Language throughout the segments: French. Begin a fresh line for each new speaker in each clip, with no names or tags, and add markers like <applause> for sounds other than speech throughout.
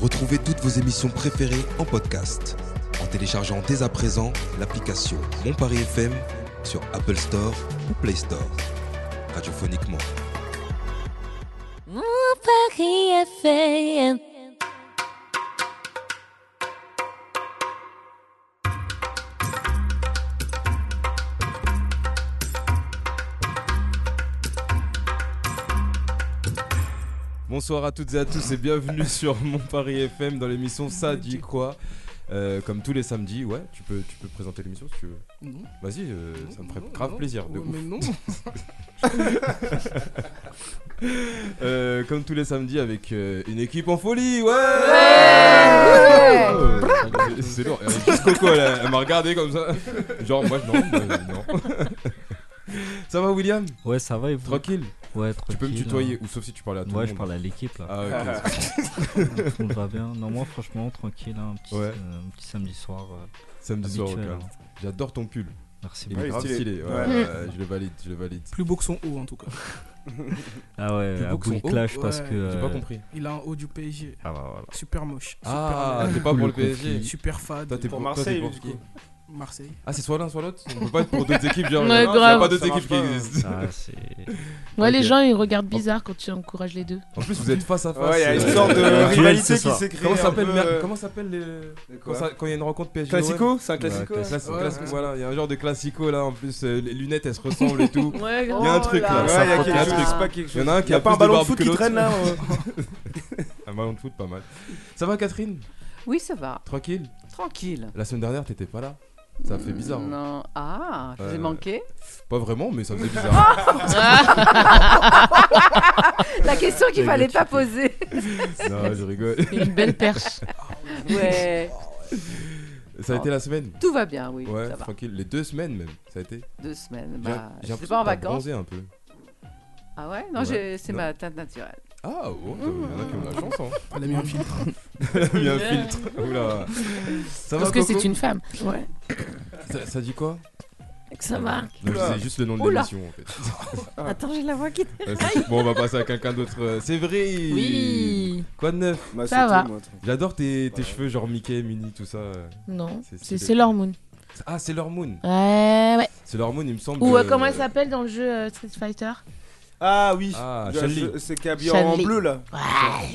Retrouvez toutes vos émissions préférées en podcast en téléchargeant dès à présent l'application Mon Paris FM sur Apple Store ou Play Store. Radiophoniquement.
Mon Paris FM.
Bonsoir à toutes et à tous et bienvenue <laughs> sur Mon Paris FM dans l'émission Ça dit quoi Euh, comme tous les samedis, ouais, tu peux, tu peux présenter l'émission si tu veux.
Non.
Vas-y, euh, ça me ferait
non,
grave
non.
plaisir. De
Ouais,
ouf.
mais non.
Euh, comme tous <laughs> les samedis avec euh, une équipe en folie, ouais. Oh, c'est- C'est lourd. Euh, juste Coco, elle, a- elle m'a regardé comme ça. Genre moi non, euh, non. <laughs> ça va William
Ouais, ça va et vous
Tranquille.
Ouais,
Tu peux me
tranquille,
tutoyer
hein.
ou sauf si tu parles à tout
Ouais,
le
je
monde.
parle à l'équipe là.
Ah ok.
Tout le monde va bien. Non, moi, franchement, tranquille, hein, un, petit,
Ouais.
euh, un petit samedi soir. euh,
Samedi soir,
habituel,
ok.
hein.
J'adore ton pull.
Merci
<laughs> Il
beaucoup.
est
Ouais,
grave
stylé.
stylé. Ouais,
Ouais.
ouais, je le valide, je le valide.
Plus beau que son haut en tout cas.
<laughs> Ah ouais,
Plus
à
beau que son
Bouygues
haut.
Clash parce
Ouais.
que. euh,
J'ai pas compris.
Il a un haut du PSG.
Ah bah voilà.
Super moche.
Ah,
super,
t'es pas pour le
Conflit.
PSG.
super fade.
Toi, t'es
Pour
toi, t'es
Marseille,
pour
lui,
qui
du coup.
Marseille.
Ah, c'est soit l'un, soit l'autre On peut pas être pour d'autres équipes, genre.
Ouais,
il y en a un,
grave.
Il y a pas d'autres
Ça marche
équipes qui
pas, hein.
existent. <laughs>
Ah, c'est.
Ouais, les
Ok.
gens ils regardent bizarre quand tu encourages les deux.
En plus, vous êtes face à face.
Ouais, il y a
euh,
une
<laughs>
sorte de
euh,
rivalité
duel ce
qui
soir.
s'est créée.
Comment
un
s'appelle
peu,
merde,
euh,
Comment s'appelle les.
quoi
Quand ça- quand il y a une rencontre PSG
Classico C'est un
Ouais,
classico là
Classico,
Ouais.
classico, Voilà, il y a un genre de classico là en plus. euh, Les lunettes elles se ressemblent et tout.
Ouais,
Il y a un truc là.
Ouais, il y a
Il y a un
quelque chose.
truc.
c'est pas quelque chose.
Il y en a un qui
Y
a
a pas
plus
un
de
ballon de
barbe
foot
que
qui
l'autre. <laughs>
traîne là euh.
Un ballon de foot, pas mal. Ça va, Catherine
Oui, ça va.
Tranquille
Tranquille.
La semaine dernière, t'étais pas là. Ça fait bizarre. hein.
Non. Ah, je vous ai
Euh,
manqué.
Pas vraiment, mais
<laughs>
ça faisait bizarre.
La question
Et
qu'il fallait
le
pas poser.
<laughs> non, je rigole.
C'est <laughs> une belle perche.
Ouais.
<laughs> Ça a été la semaine
Tout va bien, oui.
Ouais,
ça va.
tranquille. Les deux semaines même, ça a été.
Deux semaines.
J'ai-
Bah,
j'ai
j'étais
l'impression
pas en
que t'as
vacances.
bronzé un
<laughs>
peu. <laughs>
Ah ouais Non,
Ouais.
j'ai- c'est
Non.
ma teinte naturelle. Mhm.
Ah, oh, il y en a qui ont de la chance, hein.
Elle a mis
<laughs>
un filtre.
T'as mis un filtre. Oula. Ça
Parce
va,
que c'est
Coco
une femme. Ouais.
ça, ça dit quoi
Ça va.
Non, je
Oula.
disais juste le nom de
Oula.
l'émission en fait.
<laughs>
Attends, j'ai la voix qui.
Euh, c'est- bon, on va passer à quelqu'un d'autre. Euh, Séverine
Oui.
Quoi de neuf
Bah,
Ça
c'est
va.
tout, moi, tranquille.
J'adore tes, tes
Ouais.
cheveux, genre Mickey, Mini, tout ça. euh.
Non.
C'est
C'est
stylé.
Sailor Moon.
Ah, c'est leur Moon.
Ouais, ouais.
C'est leur Moon, il me semble.
Ou euh,
que-
comment elle s'appelle dans le jeu euh, Street Fighter
Ah oui
Ah,
Je-
Chun-Li.
je- C'est qui est habillé en
Chun-Li.
bleu là.
Ouais.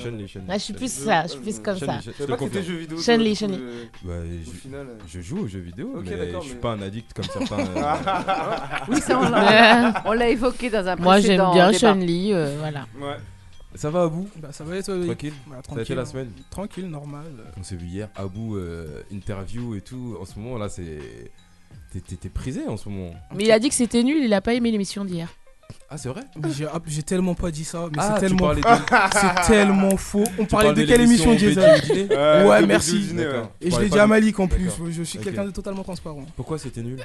Chun-Li, Chun-Li.
Ouais, je suis plus ça, je suis plus comme ça.
Chun-Li,
Je
je- je
savais
te
pas que
confirme.
c'était jeux vidéo.
Chun-Li,
toi, du coup,
Chun-Li.
euh,
Bah,
Au
je,
final. euh.
je joue aux jeux vidéo,
Ok,
mais je
d'accord,
suis
mais-
pas un addict comme
<laughs>
certains. euh,
<laughs> Oui, ça, on l'a
Ouais.
on l'a évoqué dans un
Moi j'aime
précédent
bien
débat.
Chun-Li, euh, voilà.
Ouais.
Ça va, Abou
Bah ça va et toi oui.
Tranquille
Bah,
Ça a été
tranquille,
la
hein.
semaine
Tranquille, normal.
On s'est vu hier, Abou, euh, interview et tout. En ce moment, là, c'est. t'es- t'es- T'es prisé en ce moment.
Mais il a dit que c'était nul, il a pas aimé l'émission d'hier.
Ah, c'est vrai
J'ai j'ai tellement pas dit ça, mais
Ah,
c'est
tu
tellement,
parlais de-
<laughs> c'est tellement faux. On
tu
parlait
parlais
de quelle émission, Jason
Betty Houdini
Euh,
Ouais,
de
merci.
Bédoudine, ouais.
D'accord. Tu
Et je
parlais
l'ai
pas
dit à
de-
Malik en plus.
D'accord.
Je suis
Ok.
quelqu'un de totalement transparent.
Pourquoi c'était nul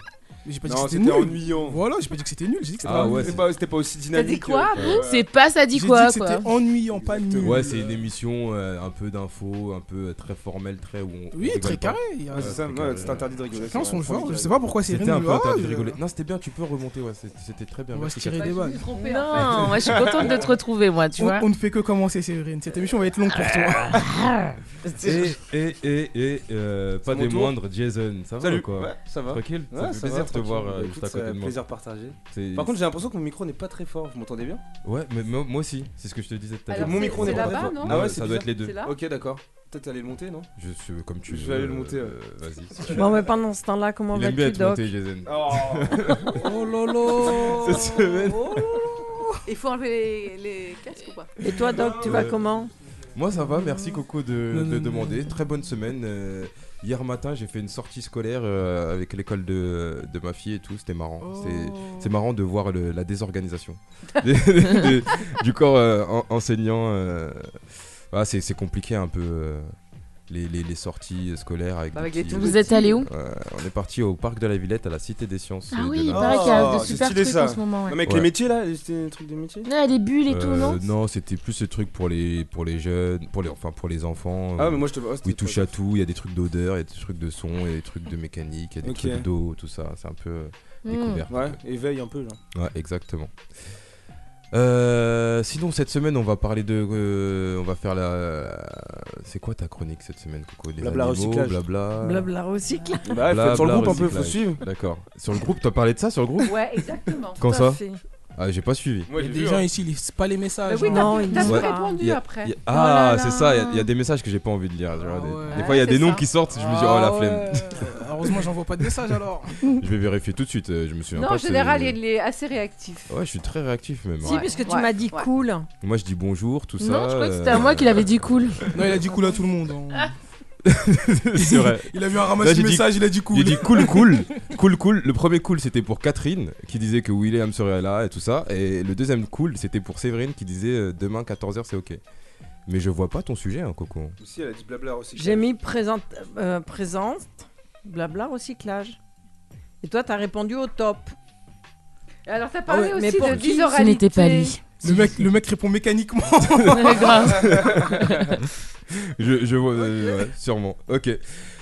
Mais j'ai pas dit
Non,
que c'était
c'était
nul.
ennuyant.
Voilà, j'ai pas dit que c'était nul. J'ai dit que c'était
Ah
nul.
ouais,
C'était
c'est-
pas- c'était pas aussi
T'as
dynamique.
dit quoi
euh,
vous
Ah C'est pas ça dit
J'ai
quoi
dit que
quoi
C'était ennuyant, pas nul.
Ouais, c'est une émission euh, un peu d'infos, un peu euh, très formelle, très où on.
Oui,
on rigole
très
pas.
carré. il y a-
Ouais, c'est ça,
Ouais,
ouais, c'est interdit de rigoler.
Chacun
c'est
son
vrai.
genre. Je sais pas pourquoi c'est
C'était un peu
nul.
interdit de
Ah, je-
rigoler. Non, c'était bien, tu peux remonter, ouais, c'est- c'était très bien.
On va
merci,
se tirer
Catherine.
des balles.
Non, moi je suis contente de te retrouver, moi, tu
On,
vois.
on ne fait que commencer, Séverine. Cette émission va être longue pour
<laughs>
toi.
Ah,
<laughs> Euh.
<laughs>
Et, et, et, et euh, pas
mon
des
tour.
moindres, Jason, ça va ou
Salut.
quoi
Ouais, ça va.
Tranquille
Ouais,
Ça fait plaisir de te
tranquille.
voir
Bah,
euh,
écoute,
juste à
euh,
côté de moi.
Plaisir partagé.
C'est-
Par contre, j'ai l'impression que mon micro n'est pas très fort. Vous m'entendez bien
Ouais, mais mo- moi aussi, c'est ce que je te disais tout à
Alors,
l'heure.
Mon c'est- micro c'est n'est pas
là-bas,
très fort.
non
Ah
Ah ouais,
ouais,
c'est
ça doit être
bizarre.
les deux.
C'est là
Ok, d'accord. Peut-être aller le monter, non
Je suis euh, comme tu veux.
Je vais aller le monter,
euh, Vas-y. si tu veux.
Bon, mais pendant ce temps-là, comment
Il aime bien
vas-tu,
être
Doc
monté, Jason.
Oh
<laughs>
lolo
<laughs> Cette semaine.
Oh.
<laughs>
Il faut enlever les, les casques ou pas
Et toi, Doc, tu vas
Euh,
comment
Moi ça va, merci Coco de,
Non,
de
non,
demander. Très bonne semaine. euh, hier matin j'ai fait une sortie scolaire euh, avec l'école de, de ma fille et tout, c'était marrant. C'était- C'est marrant de voir le- la désorganisation <laughs> des- des- du corps euh, en- enseignant. euh, voilà, c'est c'est compliqué un peu euh, les, les- les sorties scolaires avec,
Avec
des
les
petits-
tout
Vous êtes allé où
Euh, on est parti au parc de la Villette à la Cité des Sciences.
Ah
euh,
oui,
de
il
bah
la-
paraît qu'il y a
Ah,
de
c'est
super
stylé,
trucs
ça.
en ce moment.
Non,
Ouais.
mais avec
Ouais.
les métiers là, c'était un truc de métier
Ouais, les bulles et tout,
Euh,
non
Non, c'était plus ce truc pour les, pour les jeunes, pour les, enfin pour les enfants.
Ah,
euh,
mais moi je te vois.
Oui, touche à tout. Il y a des trucs d'odeur, il y a des trucs de son, il y a des trucs de mécanique, il y a des
Ok.
trucs d'eau, tout ça. C'est un peu euh,
Hmm.
découvert.
Ouais, éveille un peu, genre.
Ouais, exactement. Euh, sinon, cette semaine, on va parler de. euh, on va faire la. C'est quoi ta chronique cette semaine, Coco Les
Blabla
animaux,
recyclage.
Blabla.
Blabla recycle.
Bah, il faut être sur le
Blabla
groupe un peu, faut
recyclage.
suivre.
D'accord. Sur le groupe, t'as parlé de ça sur le groupe
Ouais, exactement.
Quand
Tout à
ça
fait.
Ah, j'ai hein. pas suivi.
Moi,
Il y a des gens ici, ils lisent pas les
Bah
messages.
oui,
hein.
Non,
t'as pu-
il
t'as
dit
pu
ça.
répondu
Y a-
après.
y a-
Oh là
Ah, c'est
là.
ça, il y, a des messages que j'ai pas envie de lire. genre, des,
Ah ouais.
des fois, il y a
Ouais,
des
c'est
noms
ça.
qui sortent, je me dis, oh la
Ah
flemme.
ouais. <laughs> Heureusement, j'envoie pas de message alors.
Je vais vérifier tout de suite, euh, je me souviens
Non,
pas.
en
c'est-
général, il est assez réactif.
Ouais, je suis très réactif même.
Si, puisque tu
Ouais,
m'as dit
ouais.
cool.
Moi, je dis bonjour, tout ça.
Non, je crois que c'était à
euh,
moi qu'il avait dit cool.
Non, il a dit cool à tout le monde. hein.
<laughs> c'est vrai.
<laughs> Il a vu un
Là,
ramassé
j'ai
de
dit-
messages, il a dit cool.
Il dit
<laughs>
cool, cool, cool, cool. Le premier cool, c'était pour Catherine, qui disait que William serait là et tout ça. Et le deuxième cool, c'était pour Séverine, qui disait euh, demain 14h, c'est ok. Mais je vois pas ton sujet, hein, Coco.
Aussi, elle a dit blabla aussi.
<laughs> J'ai mis présente, euh, présente, blabla recyclage. Et toi, t'as répondu au top. Ah
Et Alors, t'as
Ah
parlé
ouais, mais
aussi
pour
de
qui
Ce
d'isoralité.
n'était pas lui.
Le mec, le mec répond mécaniquement.
<laughs> Ouais, grave.
<laughs>
Je, je vois, euh, ouais, sûrement. Ok.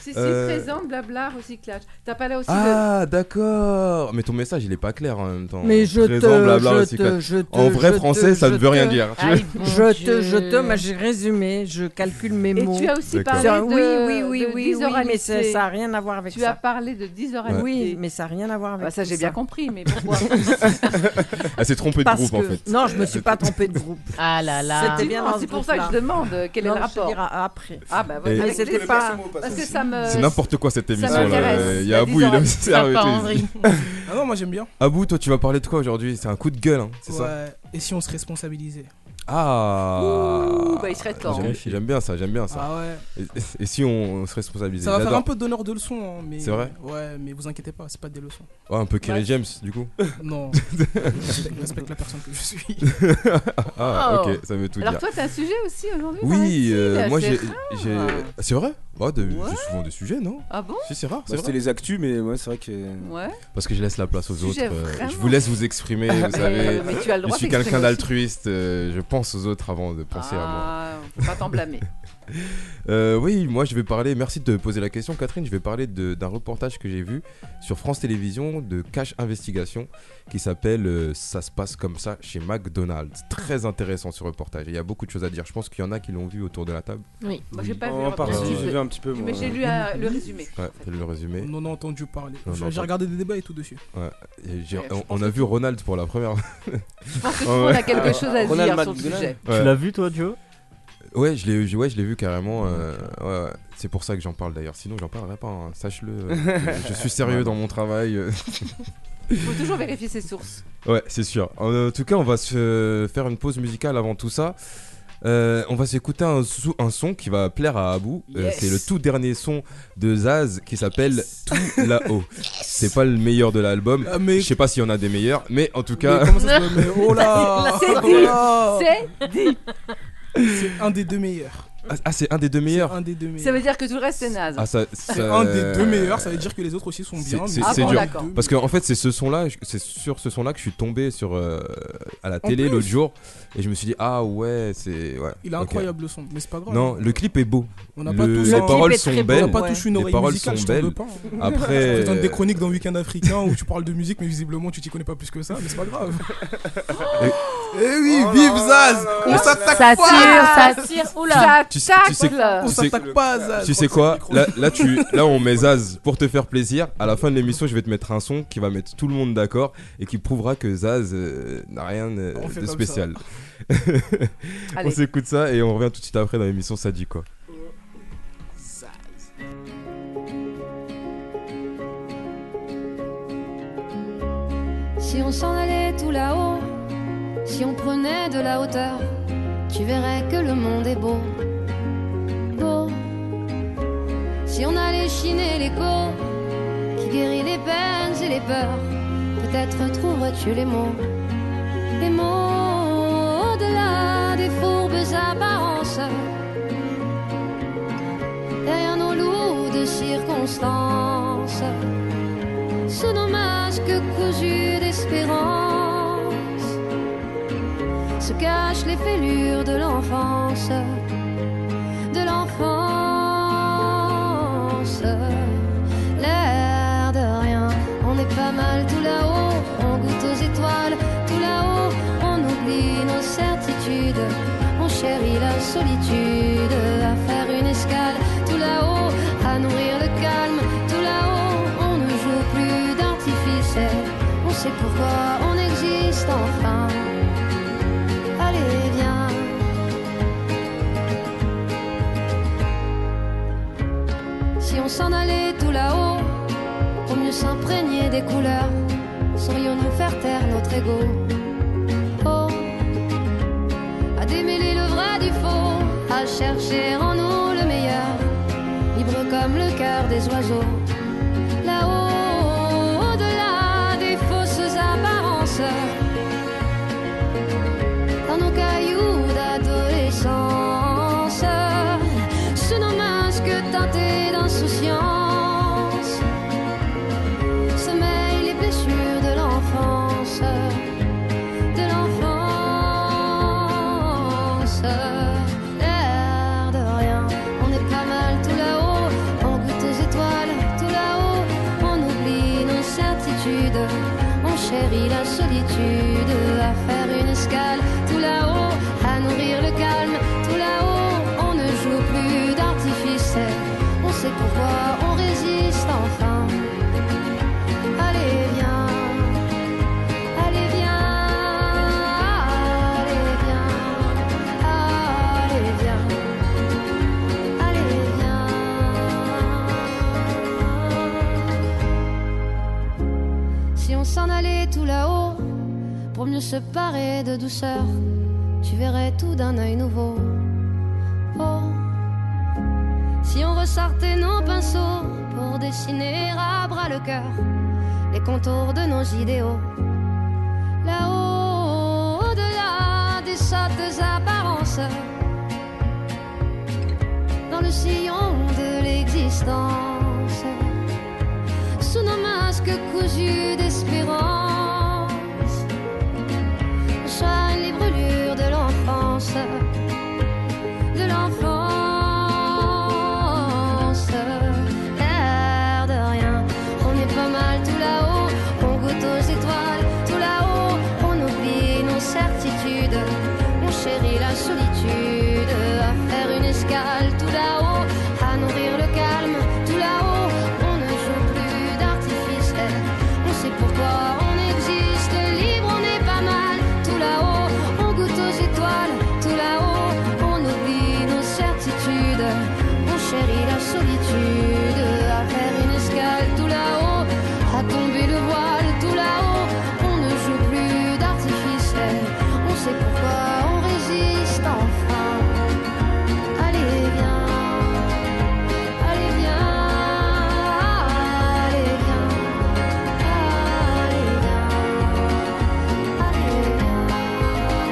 Si, si,
Euh,
présente, blabla, recyclage. T'as parlé aussi de.
Ah, d'accord. Mais ton message, il est pas clair en même temps.
Mais je
Présent,
te,
blabla,
je
recyclage.
te, je te,
En vrai
je te,
français, ça
je
ne veut rien
te-
dire. Tu <laughs>
Aïe, mon
Je te, je
Dieu.
te, mais j'ai résumé, je calcule mes
Et
mots.
tu as aussi
D'accord.
parlé
Sur-
de.
oui, oui, oui,
de
oui, oui, mais c'est-
d'isoralité.
ça n'a rien à voir avec
Tu as
ça.
parlé de d'isoralité.
Oui, mais ça n'a rien à voir avec
Bah, ça, j'ai
tout
bien compris,
<laughs>
mais pourquoi
Elle s'est trompée Ah, de
Parce
groupe, en
que-
fait.
Non, je me suis pas trompée de groupe.
<laughs> Ah là là.
C'était- bien
Non,
dans
C'est
ce
pour ça que je
groupe-là.
demande euh, quel
Non,
est le
Je te
rapport.
dirai après.
Ah, bah
Et-
voilà.
Mais
avec
c'était
plaisir.
pas.
Parce que ça me.
C'est n'importe quoi cette émission. là.
m'intéresse,
Il y a
la
Abou, il aime
désordre.
Bah, Ça
sérieux.
part en
<laughs>
vrille.
Ah non, moi j'aime bien.
Abou, toi, tu vas parler de quoi aujourd'hui C'est un coup de gueule, hein, c'est ça
Ouais. Et si on se responsabilisait
Ah
Ouh, bah, il serait temps.
J'aime- J'aime bien ça, j'aime bien ça.
Ah ouais.
Et, et si on, on se responsabilisait
Ça va faire
J'adore.
un peu d'honneur de leçon. hein, mais...
C'est vrai
Ouais, mais vous inquiétez pas, c'est pas des leçons.
Ouais, un peu Kerry James, du
<laughs>
coup.
<laughs> Non. je respecte- respecte la personne que
<laughs>
je suis.
Ah,
Oh.
ok, ça veut tout
Alors,
dire.
toi, t'as un sujet aussi aujourd'hui
oui,
paraît-il,
euh, moi
c'est
j'ai.
rare.
j'ai- C'est vrai bah, de-
Ouais.
C'est souvent des sujets, non
Ah bon
Si, c'est rare, c'est
Bah, C'était
vrai.
les actus, mais ouais, c'est vrai que.
Ouais.
Parce que je laisse la place aux autres.
Sujet,
euh,
vraiment.
je vous laisse vous exprimer, vous savez.
<laughs> mais, mais tu as le
Je
droit
suis
d'exprimer
quelqu'un
aussi.
d'altruiste, euh, je pense aux autres avant de penser à moi.
Ah, faut pas
<laughs>
t'en blâmer.
Euh, oui, moi je vais parler, merci de poser la question Catherine, je vais parler de- d'un reportage que j'ai vu sur France Télévisions de Cash Investigation qui s'appelle euh, Ça se passe comme ça chez McDonald's. Très intéressant ce reportage, il y a beaucoup de choses à dire, je pense qu'il y en a qui l'ont vu autour de la table.
Oui.
Moi, j'ai pas
Oh,
vu. le
par
reportage.
dessus,
Ah Ouais.
j'ai vu un petit peu. moi.
Mais j'ai lu euh, le résumé.
Ouais, t'as lu le résumé.
On en a entendu parler.
Non, non,
J'ai regardé des débats et tout dessus.
Et j'ai-
Ouais, je
on,
pense
on a vu Ronald pour la première
Je pense
<laughs>
que
Ah Ouais.
tout le monde a quelque chose à
Ronald
dire sur le
McDonald.
sujet.
Ouais.
Tu l'as vu, toi, Joe
Ouais, je l'ai, je- ouais, je l'ai vu carrément. euh, ouais, ouais. C'est pour ça que j'en parle d'ailleurs. Sinon, j'en parlerai pas. hein. Sache-le. euh,
<laughs>
je- je suis sérieux dans mon travail. euh.
Il faut toujours vérifier ses sources.
ouais, c'est sûr. En, en tout cas, on va se faire une pause musicale avant tout ça. Euh, on va s'écouter un, sou- un son qui va plaire à Abou. Euh,
Yes.
c'est le tout dernier son de Zaz qui s'appelle Tout
<laughs>
là-haut. C'est pas le meilleur de l'album.
Ah, mais.
Je sais pas s'il y en a des meilleurs, mais en tout
mais
cas,
comment ça se fait Mais
<laughs>
oh là
C'est
Oh
dit.
là
C'est dit.
C'est un des deux meilleurs.
ah, ah, c'est un des deux meilleurs.
Un des deux
Ça
meilleurs.
veut dire que tout le reste c'est naze.
Ah, ça,
C'est
ça- euh,
un des deux meilleurs, ça veut dire que les autres aussi sont
C'est-
bien.
c'est-
mais
c'est
un
dur.
des
D'accord.
deux
Parce que en fait c'est ce son là, c'est sur ce son là que je suis tombé sur euh, à la télé l'autre jour et je me suis dit ah ouais c'est ouais.
Il est
ok.
incroyable le son, mais c'est pas grave.
Non le clip est beau.
on n'a
le-
pas tous
les
Le
un-
clip
paroles
est
sont
très beau.
on n'a
belles.
pas
Ouais.
tous une
Les
oreille
paroles
musicale,
sont
je t'en veux
belles.
pas, hein.
Après
<laughs>
euh,
Je donne des chroniques dans Week-end africain où tu parles de musique, mais visiblement tu t'y connais pas plus que ça, mais c'est
<laughs>
pas grave. Eh
Oh
oui, vive Zaz On s'attaque
Ça tire,
Ah.
ça tire. Oula.
Ça
tu sais- tu
Ah,
tacle.
sais-
on
Tu sais-
s'attaque pas à Zaz
tu sais quoi là, là tu là on met Zaz pour te faire plaisir. À la fin de l'émission je vais te mettre un son qui va mettre tout le monde d'accord et qui prouvera que Zaz euh, n'a rien euh,
On fait
de
comme
spécial. on <laughs>
Allez.
s'écoute ça et on revient tout de suite après dans l'émission ça dit quoi.
Si on s'en allait tout là-haut, si on prenait de la hauteur, tu verrais que le monde est beau. Beau. Si on allait chiner l'écho qui guérit les peines et les peurs, peut-être trouverais-tu les mots. Les mots au-delà des fourbes apparences. Derrière nos lourdes circonstances ce nos masques cousus d'espérance se cachent les fêlures de l'enfance, de l'enfance. L'air de rien, on est pas mal tout là-haut, on goûte aux étoiles, tout là-haut, on oublie chérie, la solitude, à faire une escale tout là-haut, à nourrir le calme tout là-haut. On ne joue plus d'artifice, on sait pourquoi on existe enfin. Allez, viens. Si on s'en allait tout là-haut, pour mieux s'imprégner des couleurs, saurions-nous faire taire notre ego Oh, à démêler le vrai du faux, à chercher en nous le meilleur, libre comme le cœur des oiseaux. Là-haut, au-delà des fausses apparences, dans nos cailloux d'adolescence, sous nos masques teintés d'insouciance, sommeillent les blessures de l'enfance, de l'enfance. Eh, L'air de rien, on est pas mal tout là-haut, on goûte aux étoiles tout là-haut, on oublie nos certitudes, on chérit la solitude, à faire une escale tout là-haut, à nourrir le calme tout là-haut, on ne joue plus d'artifice, on sait pourquoi on résiste enfin. Allez, viens, allez, viens, allez, viens, allez, viens, allez, viens. Si on s'en allait tout là-haut, pour mieux se parer de douceur, tu verrais tout d'un œil nouveau. Oh, si on ressortait nos pinceaux pour dessiner à bras le cœur les contours de nos idéaux. Là-haut, au-delà des sottes apparences, dans le sillon de l'existence, sous nos masques cousus d'espérance, on soigne les brûlures de l'enfance, de l'enfance. L'air de rien, on est pas mal tout là-haut, on goûte aux étoiles tout là-haut, on oublie nos certitudes, on chérit la solitude, à faire une escale tout là-haut, à nourrir le calme tout là-haut, on ne joue plus d'artifice, eh, on sait pourquoi on existe, libre on est pas mal tout là-haut, on goûte aux étoiles tout là-haut, on oublie nos certitudes, on chérit la solitude, à faire une escale tout là-haut, à tomber le voile tout là-haut, on ne joue plus d'artifice, on sait pourquoi on résiste enfin. Allez viens, allez viens, allez viens, allez viens, allez viens.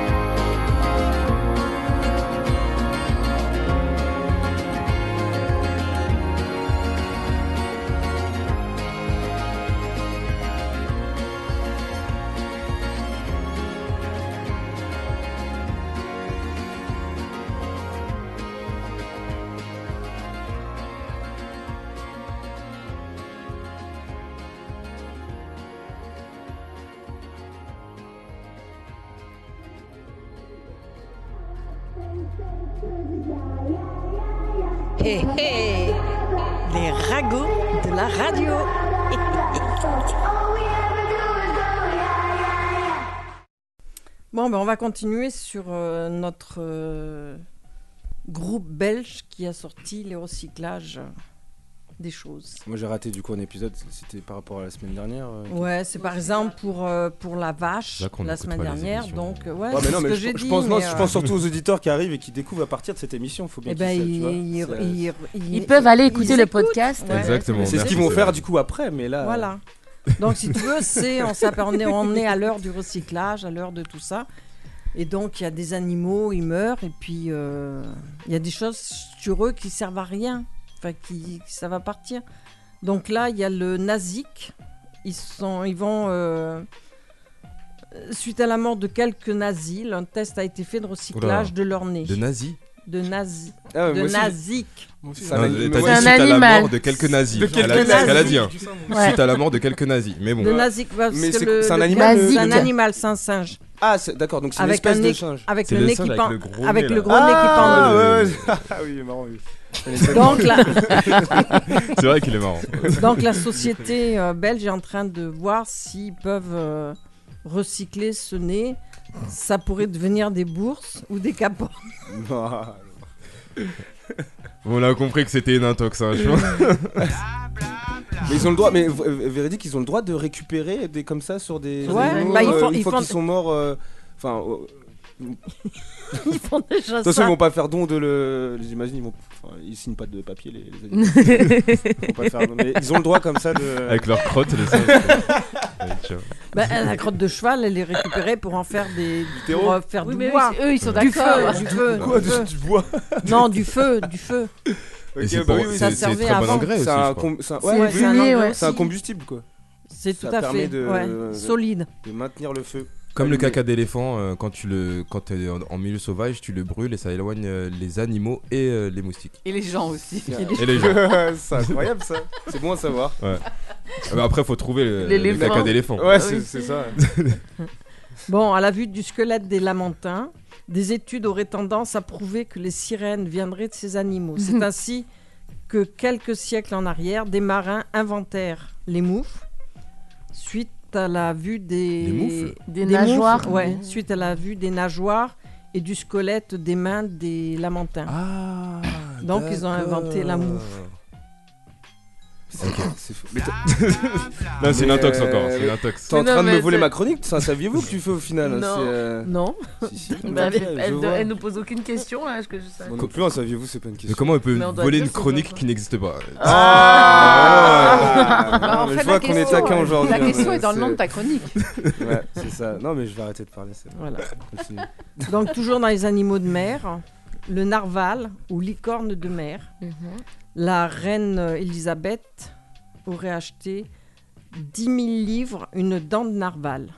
Hé hé Les ragots de la radio
Bon, ben, on va continuer sur euh, notre euh, groupe belge qui a sorti les recyclages des choses.
Moi j'ai raté du coup un épisode, c'était par rapport à la semaine dernière. euh.
Ouais, c'est par exemple pour, euh, pour la vache
Là qu'on
la
écoute
semaine
pas les
dernière.
émissions.
Donc, euh, ouais,
Ouais, Ah, mais
c'est
non,
ce
mais
que
je,
j'ai
je
dit.
pense, non,
mais,
je
euh,
pense surtout aux auditeurs qui arrivent et qui découvrent à partir de cette émission. Faut bien
Eh
qu'ils
ben,
sachent, tu vois.
ils-
C'est-
ils- ils-
Ils peuvent aller écouter
ils
le
écoutent.
podcast.
Ouais.
Exactement, C'est ce qu'ils merci, vont c'est faire, vrai. du coup, après, mais là-
Voilà. Donc si tu veux, c'est on, s'appelle- on est, on est à l'heure du recyclage, à l'heure de tout ça. Et donc il y a des animaux, ils meurent, et puis euh, il y a des choses sur eux qui servent à rien, enfin qui ça va partir. Donc là il y a le nazique, ils sont, ils vont euh, suite à la mort de quelques nazis, un test a été fait de recyclage de leur nez.
De nazis
De nazis.
Ah ouais,
de
moi aussi,
nazique.
moi aussi,
Non, T'as dit suite à la mort de quelques nazis.
De
Elle a-
quelques
c'est ce qu'elle a
nazis.
dit. hein.
Je dis ça,
moi.
Suite à la mort de quelques nazis. Mais bon.
De nazique, parce
Mais
que
c'est-
le-
c'est un
le-
animal,
c'est
le-
un
le-
animal, c'est un singe.
Ah, c'est- d'accord, donc c'est une
Avec
espèce
un
de
nez-
singe.
avec C'est le le nez singe qui avec pend- le gros avec nez, le là. gros nez qui
Ah, ouais, ouais.
<laughs>
pend. <laughs>
Ah oui, il est marrant, oui. Elle est <laughs>
Donc
tellement-
la...
<laughs> C'est vrai qu'il est marrant.
Donc la société euh, belge est en train de voir s'ils peuvent euh, recycler ce nez. Ça pourrait devenir des bourses ou des capotes. <laughs>
On a compris que c'était une intox,
<laughs>
hein, je pense.
Mais ils ont le droit, mais v- euh, véridique, ils ont le droit de récupérer des comme ça sur des.
Ouais,
animaux,
bah, ils
euh,
font-
une
ils
fois
font-
qu'ils sont morts. euh, Enfin. euh,
<laughs> Ils font
De
déjà
toute façon,
ça.
ils vont pas faire don de le. J'imagine, ils vont. enfin, ils signent pas de papier, les, les animaux.
<laughs>
ils, vont pas faire don, mais ils ont le droit comme ça de.
<laughs> Avec leur crotte,
<laughs>
les singes. Ouais, tu vois.
Ben,
<laughs>
euh, la crotte de cheval, elle est récupérée pour en faire des
terreau.
pour, euh, faire
Oui,
du
mais eux,
bois.
ils- eux, ils sont
du feu,
d'accord.
du
Du
feu,
bois,
feu.
du- du bois.
<laughs> Non, du feu, du feu.
Ok,
Et c'est
bah
pour-
oui, oui,
c'est-
ça
c'est
servait
très bon
avant.
engrais aussi,
C'est un
je crois.
com- c'est un-
C'est-
ouais,
c'est
oui,
un
oui,
engrais
ouais.
aussi.
C'est un combustible quoi.
C'est
Ça
tout à
permet
fait,
de-
ouais,
de-
solide.
De maintenir le feu.
Comme le
Allumé.
caca d'éléphant, euh, quand tu le, quand t'es en, en milieu sauvage, tu le brûles et ça éloigne euh, les animaux et euh, les moustiques.
Et les gens aussi.
Et
<laughs>
les gens.
c'est incroyable ça. C'est bon à savoir.
Ouais. Ah bah après, faut trouver le, le
L'éléphant.
caca d'éléphant.
Ouais, c'est c'est ça.
<laughs> Bon, à la vue du squelette des lamentins, des études auraient tendance à prouver que les sirènes viendraient de ces animaux.
<laughs>
C'est ainsi que quelques siècles en arrière, des marins inventèrent les moufles suite à la vue des
Les moufles Des nageoires.
moufles, ouais, suite à la vue des nageoires et du squelette des mains des lamentins. Donc ils ont inventé la moufle.
<laughs> C'est fou. Mais t'as-
<laughs> Non, c'est
Mais,
une intox encore,
euh,
c'est une intox.
T'es en
Mais non,
train de me
mais
voler
c'est-
ma chronique ça, Saviez-vous que tu fais au final
Non.
c'est, euh,
Non.
<laughs>
Si,
<laughs>
si.
Bah,
Ok,
elle,
je
elle-
vois.
elle nous pose aucune question là, est-ce que je sais. <laughs>
Non plus, hein, saviez-vous, c'est pas une question.
Mais comment elle peut
Mais on doit
voler
dire
une
c'est quoi,
chronique
quoi.
qui n'existe pas
Ah
Bah, en
mais
fait,
Je vois
la
qu'on est
question,
taquin
euh,
aujourd'hui.
La
hein,
question est dans le nom
c'est-
de ta chronique.
<laughs> Ouais, c'est ça. Non, mais je vais arrêter de parler. c'est bon.
Voilà.
Continue.
Donc toujours dans les animaux de mer, le narval ou licorne de mer,
Mhm.
la reine euh, Elisabeth aurait acheté 10 000 livres une dent de narval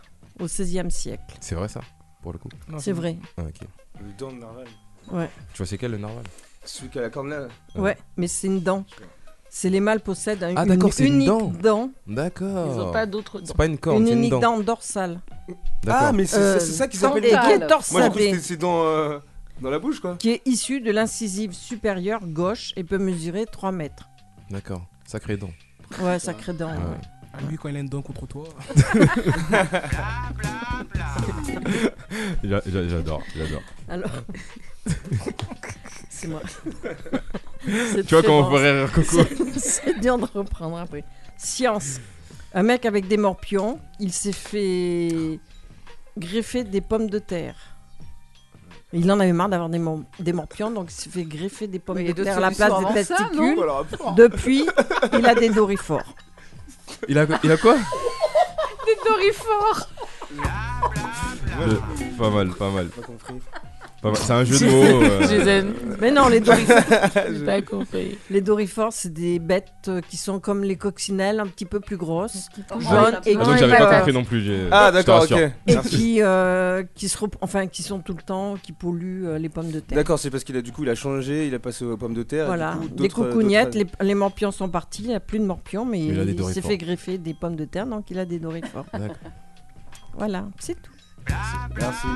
au XVIe siècle.
C'est vrai ça, pour le coup.
Non, c'est C'est vrai.
Ah, ok.
Le don de narval.
Ouais.
Tu vois c'est quel le narval
Celui qui a la corne là.
Ouais, mais c'est une dent. C'est les mâles possèdent un-
Ah,
une
d'accord, c'est une
unique
dent.
dent.
D'accord.
Ils ont pas d'autres
C'est
dents.
pas une corne,
Une
c'est une
unique
dent.
dent dorsale.
D'accord.
Ah, mais c'est
Euh,
c'est- c'est ça qu'ils
dent-
appellent
et qui
narval. Moi,
est
je crois que
torsadée,
c'était- c'est dans, euh, dans la bouche, quoi.
qui est issue de l'incisive supérieure gauche et peut mesurer 3 mètres.
D'accord, sacré dent.
Ouais, sacré dent.
Ouais.
ouais.
Ah, lui, quand il a une dent
<laughs>
contre toi.
J'a- j'a- J'adore, j'adore.
Alors. c'est moi.
Tu vois comment on pourrait rire, Coco
C'est- C'est dur de reprendre après. Science. Un mec avec des morpions, il s'est fait greffer des pommes de terre. Il en avait marre d'avoir des, mor- des morpions, donc il s'est fait greffer des pommes
Mais il
de
y a d'autres
terre à la place
solutions
des
avant ça, non
testicules.
Voilà, rapport.
Depuis, il a des dorifores.
Il a, il a quoi
Des dorifores.
Je- Pas mal, pas mal.
compris.
Pas mal. C'est un jeu de
<laughs>
mots. euh,
Mais non,
<laughs>
les dorifores.
J'ai pas compris.
Les dorifores, c'est des bêtes euh, qui sont comme les coccinelles, un petit peu plus grosses,
Ah,
jaunes
oui.
et
Ah, donc,
j'avais pas
Ouais.
compris non plus, j'ai-
Ah, d'accord,
je te rassure.
ok.
Et
Merci.
qui, euh, qui se rep- enfin, qui sont tout le temps, qui polluent euh, les pommes de terre.
D'accord, c'est parce qu'il a du coup il a changé, il a passé aux pommes de terre. et
Voilà,
du coup,
les
d'autres-
coucougnettes, les,
d'autres-
les morpions sont partis, il n'y a plus de morpions, mais,
Mais il a des
il s'est
dorifores.
fait greffer des pommes de terre, donc il a des dorifores.
D'accord.
voilà, c'est tout.
Merci.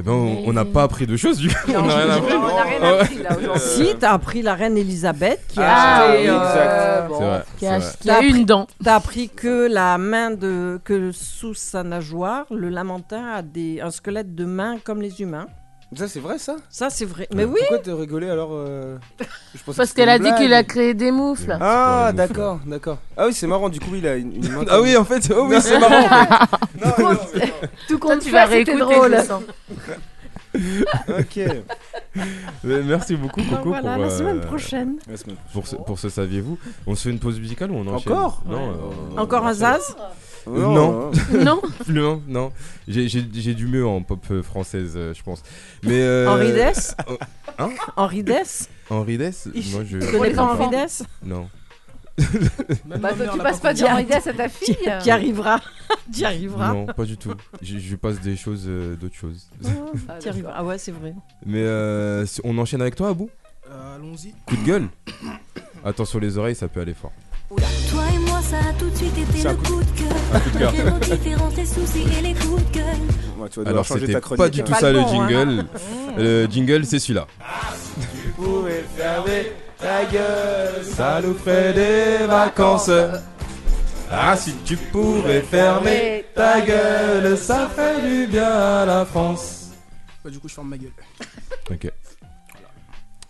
Eh ben, on on n'a pas appris de choses du coup.
Non,
on n'a rien
on
appris.
n'a rien
Ah ouais.
appris, là, Si, t'as appris la reine Elisabeth qui a
Ah,
acheté, euh,
oui, exact. C'est vrai,
qui
c'est
a,
vrai.
acheté-
Qui a une dent.
T'as appris que la main de que sous sa nageoire, le lamentin a des un squelette de main comme les humains.
Ça c'est vrai ça
Ça
Euh,
c'est vrai. Mais oui.
Pourquoi t'as rigolé alors euh, je pensais
Parce
que c'était
qu'elle a
une
dit qu'il a
blague.
créé des moufles.
Ah d'accord, d'accord. Ah oui c'est marrant du coup il a une, une
<laughs>
main.
Ah oui, en fait, oh oui,
Non,
c'est marrant, en fait.
<laughs> Non, non, non, c'est
Tout
Toi,
<laughs>
compte
tu
tu
vas
vas
réécouter,
réécouter
je le
drôle.
sens.
Ok.
<laughs>
Euh, Merci beaucoup,
Ah,
Coco.
voilà,
pour,
la semaine
euh,
prochaine.
La semaine prochaine.
Pour ce, pour ce saviez-vous, on se fait une pause musicale ou on enchaîne
Encore
Non.
Ouais.
euh,
Encore
on
un
enchaîne.
Zaz
Euh,
<laughs>
Non.
Non.
Non, non. J'ai j'ai- j'ai du mieux en pop euh, française, euh, je pense. Mais. euh,
Henri Dess
euh, Hein
Henri Dess
Henri Dess
Il-
Moi, je.
tu connais pas Henri Dess
Non.
Bah, toi,
mère
tu
l'a
passes
pas
pas du
compris.
Henri Dess à ta
Tu
fille.
y <laughs> arriveras. Tu y arriveras.
Non, pas du tout. Je je passe des choses, euh, d'autres choses.
Ah, t'y arriveras. Ah ouais, c'est vrai.
Mais euh, si- on enchaîne avec toi, Abou
Euh, Allons-y.
Coup de gueule <coughs> Attention les oreilles, ça peut aller fort.
Toi et moi, ça a tout de suite été
C'est un
le coup de cœur.
Un coup de cœur.
Vraiment différentes, les soucis et les coups de gueule.
Ouais, tu vas devoir
Alors
changer
c'était
ta
pas
chronique.
du tout
Pas
ça
le
le
bon, hein.
jingle.
<laughs>
Le jingle c'est celui-là.
Tu pouvais fermer ta gueule.
Ça nous ferait des vacances. Ah si tu pourrais
fermer ta gueule, ça ferait
du bien à la France.
Bah, du coup, je ferme ma gueule.
Ok.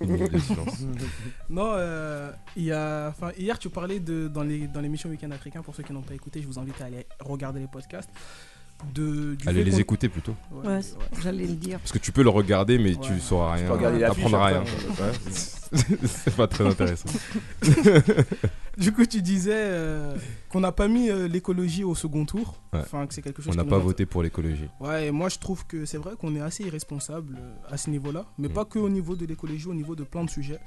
Il y a le silence.
<laughs> Non, euh, il y a, enfin, hier tu parlais de dans les dans l'émission Week-end africain. Pour ceux qui n'ont pas écouté, je vous invite à aller regarder les podcasts. De, du
Allez
fait
les
qu'on-
écouter plutôt.
Ouais, j'allais le
<laughs>
dire.
Parce que tu peux le regarder mais
Ouais.
tu sauras
Tu
rien.
peux regarder l'affiche
T'apprendras rien.
après,
Ouais. <laughs> c'est pas très intéressant.
du coup, tu disais euh, qu'on n'a pas mis euh, l'écologie au second tour.
Ouais.
Enfin, que c'est quelque chose
On n'a
qui
pas
nous-
voté pour l'écologie.
Ouais, et moi je trouve que c'est vrai qu'on est assez irresponsable euh, à ce niveau-là,
Mm.
mais pas que au niveau de l'écologie, au niveau de plein de sujets.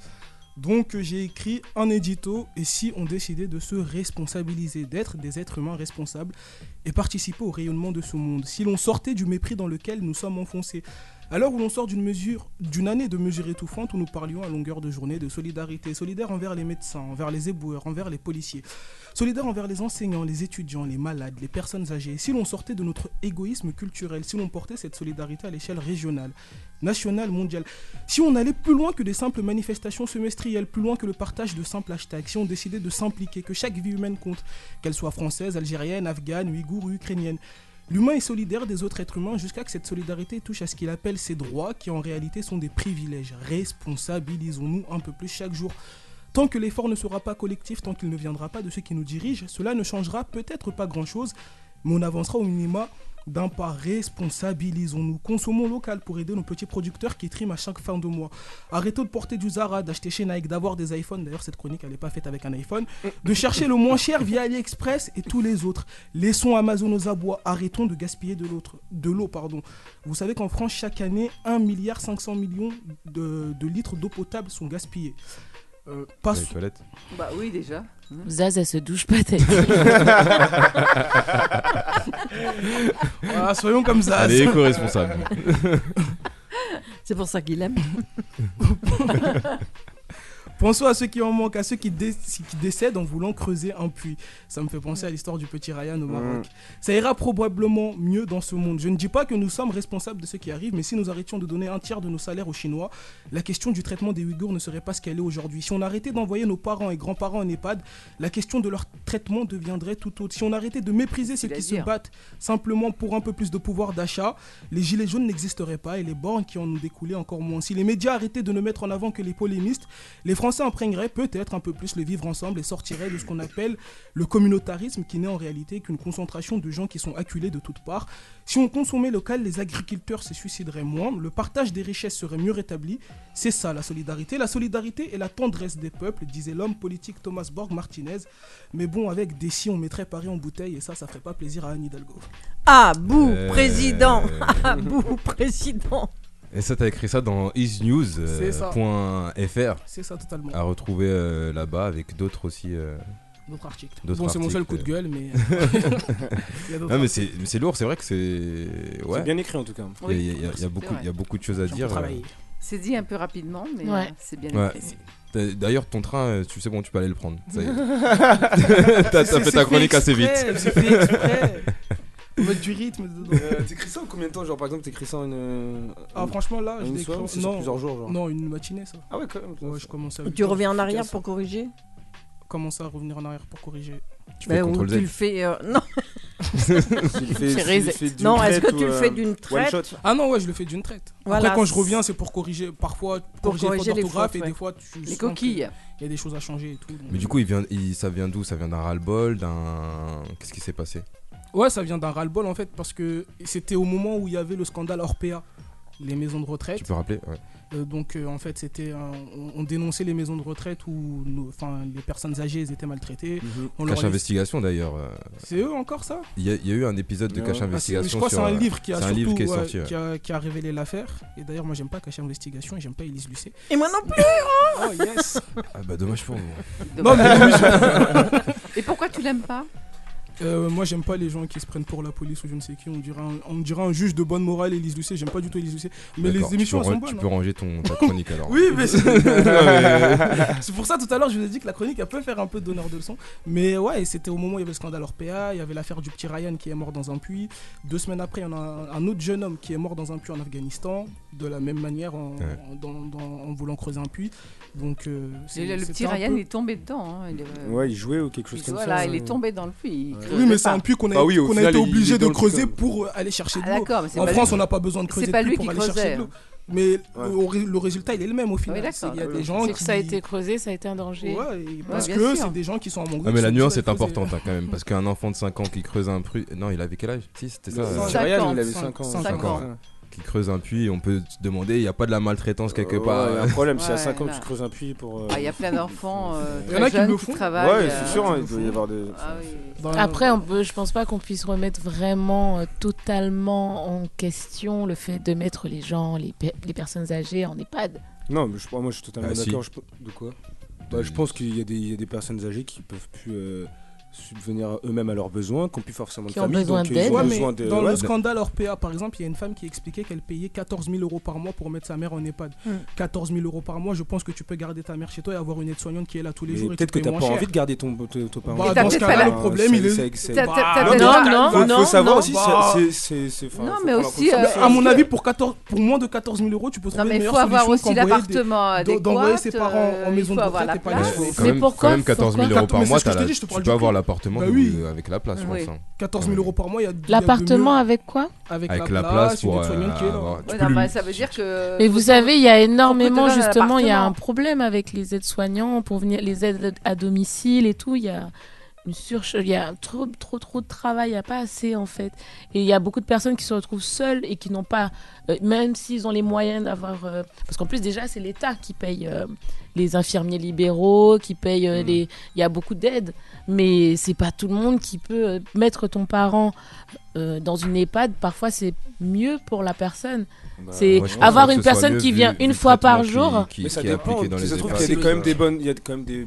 Donc euh, j'ai écrit un édito et si on décidait de se responsabiliser, d'être des êtres humains responsables et participer au rayonnement de ce monde, si l'on sortait du mépris dans lequel nous sommes enfoncés, à l'heure où l'on sort d'une mesure, d'une année de mesures étouffantes où nous parlions à longueur de journée de solidarité, solidaire envers les médecins, envers les éboueurs, envers les policiers, solidaire envers les enseignants, les étudiants, les malades, les personnes âgées, si l'on sortait de notre égoïsme culturel, si l'on portait cette solidarité à l'échelle régionale, nationale, mondiale, si on allait plus loin que des simples manifestations semestrielles, plus loin que le partage de simples hashtags, si on décidait de s'impliquer, que chaque vie humaine compte, qu'elle soit française, algérienne, afghane, ouïghour ou ukrainienne, L'humain est solidaire des autres êtres humains jusqu'à que cette solidarité touche à ce qu'il appelle ses droits, qui en réalité sont des privilèges. Responsabilisons-nous un peu plus chaque jour. Tant que l'effort ne sera pas collectif, tant qu'il ne viendra pas de ceux qui nous dirigent, cela ne changera peut-être pas grand-chose, mais on avancera au minima d'un pas. Responsabilisons-nous. Consommons local pour aider nos petits producteurs qui triment à chaque fin de mois. Arrêtons de porter du Zara, d'acheter chez Nike, d'avoir des iPhones. D'ailleurs, cette chronique, elle n'est pas faite avec un iPhone. De chercher le moins cher via AliExpress et tous les autres. Laissons Amazon aux abois. Arrêtons de gaspiller de l'autre, de l'eau, pardon. Vous savez qu'en France, chaque année, 1 milliard 500 millions de, de litres d'eau potable sont gaspillés. Euh, pas sou-
<laughs> Bah oui, déjà. Hmm.
Zaz, elle se douche pas, t'as dit.
<laughs> Voilà, soyons comme ça.
Elle est éco-responsable.
C'est pour
<laughs>
ça qu'il aime.
Pensons à ceux qui en manquent, à ceux qui, dé- qui décèdent en voulant creuser un puits. Ça me fait penser à l'histoire du petit Ryan au Maroc. Ça ira probablement mieux dans ce monde. Je ne dis pas que nous sommes responsables de ce qui arrive, mais si nous arrêtions de donner un tiers de nos salaires aux Chinois, la question du traitement des Ouïghours ne serait pas ce qu'elle est aujourd'hui. Si on arrêtait d'envoyer nos parents et grands-parents en EHPAD, la question de leur traitement deviendrait tout autre. Si on arrêtait de mépriser ceux
à
qui se
dire.
battent simplement pour un peu plus de pouvoir d'achat, les gilets jaunes n'existeraient pas et les bornes qui en ont découlé encore moins. Si les médias arrêtaient de ne mettre en avant que les polémistes, les Français imprégneraient peut-être un peu plus le vivre ensemble et sortiraient de ce qu'on appelle le communautarisme qui n'est en réalité qu'une concentration de gens qui sont acculés de toutes parts. Si on consommait local, les agriculteurs se suicideraient moins, le partage des richesses serait mieux rétabli. C'est ça la solidarité. La solidarité et la tendresse des peuples, disait l'homme politique Thomas Borg Martinez. Mais bon, avec des si, on mettrait Paris en bouteille et ça, ça ferait pas plaisir à Anne Hidalgo.
Ah, bouh,
Euh.
président Ah, <laughs> bouh, président
Et ça, t'as écrit ça dans euh,
C'est ça.
isnews.fr.
C'est ça, totalement.
À retrouver euh, là-bas avec d'autres aussi. euh,
D'autres articles.
d'autres
Bon, c'est mon seul
articles. euh.
coup de gueule, mais- euh,
<laughs>
<laughs> Il y a d'autres
non, mais c'est mais c'est lourd, c'est vrai que c'est. Ouais.
C'est bien écrit, en tout cas.
Il y a- il y a- il y a,
Oui,
beaucoup,
c'est vrai.
il y a beaucoup de choses à dire. euh.
C'est dit un peu rapidement, mais
Ouais.
euh, c'est bien
Ouais.
écrit.
T'as- D'ailleurs, ton train, euh, tu sais bon, tu peux aller le prendre.
<laughs>
Ça y est. T'as- T'as
C'est-
fait
c'est
ta chronique assez vite.
exprès, c'est fait exprès. Mode
<laughs>
du rythme dedans.
Euh, T'écris ça en combien de temps Genre, par exemple, t'écris ça en une.
Ah, franchement, là, je
Euh, une
l'ai
soirée, ou
écrit-
c'est sur plusieurs jours, genre.
Non, une matinée, ça.
Ah ouais, quand même.
Ouais, je commence à.
Tu reviens en arrière pour corriger
Comment ça, revenir en arrière pour corriger
Tu fais Ben, ou CTRL Z. tu le fais, euh, <laughs> non.
Tu le
fais- tu le fais d'une Non, est-ce que traite tu le ou, fais euh, d'une one traite shot
Ah non, ouais, je le fais d'une traite.
Voilà.
Après, quand je reviens, c'est pour corriger parfois pour corriger,
corriger
les
les
fautes d'orthographe
fautes,
et
ouais.
des fois tu
Les
sens que
coquilles.
Il y a des choses à changer et tout. donc-
Mais du coup, il vient, il- ça vient d'où Ça vient d'un ras-le-bol, d'un. Qu'est-ce qui s'est passé
Ouais, ça vient d'un ras-le-bol en fait parce que c'était au moment où il y avait le scandale Orpea, les maisons de retraite.
Tu peux rappeler Ouais.
Euh, donc euh, en fait c'était un- on, on dénonçait les maisons de retraite où nos- enfin les personnes âgées elles étaient maltraitées. On leur
Cache
laissait-
Investigation d'ailleurs. euh,
C'est eux encore ça
Il y, a- il y a eu un épisode de
Ouais.
Cache
Ah, c'est-
Investigation.
Je crois que c'est
sur,
un
euh,
livre qui a
c'est un
surtout,
livre qui est
ouais,
sorti. ouais.
qui a- qui a révélé l'affaire. Et d'ailleurs moi j'aime pas Cache Investigation et j'aime pas Elise Lucet.
Et moi non
<laughs>
plus hein
Oh yes
<laughs>
Ah bah dommage pour vous.
Non mais
Et pourquoi tu l'aimes pas
Euh, moi, j'aime pas les gens qui se prennent pour la police ou je ne sais qui. On dirait un, on dirait un juge de bonne morale, Élise Lucet. J'aime pas du tout Élise Lucet. Mais
D'accord,
les
tu
émissions,
peux
elles sont
re-
bonnes.
tu
hein.
peux ranger ton-
<laughs>
ta chronique, alors.
oui,
<laughs>
mais c'est
Ouais.
C'est pour ça tout à l'heure, je vous ai dit que la chronique, elle peut faire un peu d'honneur de leçon. Mais ouais, et c'était au moment où il y avait le scandale Orpea, il y avait l'affaire du petit Ryan qui est mort dans un puits. Deux semaines après, il y en a un, un autre jeune homme qui est mort dans un puits en Afghanistan, de la même manière en,
Ouais.
en- dans- dans- en voulant creuser un puits. Donc, euh, c'est-
Le, le
c'était
petit
un
Ryan
peu-
est tombé dedans. hein, il est-
Ouais, il jouait ou quelque chose comme
voilà,
ça.
il est tombé dans le puits. il creusait
Oui, mais c'est
pas.
un puits qu'on a,
Bah oui, au
qu'on a
final,
été
il- il
obligé
est
de
dans le
creuser
sol.
pour euh, aller chercher de
Ah,
l'eau.
d'accord, mais c'est
En
pas
France,
lui-
on n'a pas besoin de
c'est
creuser de
pas
puits
lui
pour
qui
aller
creusait. hein.
chercher de l'eau. Mais au ré- le résultat, il est le même au final. Euh, C'est- Il y a des gens
Euh, C'est que
qui...
ça a été creusé, ça a été un danger.
Ouais, et parce que c'est des gens qui sont en manque.
Ah, mais la nuance est importante hein, quand même, parce qu'un enfant de 5 ans qui creuse un puits. Non, il avait quel âge Si, c'était ça.
Le
euh,
Syrian, il avait 5 ans.
5
Ouais.
ans. Qui creuse un puits, on peut se demander, il n'y a pas de la maltraitance quelque
Ouais,
part. hein.
il y a un problème, si à
Ouais,
5 ans
là.
tu creuses un puits pour. euh,
Ah, Il y a plein d'enfants
<laughs>
euh,
Il y en a
très
qui le
jeunes qui,
font.
travaillent. euh,
Ouais, c'est sûr, hein, il doit y avoir des-
Ah oui.
Après, on peut, je pense pas qu'on puisse remettre vraiment euh, totalement en question le fait de mettre les gens, les, pe- les personnes âgées en EHPAD.
Non, mais je, moi je suis totalement
Ah, si.
d'accord. je pe- De quoi Bah, Je pense qu'il y, a des- il y a des personnes âgées qui peuvent plus euh, subvenir eux-mêmes à leurs besoins, qui n'ont plus forcément de
Qui ont
famille.
besoin
donc, euh,
d'aide.
Ils ont
Ouais, mais
besoin de.
Dans
ouais,
le scandale Orpea, par exemple, il y a une femme qui expliquait qu'elle payait 14 000 euros par mois pour mettre sa mère en EHPAD.
Hmm.
14 000 euros par mois, je pense que tu peux garder ta mère chez toi et avoir une aide-soignante qui est là tous les
mais
jours. et
Peut-être que
tu
tu
payes
n'as pas
moins cher.
envie de garder ton, ton, ton parent.
Bah, dans ce cas-là, le problème, il est- T'as- t'as- t'as peut-être pas-
Faut,
non,
faut savoir
non.
aussi,
Bah.
c'est- c'est. c'est- enfin,
Non,
faut
mais
prendre en
aussi,
compte ça.
à mon avis, pour, 14, pour moins de 14 000 euros, tu peux trouver
mais
une meilleure
faut avoir
solution
aussi
qu'envoyer des-
l'appartement
d'en- d'envoyer ses
adéquat,
parents
euh,
en
il
maison
faut
de
avoir
retraite
la
et pas
place.
les chevaux.
quand même, quand même 14 000 euros par
Mais
mois,
c'est ce que
t'as
je te
la-
dis, je te
tu
parle
peux
du
avoir
prix.
l'appartement
Bah
ou-
oui.
avec la place, je
Oui.
pense, hein.
14 000 euros par mois, il y a il y a de
L'appartement
mieux.
avec quoi
Avec,
Avec
la,
la place
Bah,
place, une
pour,
aide-soignante qui est là.
euh, avoir- tu
Ouais,
peux
non,
lui-
bah, ça veut dire que.
Mais vous savez, il y a énormément,
donner un
justement, il y a
appartement.
un problème avec les aides-soignants, pour venir, les aides à domicile et tout. Il y a une surch- il y a trop, trop, trop de travail, il n'y a pas assez, en fait. Et il y a beaucoup de personnes qui se retrouvent seules et qui n'ont pas, euh, même s'ils ont les moyens d'avoir. euh, parce qu'en plus, déjà, c'est l'État qui paye euh, les infirmiers libéraux, qui paye euh, les. Il y a beaucoup d'aides, mais c'est pas tout le monde qui peut euh, mettre ton parent. euh, dans une EHPAD, parfois c'est mieux pour la personne.
Bah,
c'est
moi, je pense
avoir
que
une
ce soit
personne
mieux
qui
vu-
vient
vu
une
le
fois par
traitement
jour.
qui-
mais ça
qui est
dépend.
appliqué dans
Ça
les
se trouve
EHPAD.
qu'il y a des- quand même des bonnes, il y a quand même des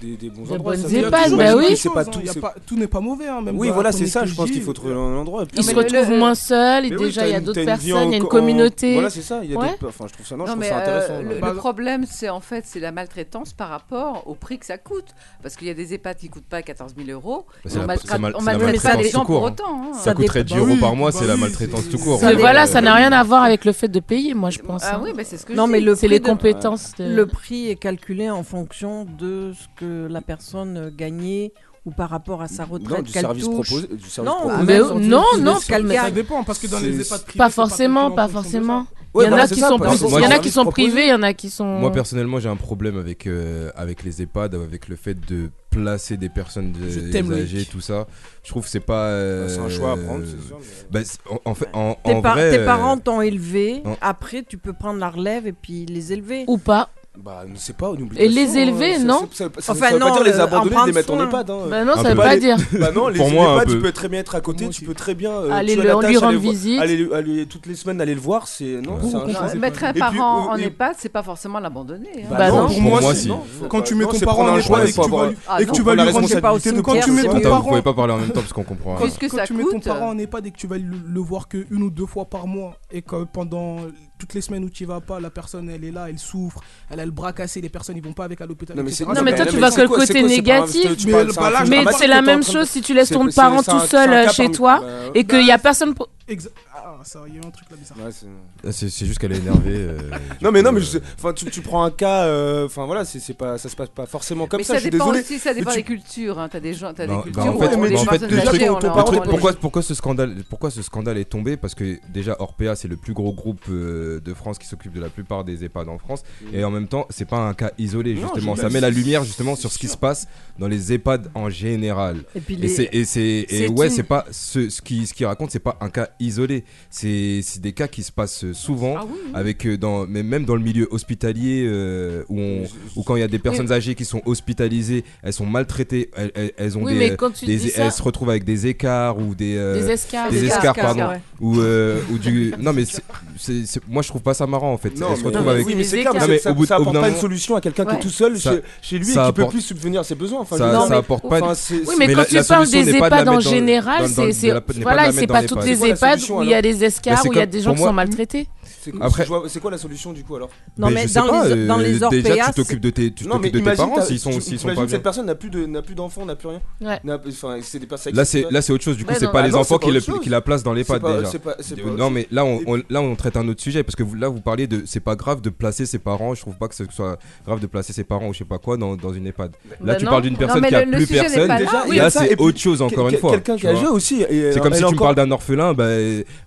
des, des bons
Des
endroits.
bonnes
ça veut dire
EHPAD,
que
bah oui.
C'est pas tout.
Il y a
c'est-
pas- tout n'est pas mauvais. hein, même
Oui,
dans la
voilà, c'est ça.
chronique
Je pense
que
qu'il faut trouver un endroit.
Ils se retrouvent moins seuls, et déjà il y a d'autres personnes, il y a une communauté.
Voilà, c'est ça. Il y a
Ouais.
d'autres- Enfin, je trouve ça non, je
Non,
trouve
mais
ça
euh,
intéressant. hein.
le,
ouais.
Bah,
le problème, c'est en fait, c'est la maltraitance par rapport au prix que ça coûte. Parce qu'il y a des EHPAD qui coûtent pas 14 000 euros.
Bah,
et
c'est
on
la-
maltraite-
c'est mal-
on
c'est la
maltraite pas les
maltraitance
gens
tout court,
pour
hein.
autant. hein.
Ça coûterait 10
Bah
euros par mois, c'est la maltraitance tout court.
Mais voilà, ça n'a rien à voir avec le fait de payer, moi je pense.
Ah
hein.
oui, mais c'est ce que
Non,
je
mais
dis.
le
C'est
prix
les
de-
compétences de- euh,
Le prix est calculé en fonction de ce que la personne gagnait ou par rapport à sa retraite
du
qu'elle
service
touche.
proposé- du service
non,
proposé.
Ah
ou
Mais
même
non,
du-
non,
du-
non,
ce qu'elle
mais ça
gagne.
dépend, parce que dans les EHPAD privés,
Pas
c'est pas
forcément,
calculé en
pas
fonction de ça.
forcément. il
Ouais,
y en
voilà,
a
c'est
qui
ça,
Bah,
sont
parce que
il y en a
moi,
qui sont
proposé-
privés, il y en a qui sont.
Moi personnellement j'ai un problème avec, euh, avec les EHPAD, avec le fait de placer des personnes de-
Je t'aime,
âgées, tout ça. Je trouve que c'est pas...
Bah,
euh,
C'est un choix à prendre, c'est sûr,
bah, c'est- en, en fait, en,
Tes,
en
par-
vrai,
tes
euh,
parents t'ont élevé,
en-
après tu peux prendre la relève et puis les élever.
Ou pas.
Bah, ne sais pas,
Et les élever, non
Enfin,
Enfin,
ça veut pas
non,
dire
euh,
les
le- en
abandonner, les
prendre
mettre en
soin.
EHPAD. hein.
Bah non, ça
Un
veut
peu.
pas
les-
dire.
Bah non, les
Pour moi, un
EHPAD, tu
peu.
peux très bien être à côté, tu peux très bien. euh,
Aller
tu as
le-
la
lui
tâche,
rendre
aller vo-
visite.
Aller aller tout les semaines, aller le voir, c'est. Non, c'est un
Non,
choix.
Mettre un
Et puis,
parent
euh,
en
et-
EHPAD, c'est pas forcément l'abandonner. hein.
Bah non,
pour
pour
moi,
moi,
c'est-
si.
non.
Faut
quand
pas-
tu mets
non,
ton
c'est
parent
prendre
en
un
échec
choix,
et que
faut
tu vas
avoir-
lui-
Ah
et que
non,
tu
faut prendre
vas lui
la
rendre
responsabilité
de-
de
quand tu mets
cimetière,
ton
c'est-
parent
Ah, Vous pouvez pas parler en même temps parce qu'on comprend rien.
Quand- quand Ah, tu mets ton
euh
parent en EHPAD et que tu vas le, le voir que une ou deux fois par mois et que pendant toutes les semaines où tu y vas pas, la personne elle est là, elle souffre, elle a le bras cassé, les personnes ils vont pas avec à l'hôpital.
Non, mais
etc.
c'est-
Non mais toi
Mais
tu vois
c'est
que le
quoi- c'est
côté
quoi, c'est pas grave,
négatif,
c'est- tu parles-
bah
c'est un- c'est un
mais
parc
c'est
que
la
t'es en
même
train de-
chose si tu laisses
c'est-
ton
c'est-
parent
c'est un-
tout
c'est un
seul
cas
euh,
parmi-
chez toi
Bah,
et qu'il y a personne pour...
Exa- Ah, ça, il y a eu un truc là bizarre.
Ouais, c'est-
Ah, C'est c'est juste qu'elle est énervée. euh,
Non mais non mais je- enfin tu, tu prends un cas euh, enfin voilà c'est c'est pas ça se passe pas forcément comme
mais
ça,
ça
je suis
dépend
désolé
aussi, ça
Mais
dépend
tu-
des cultures. Hein. T'as des gens, t'as
Bah,
des
bah,
cultures.
en
où
fait,
on
mais
les
en fait,
personnes
le truc-
âgées, on
le
leur
truc-
enlève-
pourquoi, pourquoi ce scandale, pourquoi ce scandale est tombé Parce que déjà Orpea c'est le plus gros groupe euh, de France qui s'occupe de la plupart des EHPAD en France, et en même temps c'est pas un cas isolé
Non,
justement.
je-
Ça
bah,
met la
c'est-
lumière justement sur ce qui se passe dans les EHPAD en général.
Et puis
Et
les-
c'est et c'est- et
c'est
ouais
une-
c'est pas ce, ce qui ce qui raconte c'est pas un cas isolés. C'est c'est des cas qui se passent euh, souvent,
Ah oui, oui.
avec, euh, dans, mais même dans le milieu hospitalier, euh, où, on- où quand il y a des personnes
Oui.
âgées qui sont hospitalisées, elles sont maltraitées, elles, elles- elles ont
Oui,
des,
mais quand tu
des-
dis ça-
elles se retrouvent avec des écarts ou des, euh,
Des escarres.
des
Des
escarres,
escarres,
pardon,
ouais.
ou, euh,
<laughs>
ou du, non mais c'est- c'est- c'est- moi je trouve pas ça marrant en fait.
Non,
elles se
mais-
retrouvent
Non, mais
avec.
oui, mais c'est clair,
Non,
ça- ça-
au bout-
ça
au bout
apporte
d'un
pas une
moment-
solution à quelqu'un qui est
Ouais.
tout seul
Ça-
chez- chez lui et
ça
qui peut
apporte-
plus subvenir à ses besoins. Enfin,
ça-
je veux dire,
ça apporte pas-
enfin, c'est-
Oui, mais,
Mais
quand
la-
tu
la
parles
solution
des
n'est pas de la
EHPAD en
mettre dans- dans-
général,
dans-
c'est
de
c'est-
la- n'est pas de la
voilà,
mettre
c'est
dans
pas
les
toutes
EHPAD.
les
C'est quoi
la
EHPAD
solution,
où il y a
alors
des escarres,
Mais
où il y a
c'est
des
comme-
gens
pour
qui
moi-
sont maltraités. Ah,
c'est-
Après-
je vois- c'est quoi la solution du coup alors
Non, mais
je sais
dans
pas,
les- dans les
Déjà,
Orpea,
tu t'occupes de tes, tu
Non, mais
t'occupes de tes
imagine,
parents
t'as-
s'ils sont,
tu-
s'ils sont
t'imagines
pas
cette
bien.
personne n'a plus de- n'a plus d'enfants, n'a plus rien.
Ouais.
N'a- Enfin, c'est des personnes-
Là c'est là c'est autre chose du coup
Ouais,
c'est
non,
pas
mais-
les
Ah non,
enfants
c'est
qui,
pas
le-
autre chose.
qui la placent dans les
C'est
pattes
pas-
déjà.
c'est pas- c'est pas-
non
c'est-
mais là on, on- là on traite un autre sujet parce que vous- là vous parliez de c'est pas grave de placer ses parents je trouve pas que ce soit grave de placer ses parents ou je sais pas quoi dans, dans une EHPAD. Là
Bah
tu
non.
parles d'une
Non,
personne
mais
qui a
le- le
plus
sujet n'est
personne
pas là. Oui,
là
et ça, et
c'est
puis,
autre chose encore
quel-
une fois.
quelqu'un
tu
qui est
vois.
âgé aussi, et,
C'est
euh,
comme
elle
si tu
est
me
encore-
parles d'un orphelin bah,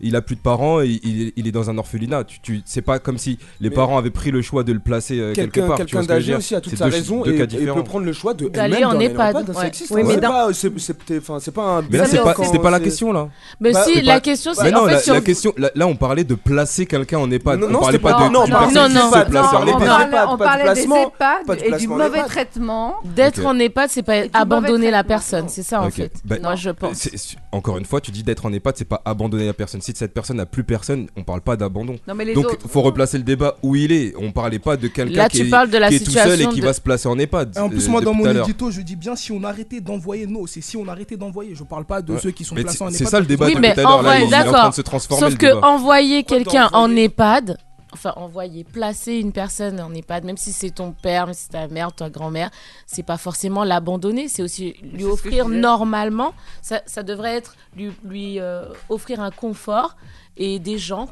il a plus de parents il, il- il est dans un orphelinat tu, tu- c'est pas comme si les
Mais-
parents avaient pris le choix de le placer euh, quelque
Quelqu'un
part. tu vois
quelqu'un
ce que je veux
d'âgé
dire
aussi a toute
C'est
sa
deux-
raison
deux
et,
cas
et
différents.
peut prendre le choix de
D'aller
elle-même
en
d'aller
EHPAD,
hein, ça
ouais.
existe.
Oui,
hein,
mais
c'est
dans-
pas- c'est- c'est- enfin, c'est pas un.
Mais là,
bizarre
c'est pas,
quand
c'était pas la
c'est-
question, là.
Mais
Bah,
si,
c'est
la
pas-
question,
Mais
c'est
non,
en fait
la,
sur-
la question, là, là, on parlait de placer quelqu'un en EHPAD.
Non,
on
non,
parlait
c'était
pas,
pas-
de
non,
d'une
non,
personne qui
non,
se
non,
place en
non,
EHPAD.
non,
parle-
pas de-
on
pas de
parlait des
placement,
EHPAD
pas de
et du
placement en
mauvais
EHPAD.
traitement.
D'être
Ok.
en EHPAD, c'est pas
du
abandonner
mauvais
la
traitement.
personne, c'est ça en
Ok.
fait.
Bah,
Moi, je pense.
C'est- c'est- Encore une fois, tu dis d'être en EHPAD, c'est pas abandonner la personne. Si cette personne n'a plus personne, on parle pas d'abandon.
Non, mais les
Donc,
autres-
faut replacer le débat où il est. On parlait pas de quelqu'un
Là,
qui,
tu
est-
parles de la
qui est tout seul et
situation
qui
de-
va se placer en EHPAD.
Et en plus,
euh,
moi, dans
depuis
mon
tout à l'heure.
édito, je dis bien si on arrêtait d'envoyer, non, c'est si on arrêtait d'envoyer. Je parle pas de
Ouais.
ceux qui sont
Mais
placés
c'est-
en EHPAD.
c'est ça, le débat
Oui,
de
mais
tout à l'heure, là,
envoyer,
il est en train
d'accord.
de se transformer,
Sauf
le
que
débat.
envoyer quelqu'un en
d'envoyer
EHPAD, enfin envoyer, placer une personne en EHPAD, même si c'est ton père, même si c'est ta mère, ta grand-mère, c'est pas forcément l'abandonner, c'est aussi
C'est
lui
ce que je
offrir
disais.
normalement. Ça, ça devrait être lui, lui euh, offrir un confort et des gens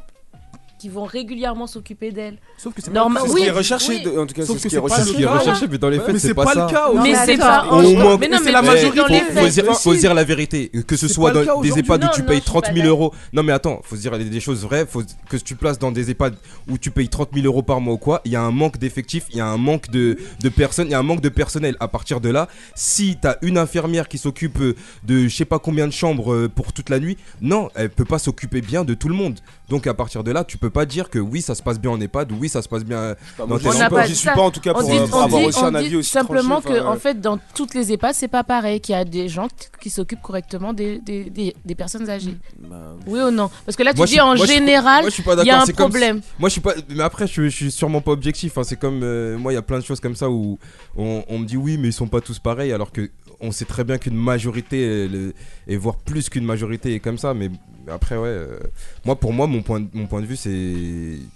qui vont régulièrement s'occuper d'elle.
Sauf que c'est
Norma-
pas
C'est ce
Oui,
qui est recherché,
oui.
de- en tout cas,
Sauf
c'est ce
que
qui
c'est
est
pas
recherché.
Ce qui est
Voilà.
recherché, mais dans les faits,
Mais
c'est
c'est
pas
pas le
ça.
cas
Non,
mais
mais
c'est
attends,
pas.
on-
en-
on-
mais non,
c'est
mais
la
dans-
majorité.
dans les
faut, faut
faits.
dire, faut
Si.
dire la vérité. Que ce
C'est
soit
pas
dans
le
des
cas aujourd'hui.
EHPAD où
Non,
tu
non,
payes
je suis
30 000
pas
euros. Non, mais attends, faut se dire des choses vraies. Faut que tu places dans des EHPAD où tu payes 30 000 euros par mois ou quoi. Il y a un manque d'effectifs, il y a un manque de, de personnes, il y a un manque de personnel. À partir de là, si t'as une infirmière qui s'occupe euh, de je sais pas combien de chambres euh, pour toute la nuit, non, elle peut pas s'occuper bien de tout le monde. Donc à partir de là, tu peux pas dire que oui, ça se passe bien en EHPAD, ou oui, ça se passe bien euh,
pas,
dans
moi,
tes
je
On
suis
n'a
chambres.
pas
j'y
dit
suis
ça.
pas, en tout cas,
On
pour,
dit,
euh,
on
pour avoir
dit-
aussi un
on
avis
dit
aussi
simplement
tranché,
que,
enfin,
en fait, dans toutes les EHPAD, c'est pas pareil, qu'il y a des gens t- qui s'occupent correctement des, des, des- des personnes âgées.
bah,
Oui ou non Parce que là, tu
Moi, je
dis
suis-
en
moi, je suis-
général,
moi, je suis pas
il y a
d'accord,
un
c'est comme si-
problème.
Moi je suis pas, mais après je, je suis sûrement pas objectif. hein. C'est comme euh, moi, il y a plein de choses comme ça où on, on me dit oui, mais ils sont pas tous pareils, alors que on sait très bien qu'une majorité euh, le- et voire plus qu'une majorité est comme ça. Mais après ouais, euh, moi pour moi mon point de- mon point de vue c'est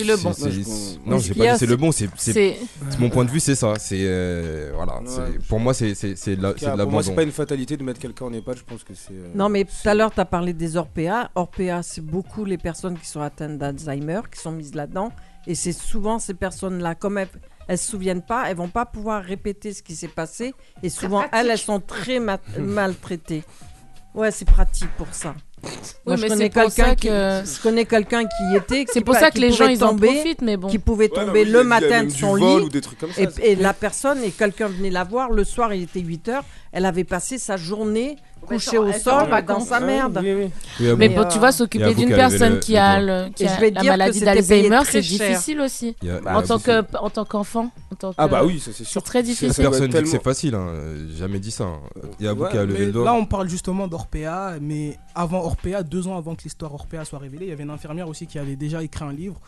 C'est le bon.
c'est-
je-
c'est-
moi,
Non,
je-
j'ai
ce qu'il y
pas
a,
dit c'est le bon. C'est c'est-
C'est
c'est- mon point de vue, c'est ça. C'est euh, voilà.
Ouais,
c'est-
je-
Pour moi, c'est c'est c'est de la-
en tout
c'est de
cas, Pour moi, c'est
l'abandon.
pas une fatalité de mettre quelqu'un en EHPAD, je pense que c'est. euh,
Non, mais tout à l'heure, tu as parlé des Orpea. Orpea, c'est beaucoup les personnes qui sont atteintes d'Alzheimer, qui sont mises là-dedans. Et c'est souvent ces personnes-là, comme elles ne se souviennent pas, elles vont pas pouvoir répéter ce qui s'est passé. Et souvent,
pratique.
elles, elles sont très
<laughs>
ma- maltraitées. Ouais, c'est pratique pour ça. Moi, je
mais
connais
c'est pour
quelqu'un
ça
qui,
que-
je connais quelqu'un qui y était.
c'est
qui
pour
pa-
ça que
Bah, qui
les gens,
pouvait
ils en
tomber,
profitent, mais bon.
Qui pouvait
ouais, non,
tomber
mais il y a-
le
il y a
matin
même
de
du
son
vol
lit.
ou des trucs comme ça,
Et,
c'est-
et la personne, et quelqu'un venait la voir, le soir il était 8h, elle avait passé sa journée
Mais
couchée
attends,
au
attends,
sol
pas
dans
con.
sa
Ouais,
merde.
oui, oui.
Oui, ah
Mais
bon,
bon,
bon, tu vois,
Et
s'occuper
avoue
d'une
qu'elle avait
personne
le-
qui
le
a,
bon.
le- qui
Et je
a
vais
la
dire que
maladie
c'était payé
d'Alzheimer,
très
c'est
cher.
difficile aussi.
il y a-
bah,
il y a
En tant
beaucoup-
que- en tant qu'enfant. en tant
Ah,
que-
bah oui, ça c'est sûr.
C'est très difficile.
Ça doit
Personne
être
dit que
tellement-
c'est facile. hein. J'ai Jamais dit ça. hein. Il y a beaucoup
Ouais,
qui a levé
Mais
le doigt.
là, on parle justement d'Orpea, mais avant Orpea, deux ans avant que l'histoire Orpea soit révélée, il y avait une infirmière aussi qui avait déjà écrit un livre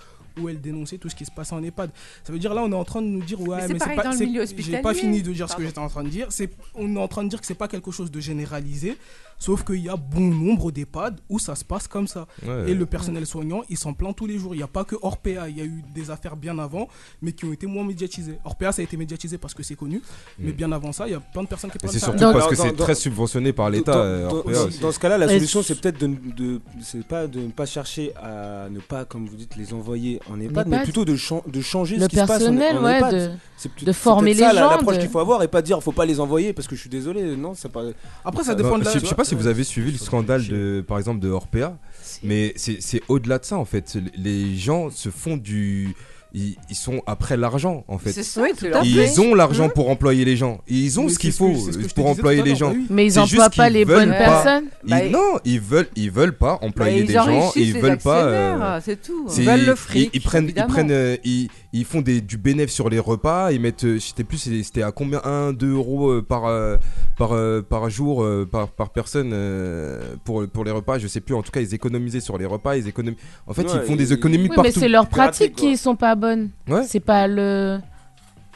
où elle dénonçait tout ce qui se passait en EHPAD. Ça veut dire là, on est en train de nous dire ouais,
c'est
mais c'est
pareil
pas.
dans le
c'est-
milieu
J'ai
hospitalier.
pas fini de dire ce que
Pardon.
j'étais en train de dire. C'est, on est en train de dire que c'est pas quelque chose de généralisé, sauf qu'il y a bon nombre d'EHPAD où ça se passe comme ça.
Ouais.
Et le personnel soignant, il s'en plaint tous les jours. Il n'y a pas que Orpea. Il y a eu des affaires bien avant, mais qui ont été moins médiatisées. Orpea, ça a été médiatisé parce que c'est connu. Mais
Mm.
bien avant ça, il y a plein de personnes qui
Et
parlent
c'est
de ça.
surtout
Donc-
parce que
Dans-
c'est
dans-
très subventionné par l'État.
Dans-
euh,
Dans,
RPA
dans-
aussi.
dans ce cas-là, la
Et
solution,
s-
c'est peut-être de, ne- de- c'est pas de ne pas chercher à ne pas, comme vous dites, les envoyer en EHPAD, mais
EHPAD.
plutôt de, chan- de changer
Le
ce qui se passe en,
personnel,
en
ouais,
EHPAD.
de-
C'est peut-
de
c'est
former
peut-être ça,
les
la-
gens,
L'approche
de-
qu'il faut avoir et pas dire faut pas les envoyer parce que je suis désolé. Non, c'est pas.
Après, ça
Non,
dépend de
je,
la.
sais- je sais pas si vous avez suivi le scandale de, par exemple, de Orpea, mais c'est c'est au-delà de ça en fait. Les gens se font du ils, ils sont après l'argent en fait.
C'est ça, Oui, tout à
ils
fait. Hein
ont l'argent pour employer les gens. Ils ont
Oui,
ce qu'il
c'est ce que-
faut euh,
c'est ce que je te
pour
disais tout
employer
à
les
l'heure,
gens.
bah oui. Mais ils
C'est juste
emploient pas
qu'ils
les
veulent
bonnes
pas-
personnes.
ils-
Bah, ils-
Non, ils veulent, ils veulent pas employer
ils
des gens.
enrichissent
Ils
les
veulent pas. euh,
actionnaires, c'est tout.
c'est-
Ils veulent le fric,
Ils, prennent, ils
évidemment.
prennent, euh, ils, ils font des, du bénéfice sur les repas. Ils mettent, euh, je sais plus, c'est- c'était à combien 1, 2 euros euh, par euh, par euh, par jour euh, par, par personne euh, pour pour les repas. Je sais plus. En tout cas, ils économisaient sur les repas. Ils économis... En fait, ils
Ouais,
font des
ils-
économies
Oui,
partout.
mais c'est leurs pratiques qui sont pas bonnes. C'est pas le.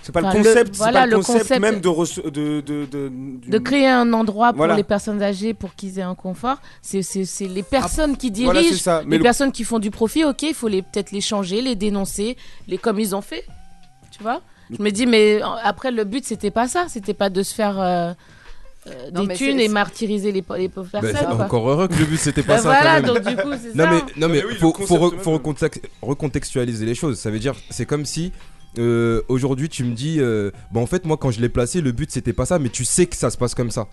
C'est pas le
Enfin,
concept, c'est
voilà,
pas le
le
concept,
concept
même de, reço- de, de, de, du-
de créer un endroit pour
Voilà.
les personnes âgées pour qu'ils aient un confort. C'est c'est- c'est les personnes qui dirigent,
voilà, c'est ça. Mais
les
le-
personnes qui font du profit. Ok, il faut les- peut-être les changer, les dénoncer, les comme ils ont fait. Tu vois Je me dis, mais euh, après le but c'était pas ça, c'était pas de se faire euh, euh,
Non,
des
mais
thunes
c'est-
et martyriser les, pa- les pauvres
Bah,
personnes.
c'est
quoi.
encore heureux que le but c'était pas
Bah
ça.
voilà,
quand même.
donc du coup, c'est
non
ça.
mais
Ah,
non mais,
Mais Ah oui, le
faut,
concept
faut, re-
même.
faut recontact- recontextualiser les choses. Ça veut dire c'est comme si euh, aujourd'hui tu me dis euh, bah en fait moi quand je l'ai placé le but c'était pas ça mais tu sais que ça se passe comme ça.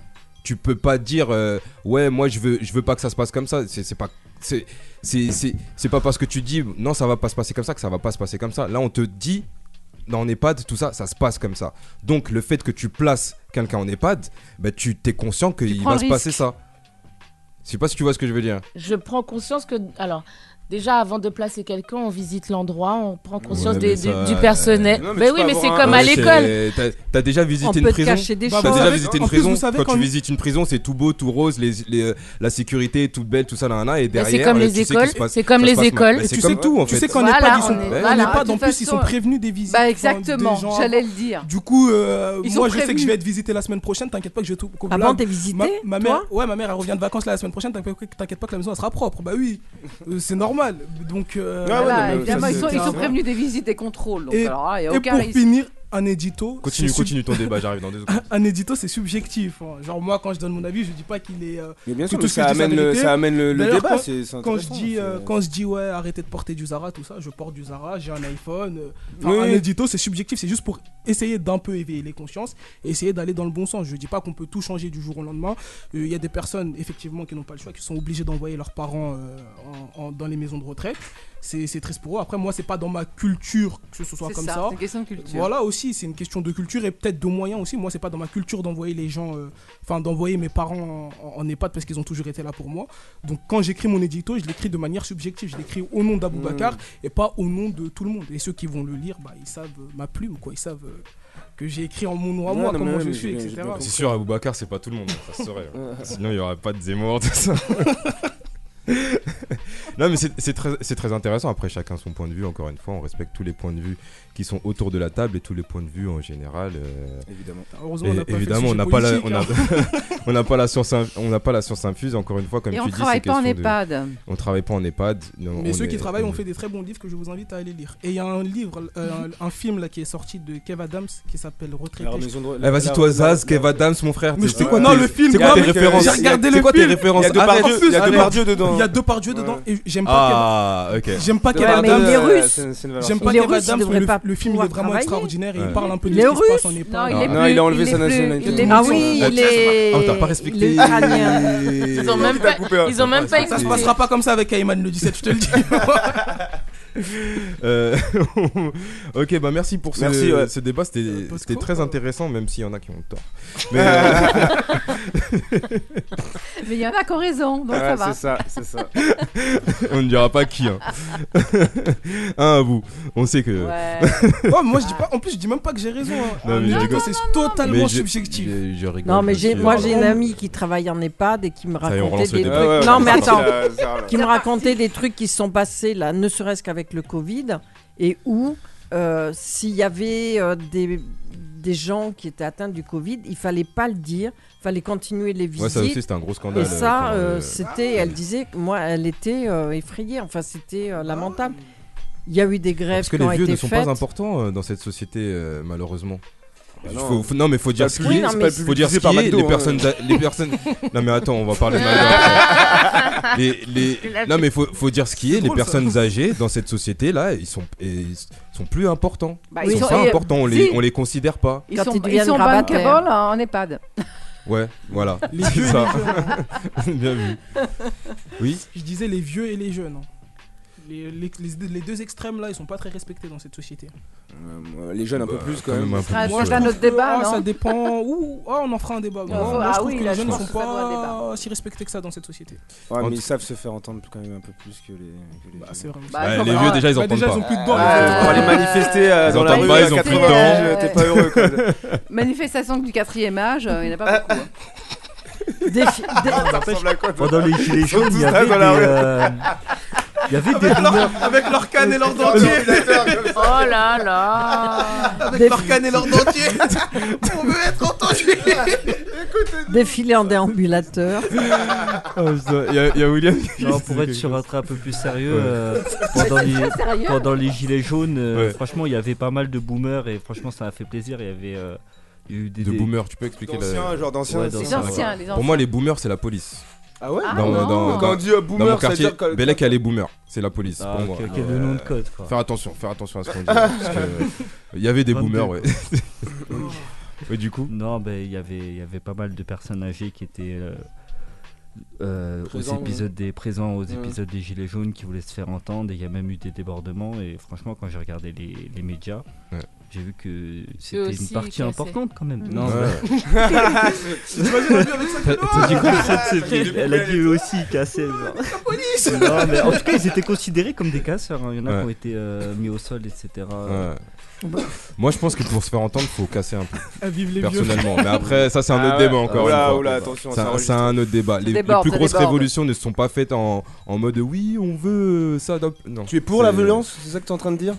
Tu peux pas dire euh, ouais moi je veux je veux pas que ça se passe comme ça. C'est c'est pas c'est c'est c'est c'est pas parce que tu dis non ça va pas se passer comme ça que ça va pas se passer comme ça. Là on te dit dans en EHPAD, tout ça, ça se passe comme ça. Donc le fait que tu places quelqu'un en EHPAD, bah, tu t'es conscient qu'il
prends
va
le
se passer
risque.
ça. Je sais pas si tu vois ce que je veux dire.
je prends conscience que. Alors, déjà, avant de placer quelqu'un, on visite l'endroit, on prend conscience
Ouais,
des-
mais ça,
du, du
euh,
personnel.
non, mais
mais
tu
oui,
peux
mais c'est
avoir un-
comme à
Hein. Ouais, <laughs>
l'école.
c'est- T'as t'as déjà visité
On peut
une
te
prison.
cacher des
T'as
choses.
déjà
En
visité
plus,
une prison.
vous savez
Quand
qu'en-
tu visites une prison, c'est tout beau, tout rose, les, les- euh, la sécurité est toute belle, tout ça, là, là, et
Bah, c'est
derrière. euh,
comme les
tu sais qu'il se
écoles,
passe-
c'est comme
ça se
les
passe mal.
écoles.
Mais
Et
c'est
tu
comme
sais-
tout, en
tu
fait.
sais qu'en
Voilà,
EHPAD,
ils sont-
on est-
en
voilà.
EHPAD, en
De
plus,
toute
ils sont
façon,
prévenus des visites.
Bah
enfin,
exactement,
des gens
j'allais
avant.
le dire.
Du coup, euh,
Ils
moi
sont
je sais que je
prévenus.
vais être visité la semaine prochaine, t'inquiète pas que je vais tout. comme
Ah
là,
bon, t'es visité,
ma, ma
toi
mère, Ouais, ma mère, elle revient de vacances là, la semaine prochaine, t'inquiète pas- t'inquiète pas que la maison elle sera propre. Bah oui, euh, c'est normal. Donc. euh,
Voilà,
voilà,
évidemment,
ça,
ils sont,
c'est-
ils sont prévenus des visites, des contrôles. Donc,
Et,
alors là, il n'y a
et
aucun
pour
risque.
finir, un édito.
Continue,
c'est sub-
continue ton
<laughs>
débat, j'arrive dans deux secondes.
Un édito, c'est subjectif. hein. Genre, moi, quand je donne mon avis, je dis pas qu'il est. euh,
Mais bien
que
sûr,
tout
mais
ce que
ça
je dis, c'est la
amène le-
vérité.
ça amène le- le
D'ailleurs,
débat,
quand-
c'est- c'est
Quand je
intéressant,
dis, euh,
c'est-
quand je dis, ouais, arrêtez de porter du Zara, tout ça, je porte du Zara, j'ai un iPhone. euh, enfin,
Oui.
Un édito, c'est subjectif, c'est juste pour essayer d'un peu éveiller les consciences et essayer d'aller dans le bon sens. Je dis pas qu'on peut tout changer du jour au lendemain. Euh, Il y a des personnes, effectivement, qui n'ont pas le choix, qui sont obligées d'envoyer leurs parents euh, en- en- dans les maisons de retraite. C'est c'est triste pour eux. Après, moi, c'est pas dans ma culture que ce soit
C'est
comme
ça,
ça.
c'est une question de culture.
Voilà, aussi, c'est une question de culture et peut-être de moyens aussi. Moi, c'est pas dans ma culture d'envoyer les gens, euh, enfin d'envoyer mes parents en, en- en EHPAD parce qu'ils ont toujours été là pour moi. Donc, quand j'écris mon édito, je l'écris de manière subjective. Je l'écris au nom d'Abou Bakar
Mm.
et pas au nom de tout le monde. Et ceux qui vont le lire, bah, ils savent euh, ma plume, quoi. Ils savent euh, que j'ai écrit en mon nom à
Non,
moi,
non,
comment
mais
je
oui,
suis,
mais j'ai
etc.
bien compris.
C'est sûr, Aboubacar, c'est pas tout le monde, ça se saurait. hein. Sinon, il y aurait pas de Zemmour, tout ça. <laughs> non, mais c'est c'est très, c'est très intéressant. Après, chacun son point de vue, encore une fois. On respecte tous les points de vue qui sont autour de la table et tous les points de vue en général. euh,
Évidemment.
Heureusement, on
et-
n'a pas fait le
évidemment, on
sujet
n'a pas, la- on n'a
politique, hein.
<laughs> on n'a pas la science in- on n'a pas la science infuse, encore une fois, comme
Et
tu
on
dis.
travaille
c'est
pas en
question de-
EHPAD.
On travaille pas en EHPAD. non,
Mais
on
ceux
est-
qui travaillent
on
ont
est-
fait des très bons livres que je vous invite à aller lire. Et il y a un livre, euh, un, un film là qui est sorti de Kev Adams qui s'appelle Retraité.
La maison de-
Eh, vas-y, toi, Zaz, Kev Adams, mon frère.
Mais
t'es-
je sais
t'es-
quoi,
t'es-
non, le film,
C'est quoi
non,
tes
mais
références
J'ai regardé
C'est
le
quoi tes
film.
références
Il y a
Arrête.
Depardieu-
Arrête.
il y a Depardieu
dedans.
Il y a deux Pardieu dedans. Et j'aime pas
Ah,
Kev-
ok.
J'aime pas
Ouais,
Kev
mais il est
Adams.
russe. C'est- c'est une valeur
J'aime pas
sûre. Il est
Kev
russe, il
Adams.
devrait
Le
pas
le film il est
pouvoir
vraiment
travailler.
extraordinaire. et
Ouais.
Il parle un peu de
Il est
ce qui se passe
russe
en
Non,
Iran.
il est Non, plus, il a enlevé il sa est plus, nationalité. il est
Ah
plus.
oui,
Ah,
il
tiens,
est.
ah, t'as pas respecté.
il est iranien. Ils ont même pas.
ils ont même pas
Ça se
écouté.
passera pas comme ça avec Ayman le 17, je te le dis.
<laughs> Euh, <laughs> ok, bah merci pour ce,
Merci, ouais.
ce débat. C'était c'était très intéressant, même s'il y en a qui ont <laughs> tort. euh,
Mais il y en a qui ont raison, donc bah, ça
Ouais,
va.
c'est ça, c'est ça. <laughs> On ne dira pas qui. Hein, <laughs> hein à vous. On sait que. <laughs>
Oh, moi je dis pas. En plus, je dis même pas que j'ai raison. hein.
Non, mais je
Ah,
rigole.
c'est
Mais
totalement
je-
subjectif.
je- je rigole,
Non, mais
je
j'ai-
suis-
moi j'ai une
Oh.
amie qui travaille en EHPAD et qui me
Ça y est, on
racontait
relance le
des trucs.
débat. Ouais, ouais,
non,
ouais,
mais
c'est
attends,
parti, là, c'est
qui me racontait des trucs qui se sont passés là, ne serait-ce qu'avec le Covid, et où euh, s'il y avait euh, des des gens qui étaient atteints du Covid, il fallait pas le dire, fallait continuer les visites.
Ouais, ça aussi, c'était un gros scandale,
Et ça,
euh, quand,
euh,
euh,
c'était, elle disait, que moi, elle était euh, effrayée. Enfin, c'était euh, lamentable. Il y a eu des grèves
Parce que
qui ont
les vieux
été
ne sont
faites.
pas importants euh, dans cette société, euh, malheureusement.
Bah
Il
non.
faut- faut- non mais faut
C'est
dire
pas
ce
le
qui
public,
est,
c'est pas le public
faut dire ce
visé par
qui est,
McDo,
les
hein.
personnes, les
<laughs>
personnes. Non mais attends, on va parler de McDo après. Les- les- Non mais faut, faut dire ce qui est, les
drôle, ça. <laughs>
personnes âgées dans cette société là, ils sont, et ils sont plus importants.
Bah,
ils,
ils
sont
sont-
pas
et-
importants, on les,
si.
on les considère pas.
Ils
Quand
sont,
ils
ils
deviennent
sont
grabataires.
bankable en, en EHPAD.
Ouais, <laughs> voilà.
Les
C'est
vieux et
ça. <laughs>
les jeunes.
Bien vu. Oui.
<laughs> Je disais les vieux et les jeunes. hein. les, les- les- les deux extrêmes là, ils sont pas très respectés dans cette société.
Euh, Les jeunes un peu
Bah,
plus quand
quand
même.
même un peu Ah, plus,
Moi, je
ouais.
trouve que,
débat,
ah,
non
Ça dépend. Ouh, ah, on en fera un débat.
Ouais.
Moi, moi,
Ah
je trouve
oui,
que
là,
les
je
jeunes ne
pense
sont
que ça doit
pas si respectés que ça dans cette société.
Ouais,
En
mais
tout-
ils savent se faire entendre quand même un peu plus que les. que les
Bah,
jeunes.
c'est vrai.
Bah, Ouais, les vieux, déjà, ils
Bah,
entendent pas.
ont plus de dents.
Ouais,
Pour aller
ouais.
manifester euh,
Ils
dans la
entendent
rue
pas,
à
ils ont plus de
80
dents.
âge, t'es pas heureux quoi.
Manifestation du quatrième âge, euh, il n'y en a pas beaucoup.
<laughs>
hein.
Pendant les
<laughs>
gilets
Ils sont
jaunes, il
tous
y
là
avait des.
dans la rue.
euh, Il y avait des rumeurs. Euh,
Avec leur canne et leur
<laughs>
dentier.
Oh là là
Avec leur canne et leur dentier. On veut être entendu.
Défilé
<laughs>
en déambulateur.
Ah, Il y a- il y a William.
Non, pour être sur un trait un peu plus sérieux,
Ouais.
euh, pendant,
C'est
les,
très sérieux.
pendant les Gilets jaunes, euh,
Ouais.
franchement, il y avait pas mal de boomers et franchement, ça a fait plaisir. Il y avait. euh, il y a eu des,
De
des-
boomers, tu peux expliquer la-
D'anciens, genre d'anciens,
Ouais,
c'est
d'anciens,
ça.
ouais.
Anciens, les
Pour moi, les boomers, c'est la police.
Ah ouais
Dans-
Ah
dans-
non. Quand on dit, euh,
dans
boomer,
mon
ça veut
quartier,
dire que-
Bellec, elle est boomer. C'est la police
Ah,
pour
ok,
moi.
ok, le nom de code, quoi.
Faire attention, faire attention à ce
<laughs>
qu'on dit. parce que, euh, Il y avait des boomers, ouais. <laughs>
Et du coup Non, ben, il y avait- il y avait pas mal de personnes âgées qui étaient euh, euh,
Présents,
aux épisodes des présents, aux
Ouais.
épisodes des Gilets jaunes qui voulaient se faire entendre. Et il y a même eu des débordements. Et franchement, quand j'ai regardé les, les médias, j'ai vu que c'était une
aussi
partie
cassés.
importante quand même.
Mm.
Non,
Ouais.
mais-
T'imagines un vieux avec sa
T'as-
canoë
t'as dit quoi, cette- cette-
Avec des
Elle a
poubelles et
dit
tout.
aussi casser. genre.
police
Non, mais en tout cas, ils étaient considérés comme des casseurs. hein. Il y en a
Ouais.
qui ont été euh, mis au sol, etc.
Ouais. <laughs> Moi, je pense que pour se faire entendre, faut casser un peu.
Ah, vive les vieux.
Personnellement. Mais après, ça, c'est un
Ah
autre
ouais.
débat encore.
Oula,
une fois.
oula, attention,
C'est
ça
un-
enregistre.
C'est un autre débat.
Ça
Les, les
déborde,
plus
ça
grosses
déborde.
révolutions ne sont pas faites en, en mode oui, on veut euh, ça. adop- Non.
Tu es pour la
C'est-
violence, c'est ça que t'es en train de dire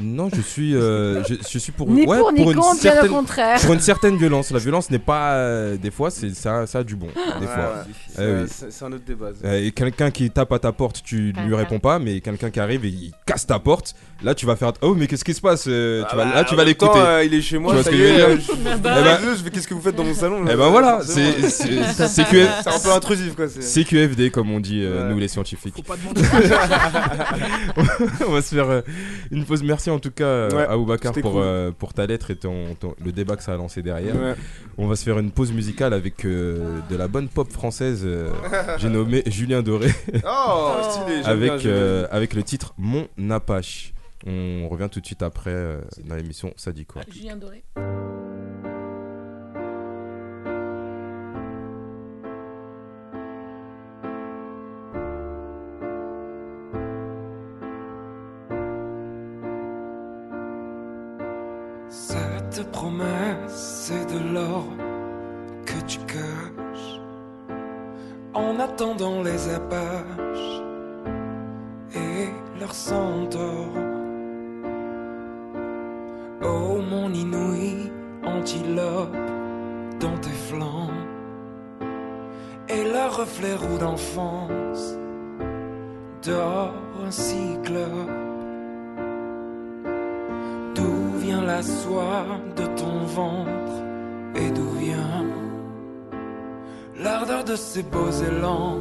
Non, je suis, euh, je, je suis pour,
Ni
ouais,
pour, ni
une
contre, bien au
certaine-
contraire.
Pour une certaine violence. La violence n'est pas. euh, des fois, c'est ça, ça a du bon. Des
Ouais,
fois.
Ah, ouais.
Eh
C'est-
oui.
c'est- c'est un autre débat, ça.
Euh, et quelqu'un qui tape à ta porte, tu lui réponds pas, mais quelqu'un qui arrive et il casse ta porte, là tu vas faire Oh, mais qu'est-ce qui se passe Euh, tu
Ah
vas,
bah,
Là tu
en
vas
même
l'écouter.
temps, euh, il est chez moi,
Tu vois
ça
ce
y
que je veux
est,
dire
euh, <laughs> je-
Eh
bah,
ben-
je fais qu'est-ce que vous faites dans mon salon là
Eh ben voilà,
Forcément.
c'est c'est-
<laughs>
c'est- c'est QF
C'est un peu intrusif, quoi, c'est-
C'est QFD comme on dit euh,
Ouais.
nous les scientifiques.
Faut pas demander.
<laughs> on va se faire euh, une pause. Merci en tout cas euh,
Ouais,
à Oubacar
c'était
pour,
cool.
euh, pour ta lettre et ton, ton- le débat que ça a lancé derrière.
Ouais.
On va se faire une pause musicale avec euh, de la bonne pop française. euh, J'ai nommé Julien Doré
<laughs> Oh, stylé, j'aime bien,
avec,
j'aime
euh, avec le titre Mon Apache. On revient tout de suite après euh, dans l'émission Ça dit quoi.
<laughs> Julien Doré.
Cette promesse, c'est de l'or que tu caches en attendant les apaches et leurs centaures. Oh mon inouï, antilope dans tes flancs et leur reflet roux d'enfance d'or un cyclope. D'où vient la soie de ton ventre et d'où vient l'ardeur de ces beaux élans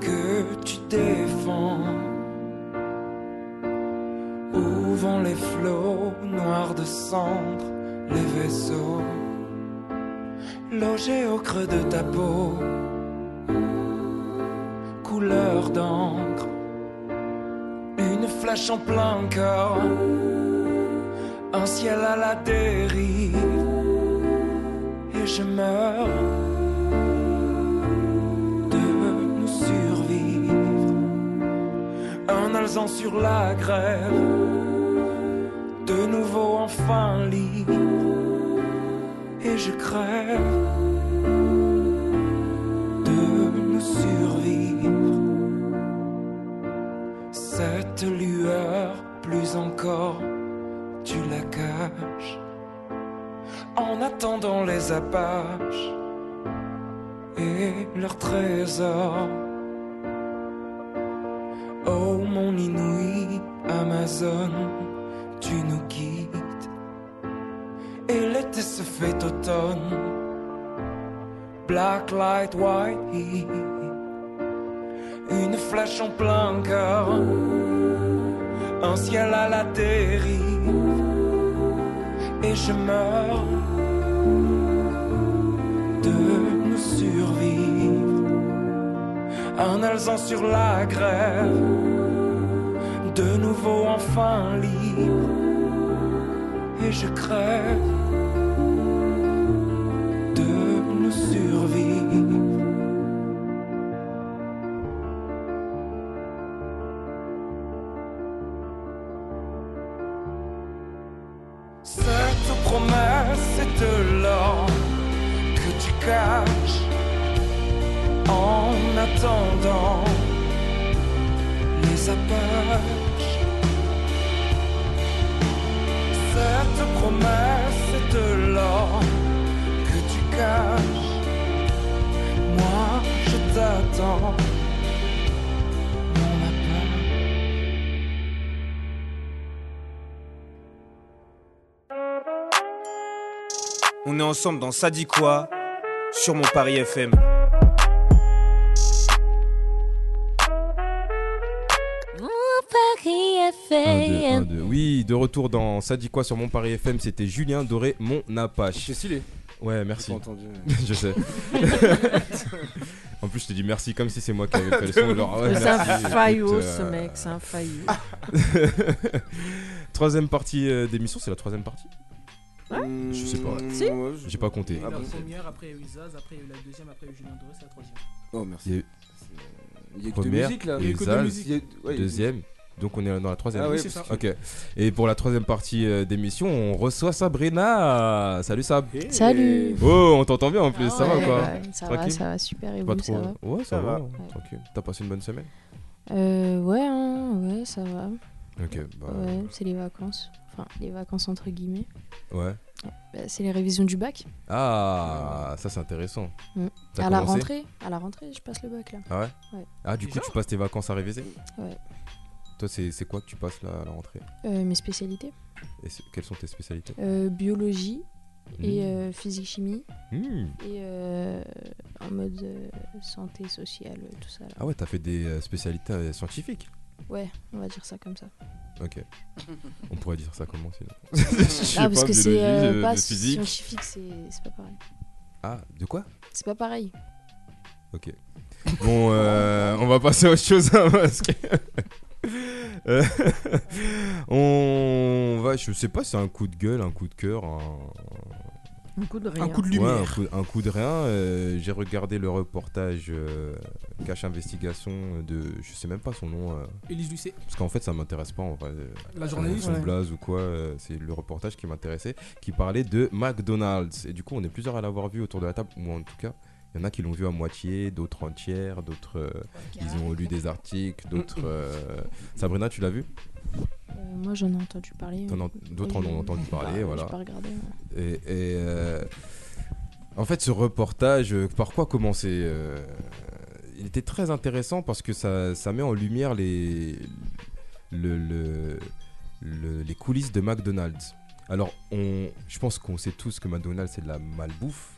que tu défends? Où vont les flots noirs de cendre, les vaisseaux logés au creux de ta peau, couleur d'encre? Une flash en plein corps, un ciel à la dérive, et je meurs de nous survivre. Un alzan sur la grève, de nouveau enfin libre, et je crève de nous survivre cette lueur, plus encore, tu la caches. En attendant les apaches et leurs trésors. Oh mon inouï, Amazon, tu nous quittes. Et l'été se fait automne. Black light, white heat une flash en plein cœur, un ciel à la dérive, et je meurs de nous survivre. un alzan sur la grève, de nouveau enfin libre, et je crève de nous survivre. Cette promesse est de l'or que tu caches en attendant les apaches. Cette promesse est de l'or que tu caches. Moi, je t'attends.
On est ensemble dans Ça dit quoi sur mon Paris FM.
Mon Paris
Un,
FM.
deux. Oui, de retour dans Ça dit quoi sur mon Paris FM, c'était Julien Doré, mon Apache. C'est
stylé.
Ouais, merci.
J'ai pas entendu.
<laughs> je sais. en plus, je t'ai dit merci comme si c'est moi qui
<laughs>
avais fait le
De
son.
ouf.
genre, ouais,
C'est un
merci, écoute,
faillot,
euh,
ce mec, c'est un faillot.
<laughs> troisième partie euh, d'émission, c'est la troisième partie Je sais pas.
Si. Ouais, je- Ah
J'ai pas compté.
La première, après il y a eu Zaz, après il y a eu la deuxième, après il y a eu Julien Doré, c'est la troisième.
Oh,
Il y a eu-
Il y a que deux
Première,
musiques, là.
il y a eu Zaz, deuxième. Donc on est dans la troisième.
Ah oui, c'est ça.
Ok. Et pour la troisième partie euh, d'émission, on reçoit Sabrina. Salut Sab.
Salut. Ah
Oh, on t'entend bien en plus. ça
ouais,
va quoi
ouais, ça va,
Tranquille
ça va, super, et
Pas
vous,
trop.
ça va
Ouais, ça,
Ça
va.
va.
hein, Tranquille. T'as passé une bonne semaine.
Euh, ouais, hein, ouais, ça va.
Ok, bah.
Ouais, c'est les vacances. Enfin, les vacances entre guillemets.
Ouais.
Bah, c'est les révisions du bac.
Ah, ça c'est intéressant.
Mm.
T'as
À la
commencé
rentrée, à la rentrée, je passe le bac là.
Ah ouais.
Ouais.
Ah, du coup, tu passes tes vacances à réviser.
Ouais.
Toi, c'est c'est quoi que tu passes là à la rentrée
Euh, mes spécialités
Et c'est- quelles sont tes spécialités
Euh, biologie
Mm.
et euh, physique chimie
Mm.
et euh, en mode euh, santé sociale euh, tout ça là.
Ah ouais, t'as fait des euh, spécialités euh, scientifiques.
Ouais, on va dire ça comme ça. <laughs>
Ok. <laughs> On pourrait dire ça comment sinon
ah
<laughs>
parce que c'est euh,
de
pas
physique.
scientifique, c'est c'est pas pareil.
Ah, de quoi
C'est pas pareil.
Ok.
<laughs>
Bon, euh, on va passer à autre chose. hein, parce que- <laughs> Euh, <laughs> on va, je sais pas si c'est un coup de gueule, un coup de cœur, un,
Un coup de rien.
Un coup de
Ouais,
lumière.
un, coup, un coup de rien. euh, J'ai regardé le reportage euh, Cache Investigation de. Je sais même pas son nom. euh,
Élise Lucet.
Parce qu'en fait, ça m'intéresse pas en vrai. euh,
La journaliste,
Son
ouais.
blaze ou quoi. euh, C'est le reportage qui m'intéressait. Qui parlait de McDonald's. Et du coup, on est plusieurs à l'avoir vu autour de la table. Ou en tout cas, il y en a qui l'ont vu à moitié, d'autres entière, d'autres. euh, ils ont lu des articles, d'autres. euh, Sabrina, tu l'as vu
Euh, moi j'en ai entendu parler.
T'en
mais-
en- D'autres en
Oui,
ont entendu
bah,
parler,
j'ai
voilà.
pas regardé, hein. ouais.
Et, et, euh, en fait, ce reportage, euh, par quoi commencer euh, Il était très intéressant parce que ça, ça met en lumière les, le- le- le- les coulisses de McDonald's. Alors, on, je pense qu'on sait tous que McDonald's, c'est de la malbouffe.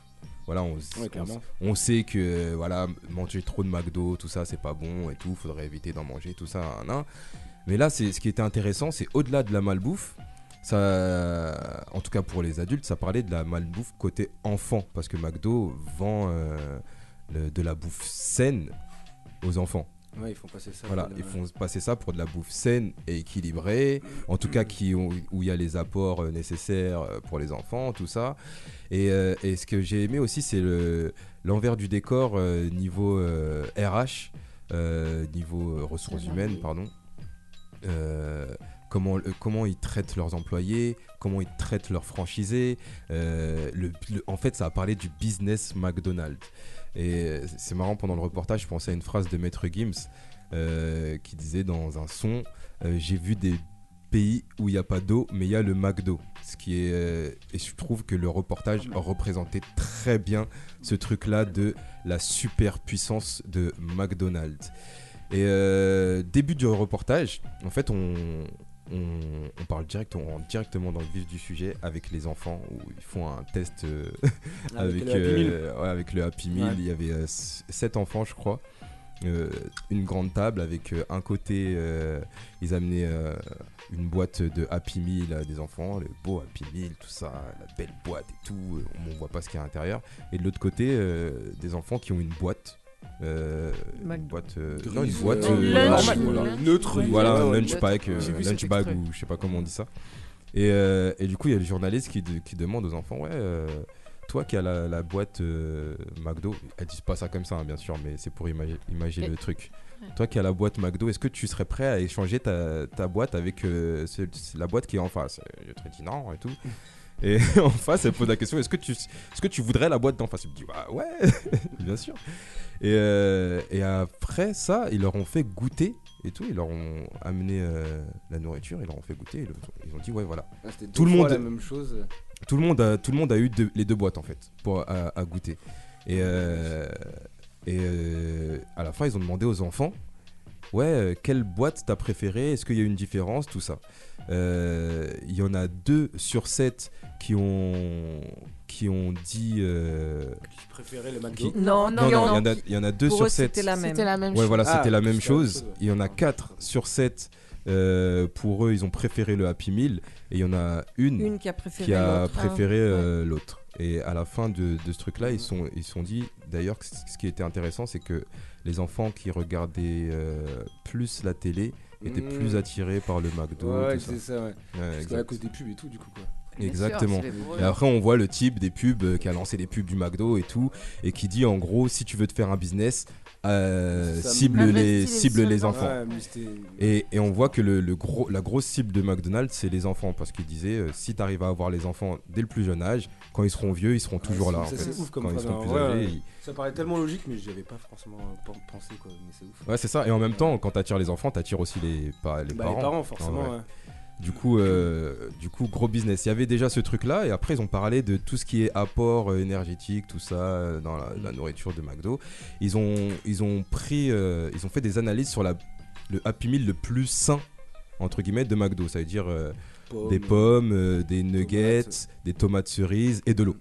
Voilà, on, s-
Ouais,
on s-
clairement.
on sait que euh, voilà, manger trop de McDo, tout ça, c'est pas bon et tout, faudrait éviter d'en manger, tout ça, nan, nan. Mais là, c'est ce qui était intéressant, c'est au-delà de la malbouffe. Ça, en tout cas pour les adultes, ça parlait de la malbouffe côté enfant, parce que McDo vend euh, le- de la bouffe saine aux enfants.
Ouais, ils font passer ça
Voilà,
pour de-
ils font passer ça pour de la bouffe saine et équilibrée, en tout cas qui ont- où il y a les apports euh, nécessaires euh, pour les enfants, tout ça. Et, euh, et ce que j'ai aimé aussi, c'est le- l'envers du décor euh, niveau euh, RH, euh, niveau euh, ressources humaines, pardon. Euh, comment, euh, comment ils traitent leurs employés, comment ils traitent leurs franchisés. Euh, le- le- en fait, ça a parlé du business McDonald's. Et euh, c'est marrant, pendant le reportage, je pensais à une phrase de Maître Gims euh, qui disait dans un son euh, J'ai vu des pays où il n'y a pas d'eau, mais il y a le McDo. Ce qui est, euh, et je trouve que le reportage représentait très bien ce truc-là de la superpuissance de McDonald's. Et euh, début du reportage, en fait, on, on, on parle direct, on rentre directement dans le vif du sujet avec les enfants où ils font un test euh, <laughs>
Ah, Avec
avec,
le Happy Meal.
euh, ouais, avec le Happy Meal.
Ouais.
Il y avait euh, s- sept enfants, je crois. Euh, une grande table avec euh, un côté, euh, ils amenaient euh, une boîte de Happy Meal à des enfants, le beau Happy Meal, tout ça, la belle boîte et tout. euh, On ne voit pas ce qu'il y a à l'intérieur. Et de l'autre côté, euh, des enfants qui ont une boîte euh, une
McDo.
boîte, euh,
Grise,
non, une boîte
euh,
euh,
lunch,
normale,
ou
voilà.
lunch.
neutre,
Ouais.
voilà,
Ouais,
un
ouais,
lunch
neutre.
pack, euh,
J'ai vu
lunch
cet
bag
extrait.
ou je sais pas comment on dit ça. Et, euh, et du coup, il y a le journaliste qui, de- qui demande aux enfants, ouais, euh, toi qui as la, la boîte euh, McDo, elles disent pas ça comme ça, hein, bien sûr, mais c'est pour imaginer
Et-
le truc.
Ouais.
Toi qui as la boîte McDo, est-ce que tu serais prêt à échanger ta, ta boîte avec euh, ce- la boîte qui est en face Je te dis non et tout. Et <laughs> en face, elle pose la question est-ce que, tu- est-ce que tu voudrais la boîte d'en face Il me dit bah ouais, <laughs> bien sûr. Et, euh, et après ça, ils leur ont fait goûter et tout. Ils leur ont amené euh, la nourriture, ils leur ont fait goûter. Ils, leur ont- ils ont dit ouais, voilà.
Ah, c'était deux
tout le
fois
monde.
la même chose.
Tout le monde a, tout le monde a eu deux- les deux boîtes en fait pour, à, à goûter. Et, euh, et euh, à la fin, ils ont demandé aux enfants Ouais, euh, quelle boîte t'as préférée Est-ce qu'il y a une différence Tout ça. Euh, Il y en a deux sur sept qui ont, qui ont dit. euh,
Qui préféraient le McDo
qui-
Non, non,
il y en a-
non, qui-
il y, en a deux
pour
sur
eux,
sept.
c'était la même. C'était la même
ouais,
chose.
voilà,
Ah,
c'était la
c'était
même
la
chose.
chose, ouais.
Il y en a quatre sur sept. euh, pour eux, ils ont préféré le Happy Meal et il y en a une,
Une qui a préféré
qui a
Ah,
l'autre.
préféré, euh, l'autre. Et à la fin de, de ce truc-là, ils se sont, ils se sont dit, d'ailleurs, que c- ce qui était intéressant, c'est que les enfants qui regardaient euh, plus la télé étaient
Mmh.
plus attirés par le McDo.
Ouais,
tout
c'est ça, ouais. Parce que
exact.
à cause des pubs et tout, du coup, quoi.
Exactement.
Bien sûr, c'est les
et après, on voit le type des pubs euh, qui a lancé les pubs du McDo et tout, et qui dit en gros, si tu veux te faire un business, euh,
Ça
cible
m'investis
les,
les
cible les
seuls
enfants.
enfants. Ouais, mais c'était-
et, et on voit que le, le gros, la grosse cible de McDonald's, c'est les enfants, parce qu'il disait, euh, si tu arrives à avoir les enfants dès le plus jeune âge, quand ils seront vieux, ils seront toujours là. en
Ça,
fait.
c'est ouf comme
quand ils
phrase,
seront
hein.
plus
Ouais,
âgés,
ouais.
ils-
Ça paraît tellement logique, mais j'y avais pas forcément euh, pen- pensé, quoi. Mais c'est ouf.
Ouais, c'est ça. Et en même temps, quand t'attires les enfants, t'attires aussi les, pas,
Bah, les
les parents.
parents,
en
forcément,
vrai.
ouais.
Du coup, euh, du coup, gros business. Il y avait déjà ce truc-là, et après, ils ont parlé de tout ce qui est apport euh, énergétique, tout ça, euh, dans
Mm.
la, la nourriture de McDo. Ils ont, ils ont pris, euh, ils ont fait des analyses sur la, le Happy Meal le plus sain, entre guillemets, de McDo. Ça veut dire euh,
Pommes.
des pommes, euh, des nuggets, des tomates cerises et de l'eau.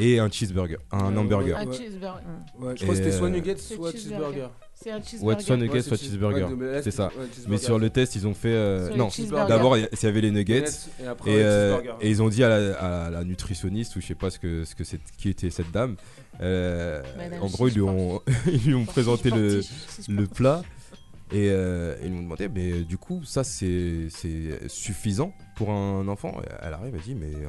Et un cheeseburger, un
Euh, Ouais,
hamburger.
Un cheeseburger.
Ouais, je crois que
Et,
c'était soit
euh,
nuggets,
C'est
soit cheeseburger.
C'est un cheeseburger.
Ouais, soit nuggets,
Ouais, c'est
soit
cheese-
cheeseburger.
ouais, mais là,
c'est ça.
ouais, cheeseburger.
mais sur le test, ils ont fait. euh,
Sur les
non,
cheeseburgers.
d'abord, il y a- il y avait les nuggets.
Nuggets, et après,
et, euh,
cheeseburger.
et ils ont dit à la, à la nutritionniste, ou je sais pas ce que, ce que c'est, qui était cette dame. euh,
Madame
en gros, ils lui ont, <laughs> ils lui ont présenté le, le plat. Et euh, ils lui ont demandé, mais euh, du coup, ça c'est c'est suffisant pour un enfant Et Elle arrive, elle dit, mais euh,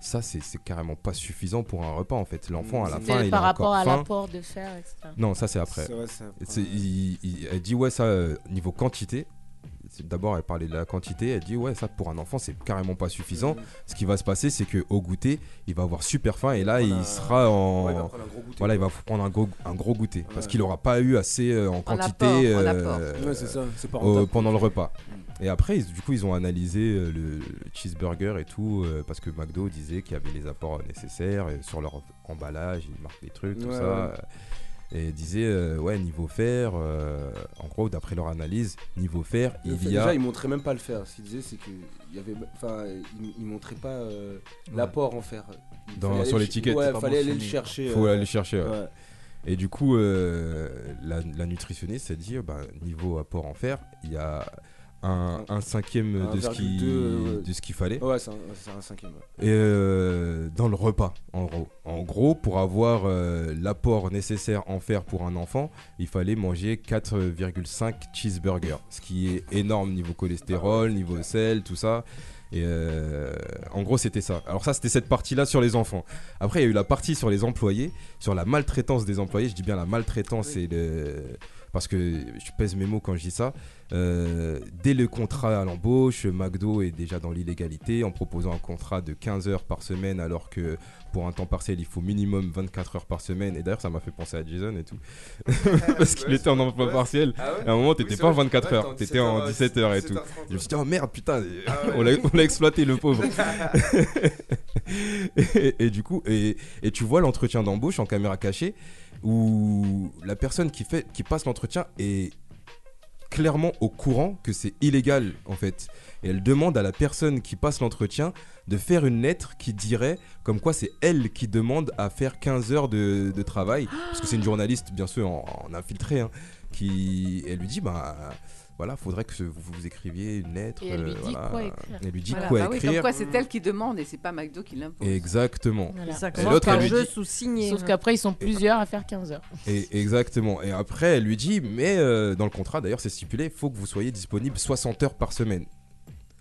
ça c'est c'est carrément pas suffisant pour un repas en fait. L'enfant à la
C'était
fin, il
par
a encore
rapport à
faim.
l'apport de fer, etc.
Non, ça c'est après.
C'est vrai, c'est après.
C'est- il- il- elle dit ouais ça euh, niveau quantité. c'est- D'abord elle parlait de la quantité, elle dit ouais ça pour un enfant c'est carrément pas suffisant. Ce qui va se passer c'est que au goûter il va avoir super faim et là il sera en
ouais, il va prendre un gros goûter,
voilà il va prendre un gros, un gros goûter parce
Ouais.
qu'il aura pas eu assez euh, en quantité
apport, en
euh,
apport. Ouais, c'est ça, c'est pas
au-
rentable. Mm.
pendant le repas. Et après ils- du coup ils ont analysé euh, le, le cheeseburger et tout euh, parce que McDo disait qu'il y avait les apports euh, nécessaires et sur leur emballage ils marquent des trucs tout
Ouais,
ça
ouais.
et disait euh, ouais niveau fer euh, en gros d'après leur analyse niveau fer
Le
il
fait-
y a
Déjà, ils montraient même pas le fer. Ce qu'ils disaient, c'est que il y avait, enfin, ils, ils montraient pas euh, l'apport en fer. Il
dans-
fallait aller
sur
le-
l'étiquette
Ouais, fallait aller le chercher.
faut
euh,
aller le chercher ouais.
ouais.
et du coup euh, la, la nutritionniste a dit euh, bah, niveau apport en fer il y a un, un cinquième de ce qui
1,2, euh,
de ce qu'il fallait
Ouais, c'est un, c'est un cinquième. ouais.
et euh, dans le repas en gros en gros pour avoir euh, l'apport nécessaire en fer pour un enfant il fallait manger 4,5 cheeseburgers ce qui est énorme niveau cholestérol niveau sel tout ça et euh, en gros c'était ça alors ça c'était cette partie là sur les enfants après il y a eu la partie sur les employés sur la maltraitance des employés je dis bien la maltraitance et le parce que je pèse mes mots quand je dis ça. Euh, dès le contrat à l'embauche, McDo est déjà dans l'illégalité en proposant un contrat de 15 heures par semaine alors que pour un temps partiel il faut minimum 24 heures par semaine. Et d'ailleurs ça m'a fait penser à Jason
<laughs>
et tout. parce qu'il était en emploi partiel.
Ah ouais
à un moment
Oui,
t'étais
c'est
pas en
vrai.
24
Ouais,
heures,
t'étais
t'étais en 17 heures et
17h30,
tout.
ouais.
Je me suis dit oh merde putain,
Ah ouais.
<laughs> on l'a- on l'a exploité
<laughs>
le pauvre. <laughs> et, et du coup, et, et tu vois l'entretien d'embauche en caméra cachée où la personne qui, fait, qui passe l'entretien est clairement au courant que c'est illégal en fait. Et elle demande à la personne qui passe l'entretien de faire une lettre qui dirait comme quoi c'est elle qui demande à faire 15 heures de, de travail. Parce que c'est une journaliste bien sûr en, en infiltré hein, qui elle lui dit bah voilà, faudrait que ce- vous vous écriviez une lettre.
Et elle lui
euh,
dit
voilà.
quoi écrire.
Elle lui dit
Voilà.
quoi
Bah oui,
écrire.
comme quoi, c'est elle qui demande et c'est pas McDo qui l'impose.
Exactement.
Voilà.
Ça
Et
commence
l'autre,
par
elle lui
je
dit-
sous-signe.
hein.
Sauf qu'après, ils sont plusieurs à faire 15 heures.
Et exactement. Et après, elle lui dit, mais euh, dans le contrat, d'ailleurs, c'est stipulé, il faut que vous soyez disponible 60 heures par semaine.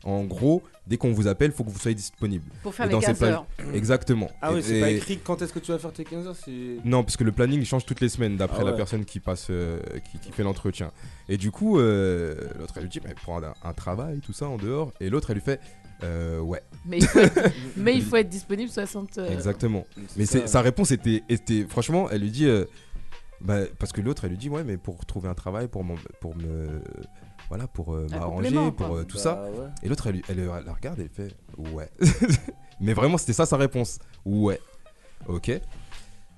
En gros, dès qu'on vous appelle, il faut que vous soyez disponible.
Pour faire
Et
les
dans ces
15
plans-
heures.
Exactement.
Ah
Et-
oui, c'est pas
et-
écrit quand est-ce que tu vas faire tes 15 heures, c'est.
Non, parce que le planning il change toutes les semaines d'après
Ah ouais.
la personne qui passe, euh, qui, qui fait l'entretien. Et du coup, euh, l'autre elle lui dit, mais prends un, un travail, tout ça en dehors. Et l'autre elle lui fait, Euh, ouais.
Mais il faut être,
<laughs>
mais il faut être disponible euh, 60 heures.
Exactement.
C'est
Mais
ça.
c'est- sa réponse était, était. Franchement, elle lui dit. euh, bah, parce que l'autre, elle lui dit Ouais, mais pour trouver un travail, pour, mon- pour me. Voilà, pour euh,
Un
m'arranger,
complément,
pour
quoi.
euh, tout
Bah
ça.
ouais.
Et l'autre, elle, lui- elle, euh, la regarde et elle fait Ouais. <laughs> mais vraiment, c'était ça sa réponse Ouais. Ok. Et.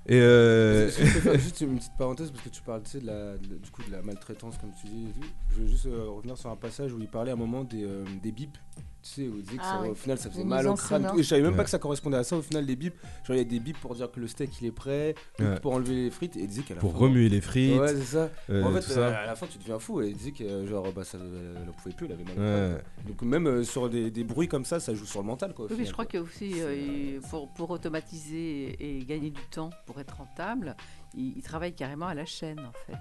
euh,
Est-ce que je peux faire juste une petite parenthèse parce que tu parles tu sais, de la, de- du coup de la maltraitance comme tu dis et tout. Je veux juste euh, revenir sur un passage où il parlait à un moment des, euh, des bips. Tu sais, où il disait que
Ah
ça,
oui.
au final ça faisait
Les
mal
mises
au
en
crâne. et
scène,
tout.
hein.
Et je savais même
Ouais.
pas que ça correspondait à ça au final les bips. Genre il y a des bips pour dire que le steak il est prêt, des bips
Ouais.
pour enlever les frites et il disait qu'à la
Pour
fin-
remuer les frites,
Ouais, c'est ça.
euh,
en
tout
fait,
ça.
euh, à la fin tu deviens fou et il disait que euh, genre bah ça euh, elle en pouvait plus, elle avait mal. au
Ouais.
crâne. Donc même euh, sur des, des bruits comme ça, ça joue sur le mental quoi. au
Oui, mais
final,
je crois que aussi euh, pour, pour automatiser et gagner du temps, pour être rentable, ils, ils travaillent carrément à la chaîne en fait.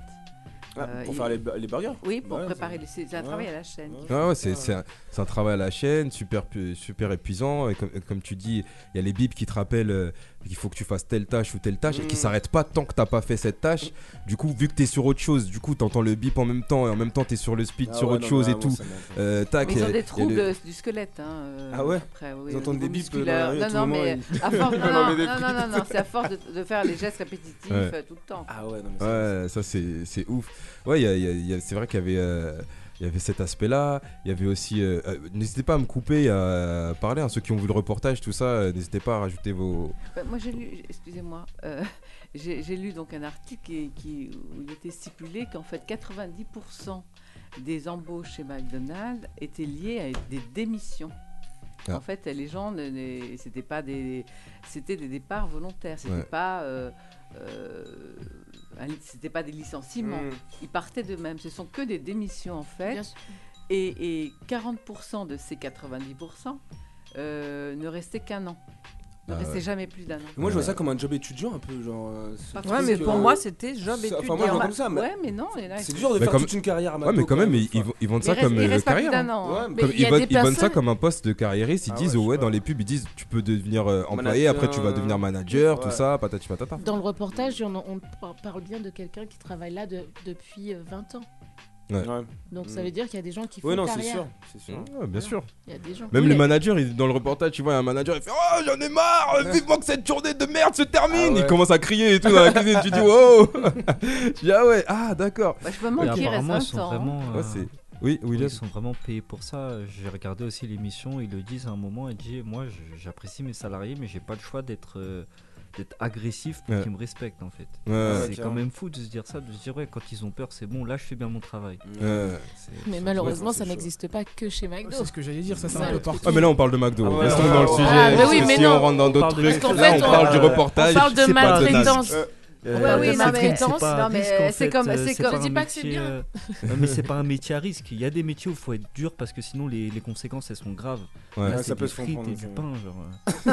Ah,
Euh,
pour
ils-
faire les, les burgers
Oui, pour
Bah ouais,
préparer
ça-
les. C'est c'est un
Ouais.
travail à la chaîne. qu'ils
Ah <laughs>
font.
ouais, c'est c'est un, c'est un travail à la chaîne, super, pu- super épuisant. Et comme, et comme tu dis, il y a les bips qui te rappellent euh, qu'il faut que tu fasses telle tâche ou telle tâche et qui
Mm.
s'arrêtent pas tant que t'as pas fait cette tâche. Du coup, vu que t'es sur autre chose, du coup, t'entends le bip en même temps et en même temps t'es sur le speed,
Ah
sur
ouais,
autre
non,
chose
mais
et
vraiment,
tout.
ça m'entend.
Euh, tac,
Mais ils
y a-
ont
y a
des troubles
le-
du squelette. Hein, euh,
Ah ouais
après, oui,
Ils
au
entendent
niveau
des bips,
musculaire.
euh, dans la rue, à
Non,
tout
non,
moment,
mais
ils- <laughs>
à force,
ils
non,
veulent
non,
enlever des
non, non, non,
frites.
non, c'est à force de, de faire les gestes répétitifs
Ouais.
euh, tout le temps.
Ah ouais, non,
Ouais, ça c'est c'est ouf. Ouais, il y a- il y a- il y a- c'est vrai qu'il y avait. euh, il y avait cet aspect-là, il y avait aussi... euh, euh, n'hésitez pas à me couper, à parler, hein, ceux qui ont vu le reportage, tout ça, euh, n'hésitez pas à rajouter vos...
Bah, Moi, j'ai lu, excusez-moi, euh, <laughs> j'ai j'ai lu donc un article qui, qui- où il était stipulé qu'en fait 90% des embauches chez McDonald's étaient liées à des démissions.
Ah.
En fait, les gens, ne- ne- c'était pas des, c'était des départs volontaires, c'était
Ouais.
pas, euh, euh, un li- c'était pas des licenciements.
Mm.
Ils partaient d'eux-mêmes. Ce sont que des démissions en
Hmm. Bien
fait.
sûr.
Et, et 40% de ces 90% euh, ne restaient qu'un an. Ne
Ah
restaient
ouais.
jamais plus d'un an.
Moi, je vois ça comme un job étudiant un peu, genre. euh, ce
Parce
truc
que-
que- Ça- Enfin, moi, je vois comme ça. mais-
Ouais, mais non, il y en a-
C'est dur de
Mais
faire
comme-
toute une carrière à
Ouais,
McDo,
mais quand même, ils,
enfin.
ils vont- ils vendent ça comme euh, carrière. hein.
Ouais, mais
Comme
il y
ils,
a
vendent,
des
ils vendent ça
personnes-
comme un poste de carriériste. Ils
Ah
disent,
ouais,
oh
je
ouais,
sais
dans les pubs, ils disent, tu peux devenir euh, employé,
Manager,
après tu vas devenir manager, tout
ouais.
ça, patati patata.
Dans le reportage, on, on par- parle bien de quelqu'un qui travaille là de- depuis euh, 20 ans.
Ouais.
Donc
Mm.
ça veut dire qu'il y a des gens qui font
Ouais, non, c'est
carrière.
sûr, Mm. c'est sûr.
Ouais, bien sûr.
Il y a des gens. Oui,
Même les
il y a-
managers, ils- dans le reportage, tu vois, il y a un manager, il fait Oh, j'en ai marre, euh, vivement que cette journée de merde se termine
Ah ouais.
Il commence à crier et tout dans la cuisine, tu dis Wow Tu dis Ah ouais, ah d'accord
Bah, je
Et apparemment, ils sont vraiment.
Ouais,
euh,
c'est- Oui, William.
Ils sont vraiment payés pour ça. J'ai regardé aussi l'émission, ils le disent à un moment. Elle dit Moi, je- j'apprécie mes salariés, mais j'ai pas le choix d'être. euh, d'être agressif pour
Ouais.
qu'ils me respectent en fait.
Ouais, ouais,
c'est quand
carrément.
même fou de se dire ça, de se dire ouais quand ils ont peur c'est bon là je fais bien mon travail.
Ouais.
C'est-
Mais
c'est-
malheureusement,
ouais,
ça
c'est chaud.
n'existe pas que chez McDo.
C'est ce que j'allais dire, ça, c'est un
Ouais.
peu partout.
Ah, mais là, on parle de McDo.
Ah ouais,
Restons
ouais,
dans le
ouais,
sujet.
ouais. Ah, mais
parce
oui,
que
mais
si
non.
on rentre dans
On
d'autres
parle de-
trucs,
parce qu'en
là,
fait,
on
on-
parle du
on
reportage.
parle de
c'est pas Donald.
maltraitance.
Euh,
Ouais, oui,
c'est
non,
un
mais
truc,
attends,
c'est pas
non,
un
mais
risque, en
c'est
fait,
comme-
euh,
c'est
c'est
comme-
pas
je dis
un
pas que c'est
métier,
bien.
euh, non, mais c'est pas un métier à risque. Il y a des métiers où il faut être dur parce que sinon les, les conséquences elles sont graves.
Ouais.
Là,
Ouais,
c'est
ça
des
peut se
frites
comprendre,
et du
ouais.
pain, genre. euh.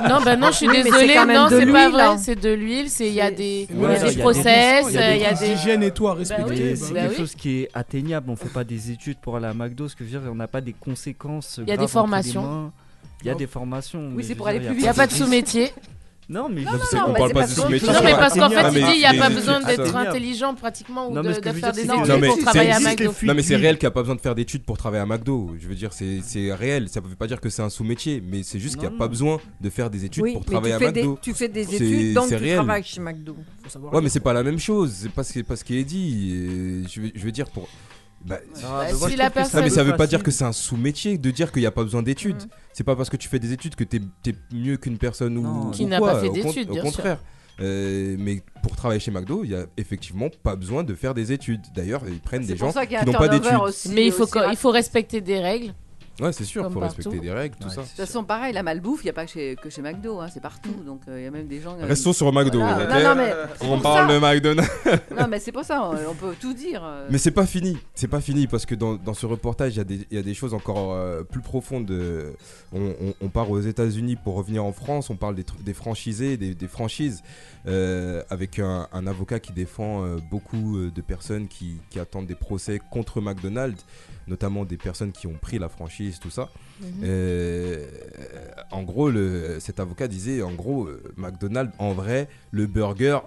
<laughs>
Non, bah non, je suis
Oui, mais c'est
désolée.
quand même
Non,
de
c'est pas
l'huile,
vrai.
hein.
C'est de l'huile. C'est il y a des, il y a
Ouais,
des
il y a
process. euh, Il y a des,
d'hygiène et tout à
Bah
respecter.
oui,
Et
bah
c'est
oui.
quelque chose qui est atteignable. On fait pas des études pour aller à McDo. Ce que je veux dire, on n'a pas des conséquences.
Il y a
graves
des
entre les
formations.
mains. Il y a des formations. mais
c'est
je
pour
veux
aller
dire,
plus
y
vite. Il y a pas de sous-métier.
Non, mais
Non,
je
non,
sais
non,
qu'on
bah,
parle
c'est
pas de
parce
ce
qu'on-
métier.
Non, mais parce qu'en fait,
Ah,
il dit, il n'y a
mais-
pas
mais-
besoin
mais-
d'être
atteignable.
intelligent pratiquement ou
Non,
de,
mais ce que
de
je veux
faire
dire,
des
c'est-
études
Non, mais
pour
c'est-
travailler à
existe,
McDo.
les fuites
Non, mais c'est
d'huile.
réel qu'il n'y a pas besoin de faire d'études pour travailler à McDo. Je veux dire, c'est c'est réel. Ça ne veut pas dire que c'est un sous-métier, mais c'est juste qu'il n'y a
Non,
pas
non.
besoin de faire des études
Oui,
pour
mais tu
travailler à
fais des-
McDo.
tu fais des
C'est-
études, donc
c'est
tu
réel.
travailles chez McDo. Faut savoir
Ouais,
lire,
mais c'est pas la même chose. C'est pas ce qui pas ce qui est dit. Et Je veux, je veux dire pour. Bah,
Bah, si la personne-
Non, mais ça veut pas
Facile.
dire que c'est un sous-métier de dire qu'il n'y a pas besoin d'études.
Mhm.
C'est pas parce que tu fais des études que t'es es mieux qu'une personne ou
Qui
ou
n'a
quoi.
pas fait
Au con-
d'études, bien
Au
sûr.
contraire. Euh, mais pour travailler chez McDo, il y a effectivement pas besoin de faire des études. D'ailleurs, ils prennent des
C'est pour
gens
ça qu'il y a
qui n'ont
un
pas
turnover
d'études.
aussi.
Mais il faut,
aussi
que- il faut respecter des règles.
Ouais, c'est sûr,
Comme
faut
partout.
respecter les règles, tout
Ouais,
ça.
De toute façon, pareil, la malbouffe, il n'y a pas que chez, que chez McDo, hein, c'est partout. Donc euh, il y a même des gens. euh,
Restons sur McDo.
voilà.
ok
Non, non, mais c'est
on
pour
parle de
ça.
McDonald's.
<laughs> Non, mais c'est pour ça, on on peut tout dire. euh.
Mais c'est pas fini, c'est pas fini parce que dans, dans ce reportage, il y, a des- il y a des choses encore euh, plus profondes. euh, on, on- on part aux États-Unis pour revenir en France, on parle des, tru- des franchisés, des, des franchises, euh, avec un, un avocat qui défend euh, beaucoup euh, de personnes qui, qui attendent des procès contre McDonald's, notamment des personnes qui ont pris la franchise, tout ça.
Mhm.
Euh, en gros, le, cet avocat disait, en gros, euh, McDonald's, en vrai, le burger,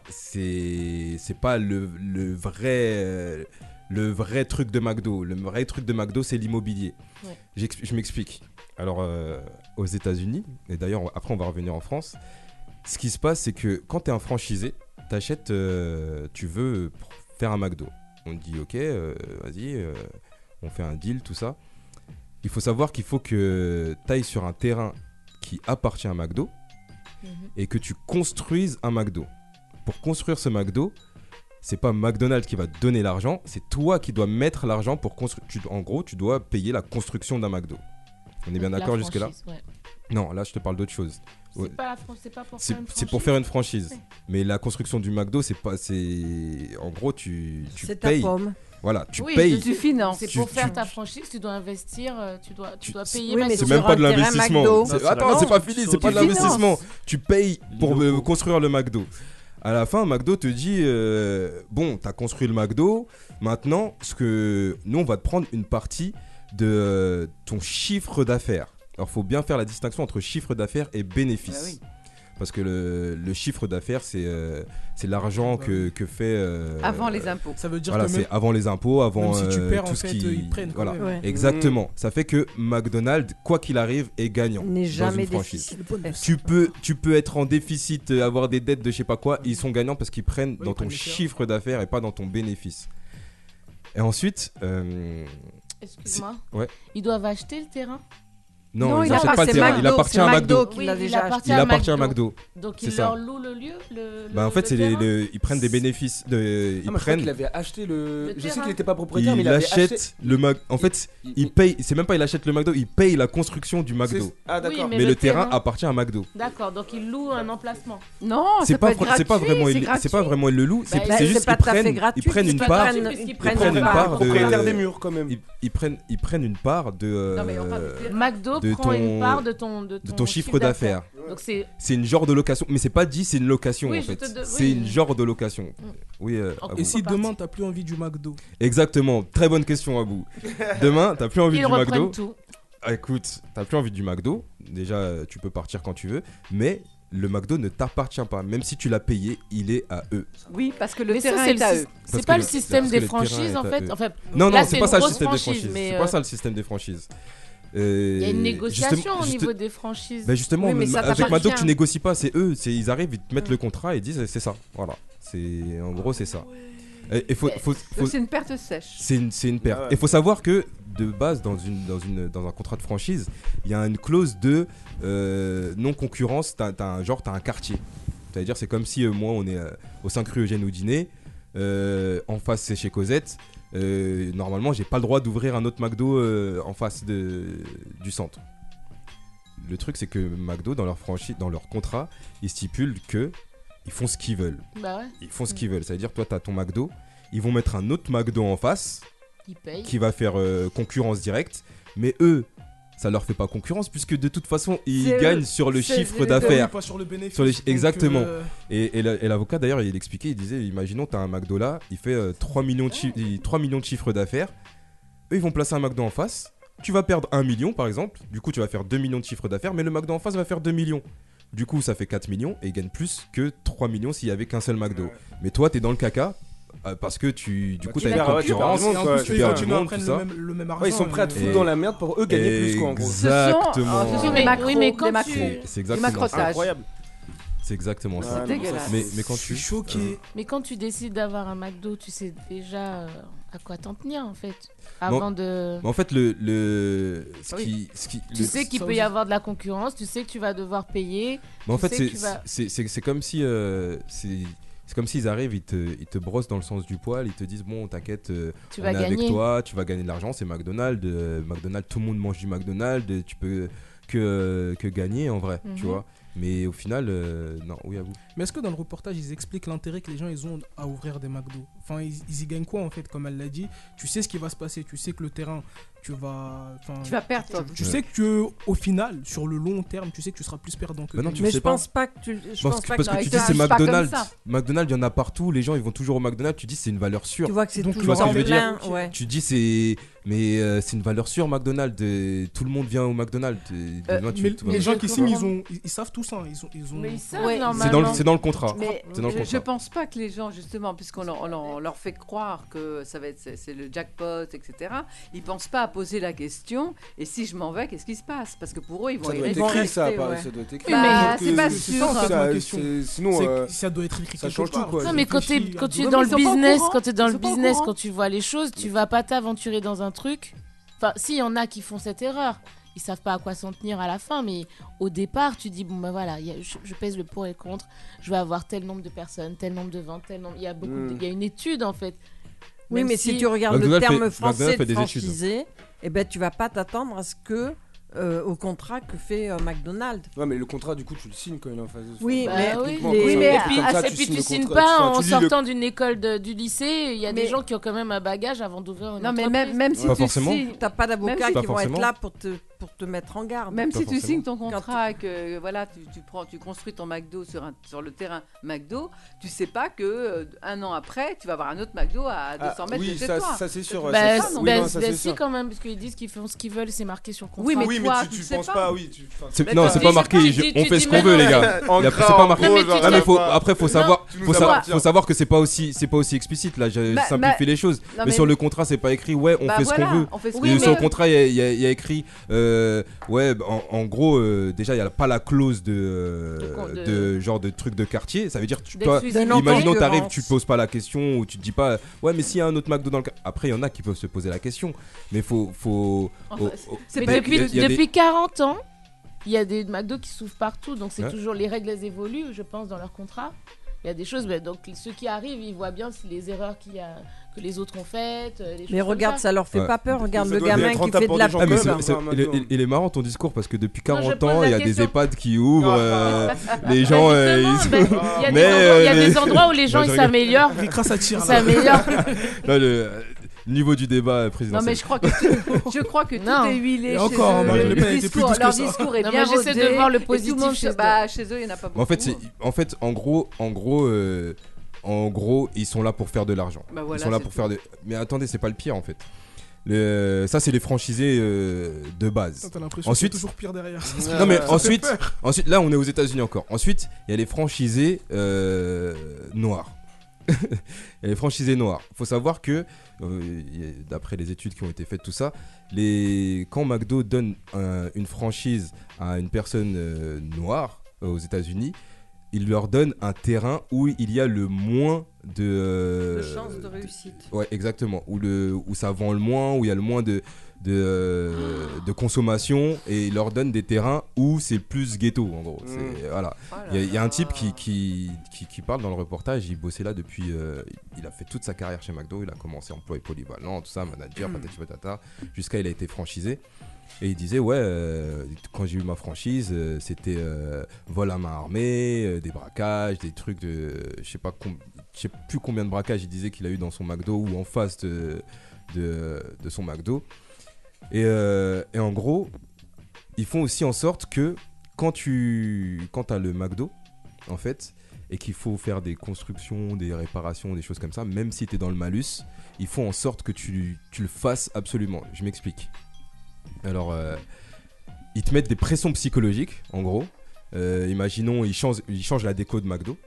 c'est c'est pas le, le vrai euh, le vrai truc de McDo. Le vrai truc de McDo, c'est l'immobilier.
Ouais.
J'expli- Je m'explique. Alors, euh, aux États-Unis, et d'ailleurs, on- après, on va revenir en France. Ce qui se passe, c'est que quand tu es un franchisé, t'achètes, euh, tu veux pr- faire un McDo. On te dit, ok, euh, vas-y, euh, on fait un deal, tout ça. Il faut savoir qu'il faut que tu ailles sur un terrain qui appartient à McDo
<laughs>
et que tu construises un McDo. Pour construire ce McDo, c'est pas McDonald's qui va te donner l'argent, c'est toi qui dois mettre l'argent pour construire. tu- En gros, tu dois payer la construction d'un McDo. On est bien
La
d'accord jusque-là
franchise, ouais.
Non, là je te parle d'autre chose. Ouais.
pas la fran- c'est pas pour
C'est-
faire une
c'est pour
franchise
faire une franchise.
Ouais.
Mais la construction du McDo, c'est pas, c'est en gros tu, tu
C'est ta
payes.
pomme.
Voilà, tu
Oui,
payes.
je te finance. C'est
Tu-
pour
tu-
faire ta franchise, tu dois investir, euh, tu dois, tu dois payer.
oui,
ma-
mais
C'est
sur
même
un
pas de
terrain McDo.
l'investissement.
Non,
C'est-
c'est la
Attends,
vente.
c'est pas fini,
Sur
c'est pas de
des finances.
l'investissement. Tu payes pour euh, construire le McDo. À la fin, McDo te dit euh, Bon, t'as construit le McDo, maintenant, ce que nous, on va te prendre une partie de euh, ton chiffre d'affaires. Alors, faut bien faire la distinction entre chiffre d'affaires et bénéfice.
Bah
Parce que le, le chiffre d'affaires, c'est euh, c'est l'argent que, que fait. euh,
Avant les impôts. Ça veut dire
voilà,
que même-
c'est avant les impôts, avant
Même si tu
euh,
perds,
tout
en
ce
fait,
qui.
euh, ils prennent quand
voilà,
même. Mm. Ouais.
exactement. Ça fait que McDonald's, quoi qu'il arrive, est gagnant.
N'est
dans
jamais
une franchise.
déficitaire.
Tu peux, tu peux être en déficit, euh, avoir des dettes de je sais pas quoi, ils sont gagnants parce qu'ils prennent dans ton chiffre d'affaires et pas dans ton bénéfice. Et ensuite. euh,
Excuse-moi.
c'est- Ouais.
Ils doivent acheter le terrain
Non, Non, ils il achètent appartient- pas le c'est terrain, il McDo, appartient c'est à McDo McDo. qui l'a
Oui,
déjà acheté. Il appartient à McDo.
Donc
C'est
ils
ça.
leur louent le lieu le,
bah, en
le-
fait,
le
c'est les-
terrain
le- ils prennent des bénéfices. De, ils
Ah, moi, je crois
prennent.
qu'il avait acheté le.
Le
je sais
terrain.
qu'il n'était pas propriétaire, mais
il
il avait
achète
acheté.
le Mac. En fait, il, paye. C'est même pas il achète le McDo, il paye la construction du McDo.
C'est- ah, d'accord. Oui,
mais, le terrain, appartient à McDo.
D'accord, donc ils louent un emplacement.
Non,
c'est pas, fra- c'est pas vraiment il- c'est pas vraiment le loup c'est
Bah,
c'est
c'est
juste
pas
qu'ils
tout à fait
prennent
gratuit,
ils prennent
c'est
une
pas
part
gratuit, puisqu'ils
ils
prennent
prennent
une
une
part.
part de
Propriétaire des murs, quand même
ils, ils prennent ils prennent une part de euh,
McDo
de
prend une part de ton- de ton
chiffre d'affaires
Donc c'est
c'est une genre de location mais c'est pas dit c'est une location
Oui,
en
je
fait
te de-
c'est
oui. Mm.
une genre de location oui euh, Abou.
Et si demain t'as plus envie du McDo
exactement très bonne question à bout
<laughs>
demain t'as plus envie
Ils
du McDo
reprennent tout.
Ah, écoute t'as plus envie du McDo déjà euh, tu peux partir quand tu veux mais le McDo ne t'appartient pas même si tu l'as payé il est à eux
Oui, parce que le
Mais ça,
terrain
c'est
est à
le
eux.
C'est pas le système
parce
des
que le terrain
franchises,
est
en
à
fait.
eux.
Enfin,
non,
là,
non,
c'est
c'est
une
pas ça le
grosse
système des
franchise,
franchises.
mais,
C'est
euh,
pas ça le système des franchises. Euh,
il y a une négociation au niveau
des
des franchises.
Bah justement,
Oui, mais
même
ça
avec
t'appartient. Mm.
McDo, tu négocies pas, c'est eux, c'est ils arrivent, ils te mettent le contrat et disent c'est ça. Voilà, c'est en gros c'est ça. Et, et faut, faut- faut-
C'est une perte sèche.
C'est une, c'est une perte.
Ouais.
Et faut savoir que de base dans une dans une dans un contrat de franchise, il y a une clause de euh, non concurrence. T'as, t'as un genre, t'as un quartier. C'est-à-dire c'est comme si euh, moi on est euh, au 5 rue Eugène Houdinet, euh, en face c'est chez Cosette. Euh, normalement j'ai pas le droit d'ouvrir un autre McDo euh, en face de, du centre. Le truc, c'est que McDo, dans leur franchise, dans leur contrat, ils stipulent que ils font ce qu'ils veulent.
Bah ouais.
Ils font ce
Mm.
qu'ils veulent. C'est-à-dire, toi, t'as ton McDo, ils vont mettre un autre McDo en face,
Ils payent.
qui va faire euh, concurrence directe, mais eux, ça leur fait pas concurrence puisque de toute façon, ils
C'est
gagnent
eux.
sur le
C'est
chiffre
eux.
d'affaires.
Ah Oui, pas sur le bénéfice.
Sur les-
Donc,
Exactement.
euh,
Et, et la- et l'avocat, d'ailleurs, il expliquait, il disait, imaginons, t'as un McDo là, il fait euh, 3 millions de, chi- 3 millions de chiffres d'affaires, eux, ils vont placer un McDo en face. Tu vas perdre 1 million, par exemple. Du coup, tu vas faire 2 millions de chiffre d'affaires, mais le McDo en face va faire 2 millions. Du coup, ça fait 4 millions et ils gagnent plus que 3 millions s'il y avait qu'un seul McDo. Mais toi, t'es dans le caca euh, parce que tu, du
Bah,
coup,
tu
t'as une
perds- ouais, tu perds
concurrence,
du monde, quoi.
tu
Ils
perds du
continuent à
monde, tout
prendre
ça.
le même- le même Ouais, ils sont argent, prêts à te mais- foutre dans la merde pour eux gagner plus, quoi, en gros. Ce sont-
Exactement.
oh, ce sont des macros,
Oui, mais
des
quand
macros.
tu-
C'est-
C'est
Des
exactement
macrotages.
ça.
Incroyable.
C'est exactement
C'est
ça.
dégueulasse.
Mais, mais quand tu.
Je suis
Euh.
choqué.
Mais quand tu décides d'avoir un McDo, tu sais déjà euh, à quoi t'en tenir en fait.
Mais en-
Avant de. Ah
mais en fait, le. le ce
Oui.
qui, ce qui,
Tu
le-
sais qu'il peut y avoir de la concurrence, tu sais que tu vas devoir payer.
Mais en
tu
fait,
sais
c'est
que tu vas-
c'est- c'est- c'est comme si euh, c'est- C'est comme s'ils arrivent, ils te, ils te brossent dans le sens du poil, ils te disent bon, t'inquiète, euh,
Tu
on
vas
est avec
gagner.
toi, tu vas gagner de l'argent, c'est McDonald's, euh, McDonald's, tout le monde mange du McDonald's, euh, tu peux que, euh, que gagner en vrai, tu
Mhm.
vois. Mais au final, euh, non, oui à vous.
Mais est-ce que dans le reportage, ils expliquent l'intérêt que les gens ils ont à ouvrir des McDo Enfin, ils, ils y gagnent quoi en fait Comme elle l'a dit, tu sais ce qui va se passer, tu sais que le terrain, tu vas. enfin,
Tu vas perdre, toi.
Tu, tu
Ouais.
sais que au final, sur le long terme, tu sais que tu seras plus perdant que.
Bah non,
gagnant.
tu sais parce que, parce que tu dis c'est
Pas comme
McDonald's.
ça.
McDonald's, il y en a partout. Les gens, ils vont toujours au McDonald's. Tu dis c'est une valeur sûre.
Tu vois que c'est
Donc,
toujours
ce que je veux
plein,
dire.
ouais.
Tu dis c'est mais euh, c'est une valeur sûre McDonald's. Et tout le monde vient au McDonald's. Et demain, tu-
Euh, mais
tout va
les
bien.
gens qui signent, ils, ont, ils, ils savent tout ça. Ils ont, ils ont...
Mais ils savent,
Ouais.
normalement.
Mmh. C'est dans le- c'est dans le contrat.
Mais
C'est dans le
je- je
contrat.
pense pas que les gens, justement, puisqu'on leur, on leur- on leur fait croire que ça va être c'est c'est le jackpot, etc., ils pensent pas à poser la question. Et si je m'en vais, qu'est-ce qui se passe Parce que pour eux, ils vont
Ça
ils
doit être
vont
écrit, ça,
rester,
par-
ouais.
ça doit être écrit. euh,
Bah,
Parce que
c'est pas
c'est-
sûr.
ça,
Ça,
ma
c'est-
question. sinon,
C'est-
euh,
ça doit être écrit
ça
quelque
change tout,
part.
quoi.
Non, mais quand t'es
réfléchis à
quand tu es
deux
dans
minutes.
le
Ils sont pas au
business,
hein.
courant.
quand tu es dans
Ils
le
sont pas au
business,
courant.
quand tu vois les choses, tu vas pas t'aventurer dans un truc. Enfin, s'il y en a qui font cette erreur, ils savent pas à quoi s'en tenir à la fin, mais au départ, tu dis bon ben voilà, il y a- je, je pèse le pour et le contre, je vais avoir tel nombre de personnes, tel nombre de ventes, tel nombre. Il y a beaucoup, de-
Mm.
il y a une étude en fait.
Oui,
Même
mais si, tu regardes le
McDonald's
terme
fait-
français
McDonald's
de
fait des études.
franchisé, eh ben, tu vas pas t'attendre à ce que, euh, au contrat que fait euh, McDonald's.
Ouais, mais le contrat, du coup, tu le signes quand il est en phase de
Oui,
soins.
mais-
Techniquement,
oui,
quand c'est
mais-
un truc
et puis-
comme ça,
Bah
et
Ah, Puis tu
signes le
signes
contrat,
pas
enfin,
en
tu lis le-
sortant d'une école de- du lycée, il y a des
Mais-
gens qui ont quand même un bagage avant d'ouvrir une
Non, mais
entreprise.
même- même si
Pas tu forcément. signes-
T'as pas
Même
d'avocats
si-
qui
Pas
vont être
forcément.
là pour te, pour te mettre en garde.
Même
Pas
si tu
forcément.
signes ton contrat, et que voilà, tu, tu prends, tu construis ton McDo sur, un- sur le terrain McDo, tu sais pas que euh, un an après, tu vas avoir un autre McDo à
Ah,
200 mètres
Ah, oui,
de chez
ça-
toi.
ça, c'est sûr,
Tu
ouais,
sais
Bah,
pas, non
bah,
plus.
non, ça,
bah,
c'est
si
sûr.
quand même, parce qu'ils disent qu'ils font ce qu'ils veulent, c'est marqué sur le contrat.
Oui, mais
Oui, mais
toi,
tu- tu
sais
penses pas, oui, tu- enfin,
C'est-
Mais
non,
toi,
c'est
tu
pas
dis
marqué.
pas,
je-
tu-
on
tu
fait
dis
ce qu'on
même
veut,
pas.
les gars.
En
Il y a- C'est
gras,
pas
en
marqué.
gros, genre,
Non, mais faut-
tu nous
après, faut
fais
savoir,
mentir.
faut savoir,
Bah-
faut savoir que c'est pas aussi, c'est pas aussi explicite. Là, je
Bah-
simplifie
bah-
les choses.
Non,
mais,
mais-
sur le contrat, c'est pas écrit. Ouais, on
Bah
fait ce
voilà,
qu'on veut.
on fait ce
Et
qu'on veut.
sur le contrat, il y a- il y, a- il y a écrit. euh, ouais, bah, en, en gros, euh, déjà, il y a pas la clause de, euh,
con- de-
de genre de truc de quartier. Ça veut dire, tu,
D'être
toi,
exclusif.
imaginons,
D'entente.
t'arrives, tu te poses pas la question ou tu te dis pas, ouais, mais s'il y a un autre McDo dans le. quartier Après, il y en a qui peuvent se poser la question, mais faut, faut.
Enfin,
oh,
c'est-
oh,
c'est
il y
pas-
a-
depuis,
il y a des-
depuis 40 ans, il y a des McDo qui s'ouvrent partout, donc c'est
Ouais.
toujours les règles elles évoluent, je pense, dans leur contrat. Il y a des choses, bah, donc ceux qui arrivent, ils voient bien si les erreurs qu'il y a, que les autres ont faites. euh, les choses
Mais
comme
regarde, ça leur fait
Ouais.
pas peur. Regarde
Ça
le
doit être
gamin qui
rentable
fait
pour
de la
des gens
Ah, mais
pub.
c'est-
Comme
c'est-
un
il, est-
McDo.
il est marrant ton discours parce que depuis
Non, je
40
pose
ans,
la
il y a des
question.
EHPAD qui ouvrent, euh, les
<laughs> Bah,
gens. euh,
justement,
ils-
bah, il y a des
Mais,
endroits- il y a
euh,
des
les-
endroits où les gens,
<laughs> Non, je
ils
rigole.
s'améliorent.
Ricra, ça tire,
Ils s'améliorent.
Là, le euh, niveau du débat euh,
Non
présidentiel.
mais je crois que
<laughs>
tout, je crois que
Non.
tout est huilé
Et
chez
encore,
eux.
Marine Le Pen
Le
était plus
discours-
douce que
leur
ça.
discours est
Non,
bien
mais j'essaie de
rodé,
voir le
et tout le monde
positif
se-
chez eux.
bah, chez eux, il n'y en a pas beaucoup.
En fait, c'est- en fait, en gros, en gros, euh, en gros, ils sont là pour faire de l'argent.
Bah voilà,
ils sont là
c'est
pour
tout.
faire de. Mais attendez, c'est pas le pire en fait. Le- Ça, c'est les franchisés euh, de base.
Putain, T'as l'impression
Ensuite,
ensuite... toujours pire derrière.
non mais
<laughs> Ça fait
ensuite,
peur.
ensuite, là, on est aux États-Unis encore. Ensuite, il y a les franchisés euh, noirs. <laughs> Il y a les franchisés noirs. Faut savoir que, euh, il y a- d'après les études qui ont été faites, tout ça, les quand McDo donne un- une franchise à une personne euh, noire euh, aux États-Unis, il leur donne un terrain où il y a le moins de euh,
De chances de réussite.
Ouais, exactement. Où, le, où ça vend le moins, où il y a le moins de, de, euh, de consommation, et il leur donne des terrains où c'est plus ghetto, en gros. C'est- Voilà. Il y a- il y, a un type qui, qui, qui, qui parle dans le reportage, il bossait là depuis. euh, il a fait toute sa carrière chez McDo, il a commencé employé polyvalent, tout ça, manager, patati patata, jusqu'à il a été franchisé. Et il disait, ouais, euh, quand j'ai eu ma franchise, euh, c'était euh, vol à main armée, euh, des braquages, des trucs de. je sais pas com- je sais plus combien de braquages il disait qu'il a eu dans son McDo ou en face de, de, de son McDo. Et, euh, et en gros, ils font aussi en sorte que quand tu quand as le McDo, en fait, et qu'il faut faire des constructions, des réparations, des choses comme ça, même si tu es dans le malus, ils font en sorte que tu, tu le fasses absolument. Je m'explique. Alors, euh, ils te mettent des pressions psychologiques, en gros. Euh, imaginons, ils changent, ils changent la déco de McDo.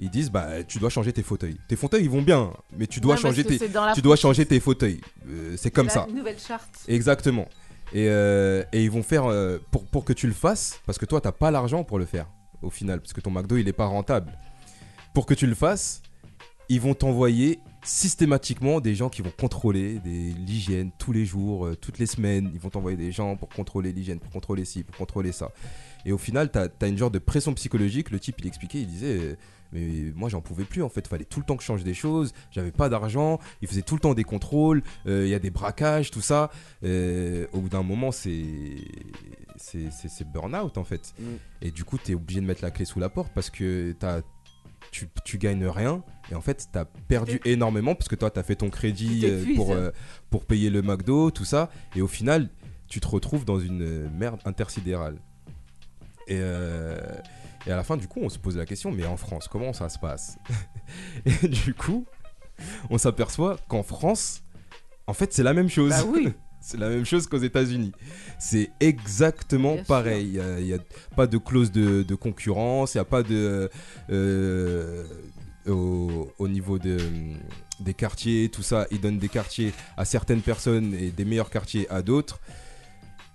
Ils disent, bah, tu dois changer tes fauteuils. Tes fauteuils, ils vont bien, mais tu dois
Ouais, parce
changer
que
tes,
c'est dans la Bah,
tu dois changer tes fauteuils. Euh, c'est comme
La
ça.
nouvelle charte.
Exactement. Et, euh, et ils vont faire euh, pour, pour que tu le fasses, parce que toi, t'as pas l'argent pour le faire, au final, parce que ton McDo, il est pas rentable. Pour que tu le fasses, ils vont t'envoyer systématiquement des gens qui vont contrôler des- l'hygiène tous les jours, euh, toutes les semaines. Ils vont t'envoyer des gens pour contrôler l'hygiène, pour contrôler ci, pour contrôler ça. Et au final, t'as as une genre de pression psychologique. Le type, il expliquait, il disait. euh, mais moi j'en pouvais plus en fait, fallait tout le temps que je change des choses, j'avais pas d'argent, il faisait tout le temps des contrôles, euh, il y a des braquages, tout ça. Euh, au bout d'un moment c'est c'est- c'est c'est burn-out en fait.
Mm.
Et du coup t'es obligé de mettre la clé sous la porte parce que t'as tu, tu gagnes rien et en fait t'as perdu énormément parce que toi t'as fait ton crédit
Tu
euh,
t'épuises.
pour, euh, pour payer le McDo, tout ça, et au final tu te retrouves dans une euh, merde intersidérale. Et, euh, et à la fin du coup on se pose la question mais en France comment ça se passe <laughs> Et du coup <laughs> on s'aperçoit qu'en France en fait c'est la même chose.
Bah oui.
<laughs> C'est la même chose qu'aux États-Unis. C'est exactement pareil. Il n'y a, pas de clause de, de concurrence, il n'y a pas de. euh, au, au niveau de, des quartiers, tout ça. Ils donnent des quartiers à certaines personnes et des meilleurs quartiers à d'autres.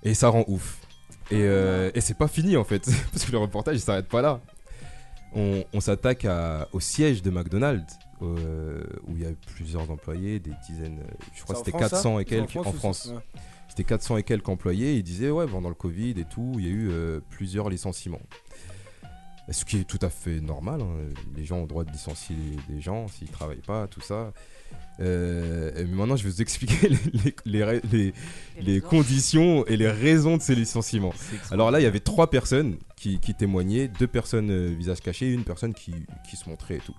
Et ça rend ouf. Et, euh,
Ah.
et c'est pas fini en fait, <laughs> parce que le reportage il s'arrête pas là. On, on s'attaque à- au siège de McDonald's, euh, où il y a plusieurs employés, des dizaines, euh, je crois que
C'est en
c'était
France, ça
400 et
C'est en
quelques
France
en
ou ça
France.
Ouais.
C'était 400 et quelques employés. Ils disaient, ouais, pendant le Covid et tout, il y a eu euh, plusieurs licenciements. Bah, Ce qui est tout à fait normal. hein. Les gens ont le droit de licencier des gens s'ils travaillent pas, tout ça. Euh, mais maintenant, je vais vous expliquer <laughs> les, les- les- les- les conditions et les raisons de ces licenciements. Alors là, il y avait trois personnes qui, qui témoignaient deux personnes euh, visage caché et une personne qui, qui se montrait et tout.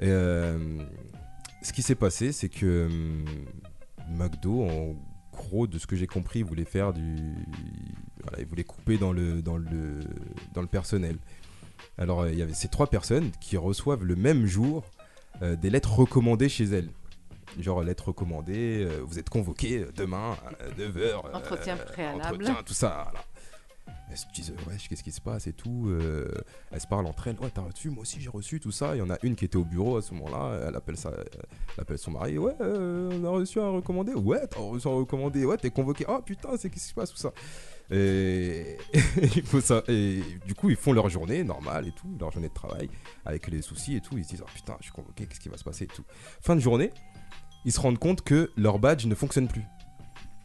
Et, euh, ce qui s'est passé, c'est que hum, McDo, en gros, de ce que j'ai compris, voulait faire du. Voilà, il voulait couper dans le, dans le, dans le personnel. Alors, euh, il y avait ces trois personnes qui reçoivent le même jour euh, des lettres recommandées chez elles. Genre, euh, lettres recommandées, euh, vous êtes convoqué demain à 9h.
Entretien préalable.
Entretien, tout ça. voilà. Elles se disent, ouais, qu'est-ce qui se passe et tout. euh, elles se parlent entre elles, ouais, t'as reçu, moi aussi j'ai reçu, tout ça. Il y en a une qui était au bureau à ce moment-là, elle appelle, ça, elle appelle son mari, ouais, euh, on a reçu un recommandé, ouais, t'as reçu un recommandé, ouais, t'es convoqué, oh putain, c'est qu'est-ce qui se passe, tout ça. Et... <laughs> il faut ça. et du coup, ils font leur journée normale et tout, leur journée de travail, avec les soucis et tout. Ils se disent, oh putain, je suis convoqué, qu'est-ce qui va se passer et tout. Fin de journée, ils se rendent compte que leur badge ne fonctionne plus.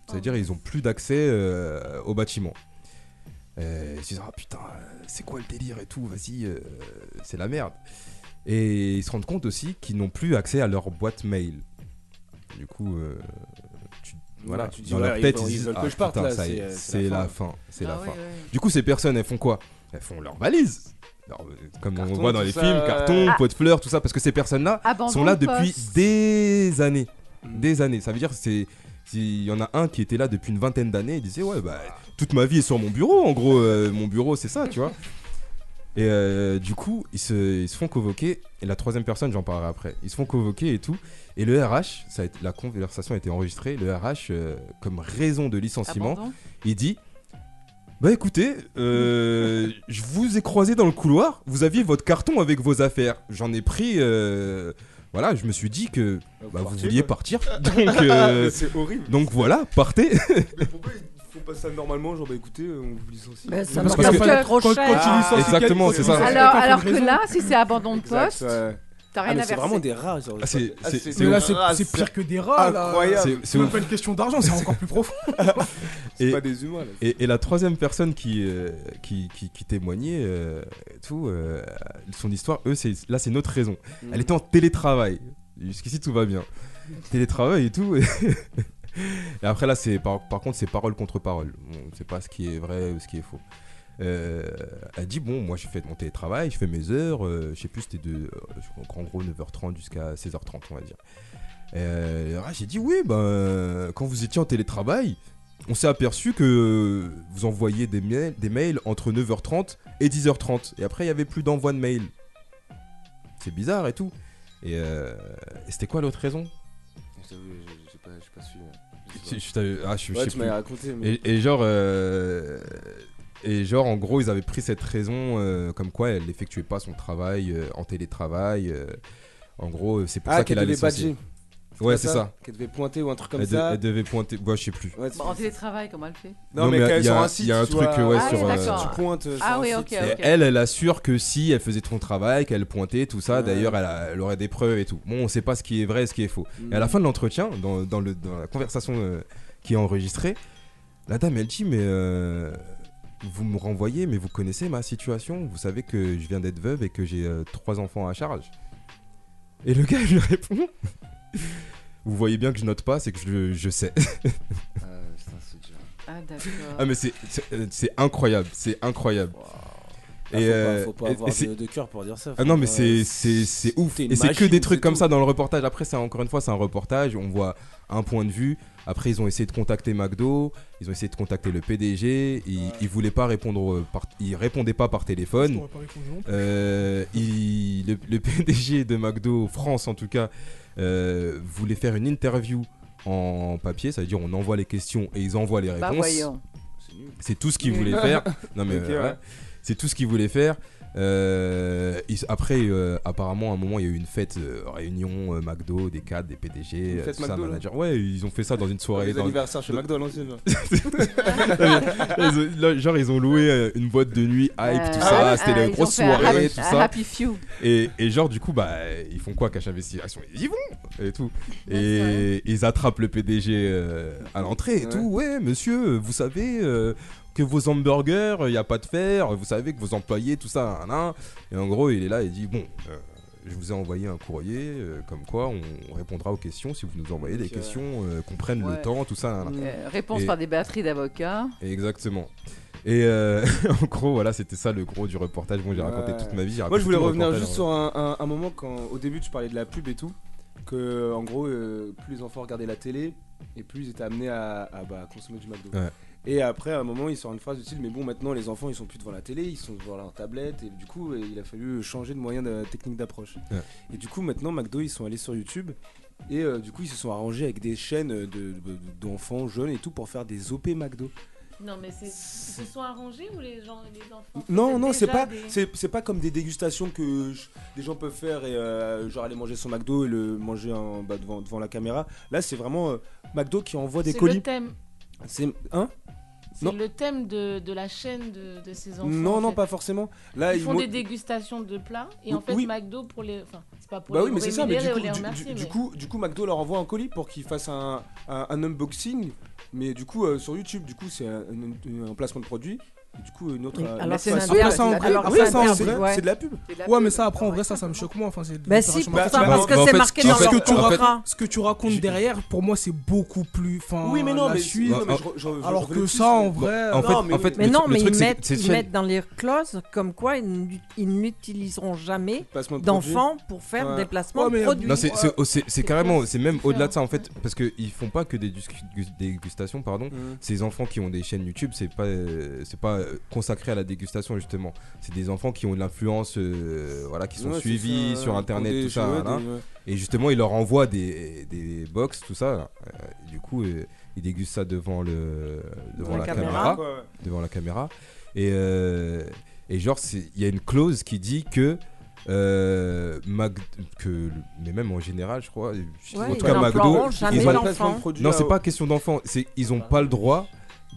C'est-à-dire, ils ont plus d'accès euh, au bâtiment. Euh, ils se disent, ah putain, euh, c'est quoi le délire et tout, vas-y, euh, c'est la merde. Et ils se rendent compte aussi qu'ils n'ont plus accès à leur boîte mail. Du coup, euh, tu- voilà,
Ouais, tu dis,
dans
ouais,
leur
ils
tête,
veulent-
ils
ils
disent,
veulent que
ah,
je parte,
putain,
là,
ça y
c'est,
est,
euh,
c'est la fin, c'est la
Ah
fin.
ouais, ouais.
Du coup, ces personnes, elles font quoi Elles font leur valise. Leur- comme on voit dans
tout
les
ça,
films,
ouais.
carton,
Ah.
pot de fleurs, tout ça, parce que ces personnes-là
Abandon
sont là
de
depuis
poste.
des années. Des années. Ça veut dire que c'est. Il y en a un qui était là depuis une vingtaine d'années, il disait Ouais, bah, toute ma vie est sur mon bureau, en gros, euh, mon bureau, c'est ça, tu vois. Et euh, du coup, ils se, ils se font convoquer. Et la troisième personne, j'en parlerai après. Ils se font convoquer et tout. Et le RH, ça a été- la conversation a été enregistrée. Le RH, euh, comme raison de licenciement,
Abandon.
il dit Bah écoutez, euh, je vous ai croisé dans le couloir. Vous aviez votre carton avec vos affaires. J'en ai pris. euh, voilà, je me suis dit que bah, vous
<laughs>
vouliez partir. Donc, euh,
Mais c'est horrible.
donc voilà, partez.
Faut pas ça normalement, genre bah écoutez, euh, on vous licencie.
Bah,
Mais ça
Parce
marche
que-
pas
quand-
trop
quand
cher.
tu
Ah,
licencies
exactement,
quelqu'un,
c'est ça.
faut-
Alors,
faut
alors que
une raison.
là, si c'est abandon de
Exact,
poste,
ouais.
t'as
Ah,
rien
mais
à
C'est
verser.
vraiment des rats. genre,
Ah, c'est-
ah,
c'est- c'est
Mais là,
ouf.
c'est c'est pire que des rats. là.
Incroyable.
C'est même pas une question d'argent, c'est encore plus
<laughs>
profond.
et,
pas des humains, là.
Et, et la troisième personne qui, euh, qui, qui, qui témoignait, euh, et tout, euh, son histoire, eux, c'est, là, c'est notre raison.
Mm.
Elle était en télétravail. Jusqu'ici, tout va bien. télétravail et tout. <laughs> et après, là, c'est, par, par contre, c'est parole contre parole. On ne sait pas ce qui est vrai ou ce qui est faux. Euh, elle dit bon moi j'ai fait mon télétravail je fais mes heures euh, je sais plus c'était de euh, en gros 9h30 jusqu'à 16h30 on va dire euh, ah, j'ai dit oui, ben, quand vous étiez en télétravail, on s'est aperçu que vous envoyiez des, mails- des mails entre 9h30 et 10h30. Et après, il n'y avait plus d'envoi de mails. C'est bizarre et tout. Et, euh, et c'était quoi l'autre raison
Je t'avoue, je- je sais pas, je suis pas suivi.
je, je t'avais- ah, je- je
Ouais,
sais
tu
plus.
m'avais raconté, mais-
Et, et genre, euh, et genre, en gros, ils avaient pris cette raison euh, comme quoi elle n'effectuait pas son travail euh, en télétravail. euh, en gros, c'est pour
Ah,
ça qu'elle
qu'elle
allait
devait badger.
Ouais, c'est ça.
Qu'elle devait pointer ou un truc comme
Elle de-
ça.
Elle devait pointer. Bah, je sais plus.
Ouais,
Bon, en télétravail, comment elle fait
Non, mais qu'elles
il y a-
sont ainsi,
Il y a un
tu
truc
vois.
euh, ouais,
Ah oui,
sur. euh,
d'accord.
tu pointes, euh,
Ah
sur
oui,
un
ok,
site.
Et
ok.
elle, elle assure que si elle faisait son travail, qu'elle pointait, tout ça, d'ailleurs, elle, a- elle aurait des preuves et tout. Bon, on sait pas ce qui est vrai et ce qui est faux. Et
Mm.
à la fin de l'entretien, dans, dans le, dans la conversation euh, qui est enregistrée, la dame, elle dit Mais euh, vous me renvoyez, mais vous connaissez ma situation. Vous savez que je viens d'être veuve et que j'ai euh, trois enfants à charge. Et le gars, il lui répond <laughs> Vous voyez bien que je note pas, c'est que je, je sais.
Ah, d'accord.
Ah mais c'est c'est- euh, c'est incroyable, c'est incroyable.
Ah, faut pas- faut pas
et-
avoir
et c'est-
de- de cœur pour dire ça,
Ah
faut-
non mais
euh,
c'est c'est c'est ouf.
t'es une
Et c'est que
machine,
des trucs
c'est
comme
tout.
ça dans le reportage. Après c'est encore une fois c'est un reportage, on voit un point de vue. Après ils ont essayé de contacter McDo, ils ont essayé de contacter le PDG, ils, ils voulaient pas répondre, au- par, ils répondaient pas par téléphone.
Parce qu'on va pas répondre non plus.
Euh, il- le, le PDG de McDo France en tout cas euh, voulait faire une interview en papier, ça veut dire on envoie les questions et ils envoient les
Bah,
réponses.
voyons.
C'est tout ce qu'ils
Nul.
voulaient
<laughs>
faire. Non mais
Ok,
euh,
ouais.
ouais. c'est tout ce qu'ils voulaient faire. Euh, ils- après, euh, apparemment, à un moment, il y a eu une fête, euh, réunion euh, McDo, des cadres, des PDG,
Une
euh,
fête
tout ça,
McDo, là
manager. Ouais, ils ont fait ça dans une soirée.
Les
dans-
anniversaires chez
dans-
McDo à l'ancienne, là.
Non, <laughs>
<laughs>
mais, ils ont- là, genre ils ont loué euh, une boîte de nuit hype tout
Euh,
ça,
ah,
c'était
ah,
la
ils ont
grosse
fait un
soirée
happy-
tout
un
ça.
happy few.
Et, et genre du coup bah ils font quoi cash investigation Ils y vont et tout. Et ils attrapent le PDG euh, à l'entrée et
Ouais.
tout. Ouais monsieur, vous savez euh, que vos hamburgers, il n'y a pas de fer, vous savez que vos employés, tout ça, nan, nan. Et en gros il est là, il dit bon. euh, je vous ai envoyé un courrier, euh, comme quoi on répondra aux questions si vous nous envoyez des
Ok, ouais.
questions, euh, qu'on prenne
Ouais.
le temps, tout ça. nan, nan.
Euh, réponse
Et-
par des batteries d'avocats.
Exactement. Et euh, <laughs> en gros, voilà, c'était ça le gros du reportage. Bon, j'ai raconté
Ouais.
toute ma vie. j'ai
Moi,
raconté
je voulais
tout le
revenir
reportage, hein.
juste sur un, un- un moment quand, au début, tu parlais de la pub et tout. Que, en gros, euh, plus les enfants regardaient la télé, et plus ils étaient amenés à, à, bah, consommer du McDo.
Ouais.
Et après, à un moment, il sort une phrase du style Mais bon, maintenant, les enfants, ils sont plus devant la télé, ils sont devant leur tablette, et du coup, euh, il a fallu changer de moyen de technique d'approche.
Ouais.
Et du coup, maintenant, McDo, ils sont allés sur YouTube. Et euh, du coup, ils se sont arrangés avec des chaînes de- de- d'enfants jeunes et tout pour faire des OP McDo.
Non, mais c'est. Ils se sont arrangés ou les, gens, les enfants
Non, non,
faisaient
c'est
déjà
pas,
des-
c'est c'est pas comme des dégustations que je- des gens peuvent faire et euh, genre aller manger son McDo et le manger en, bah, devant, devant la caméra. Là, c'est vraiment euh, McDo qui envoie des
C'est
colis.
le thème.
C'est hein
C'est
Non,
le thème de, de la chaîne de, de ces enfants.
non,
en
non,
fait.
pas forcément. Là,
ils font
mo-
des dégustations de plats et en fait
Oui.
McDo pour les. Enfin, c'est pas pour
Bah
les
oui, mais c'est ça. Mais du
rémunérer
coup,
ou les
du- du-
remercier,
du
mais-
coup, du coup, McDo leur envoie un colis pour qu'ils fassent un, un- un unboxing. Mais du coup, euh, sur YouTube, du coup, c'est un, un- un placement de produit. Et du coup, une autre.
Oui,
euh,
alors
une
c'est
autre
un
façon.
peu-
Ah, ça, en
alors
vrai,
c'est
ah,
un
ça, en
peu-
vrai,
ouais.
c'est de la pub.
Ouais, mais ça, après, en vrai, ça, ça me choque moins. Enfin, c'est
Bah si,
littéralement-
pourquoi Bah, pas, parce que
bah, en
c'est
fait,
marqué
ce
dans
que
leur
tu
contrat.
racontes- Ce que tu racontes derrière, pour moi, c'est beaucoup plus. Enfin,
Oui, mais non,
la
mais-
suite.
non, mais je- je- je-
alors
je
que
revenais
ça, en
dessus.
vrai.
En
euh,
fait- en fait,
Mais
le
non,
tru- le
mais
truc,
ils,
c'est-
mettent,
c'est
ils
chaîne-
mettent dans les clauses comme quoi ils n'u- ils n'utiliseront jamais
Placement de
d'enfants
produits.
pour faire
Ouais.
des placements
Ouais, mais- euh,
de produits.
Non, c'est- c'est oh, c'est- c'est carrément, c'est même au-delà de ça en fait, parce qu'ils font pas que des dus- gus- dégustations, pardon.
Mhm.
Ces enfants qui ont des chaînes YouTube, c'est pas, euh, c'est pas euh, consacré à la dégustation justement. C'est des enfants qui ont de l'influence, euh, voilà, qui sont
Ouais, c'est
suivis
ça,
sur
ouais,
internet,
qui ont
tout
des-
ça.
ouais,
voilà.
des- ouais.
Et justement, ils leur envoient des, des box, tout ça. Euh, et du coup, euh, ils dégustent ça devant le, devant
Devant
la,
la
caméra,
caméra, quoi, ouais.
devant la caméra. Et, euh, et genre, c'est- il y a une clause qui dit que. euh, Mac- que le- mais même en général je crois
Ouais,
en tout
ils
cas McDo
n'emploieront jamais
ils ont-
l'enfant.
non c'est pas question d'enfant c'est ils ont pas le droit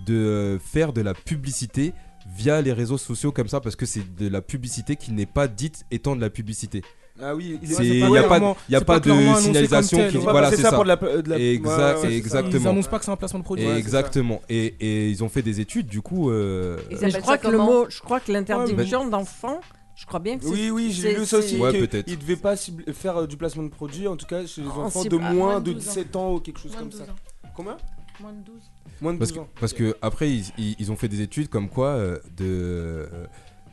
de euh, faire de la publicité via les réseaux sociaux comme ça parce que c'est de la publicité qui n'est pas dite étant de la publicité
Ah oui, il-
C'est-
ouais, c'est
il
pas
n'y a pas,
clairement-
il y a
c'est
pas,
pas
de
clairement annoncé
signalisation
comme
qui
tel.
dit
On va
voilà
passer
c'est
ça
ça,
pour de la- de la-
Exact-
ouais, ouais, c'est ça.
exactement
Ils annoncent pas que c'est un placement de produit. Ouais, c'est ça.
exactement et, et ils ont fait des études du coup euh,
Et je crois que le mot, je crois que l'interdiction
Ouais,
d'enfants, je crois bien que c'est-
Oui, oui, j'ai
c'est-
lu
<laughs>
ça aussi.
c'est-
Ouais,
que
peut-être.
Ils devaient pas cibler- faire euh, du placement de produits, en tout cas chez les
En
enfants de
cible-
moins,
à moins de
de
12 ans.
17 ans ou quelque chose
Moins de
comme ça.
12 ans.
Combien
Moins de 12.
Moins de 12
parce que,
ans.
parce que après ils, ils- ils ont fait des études comme quoi euh, de euh,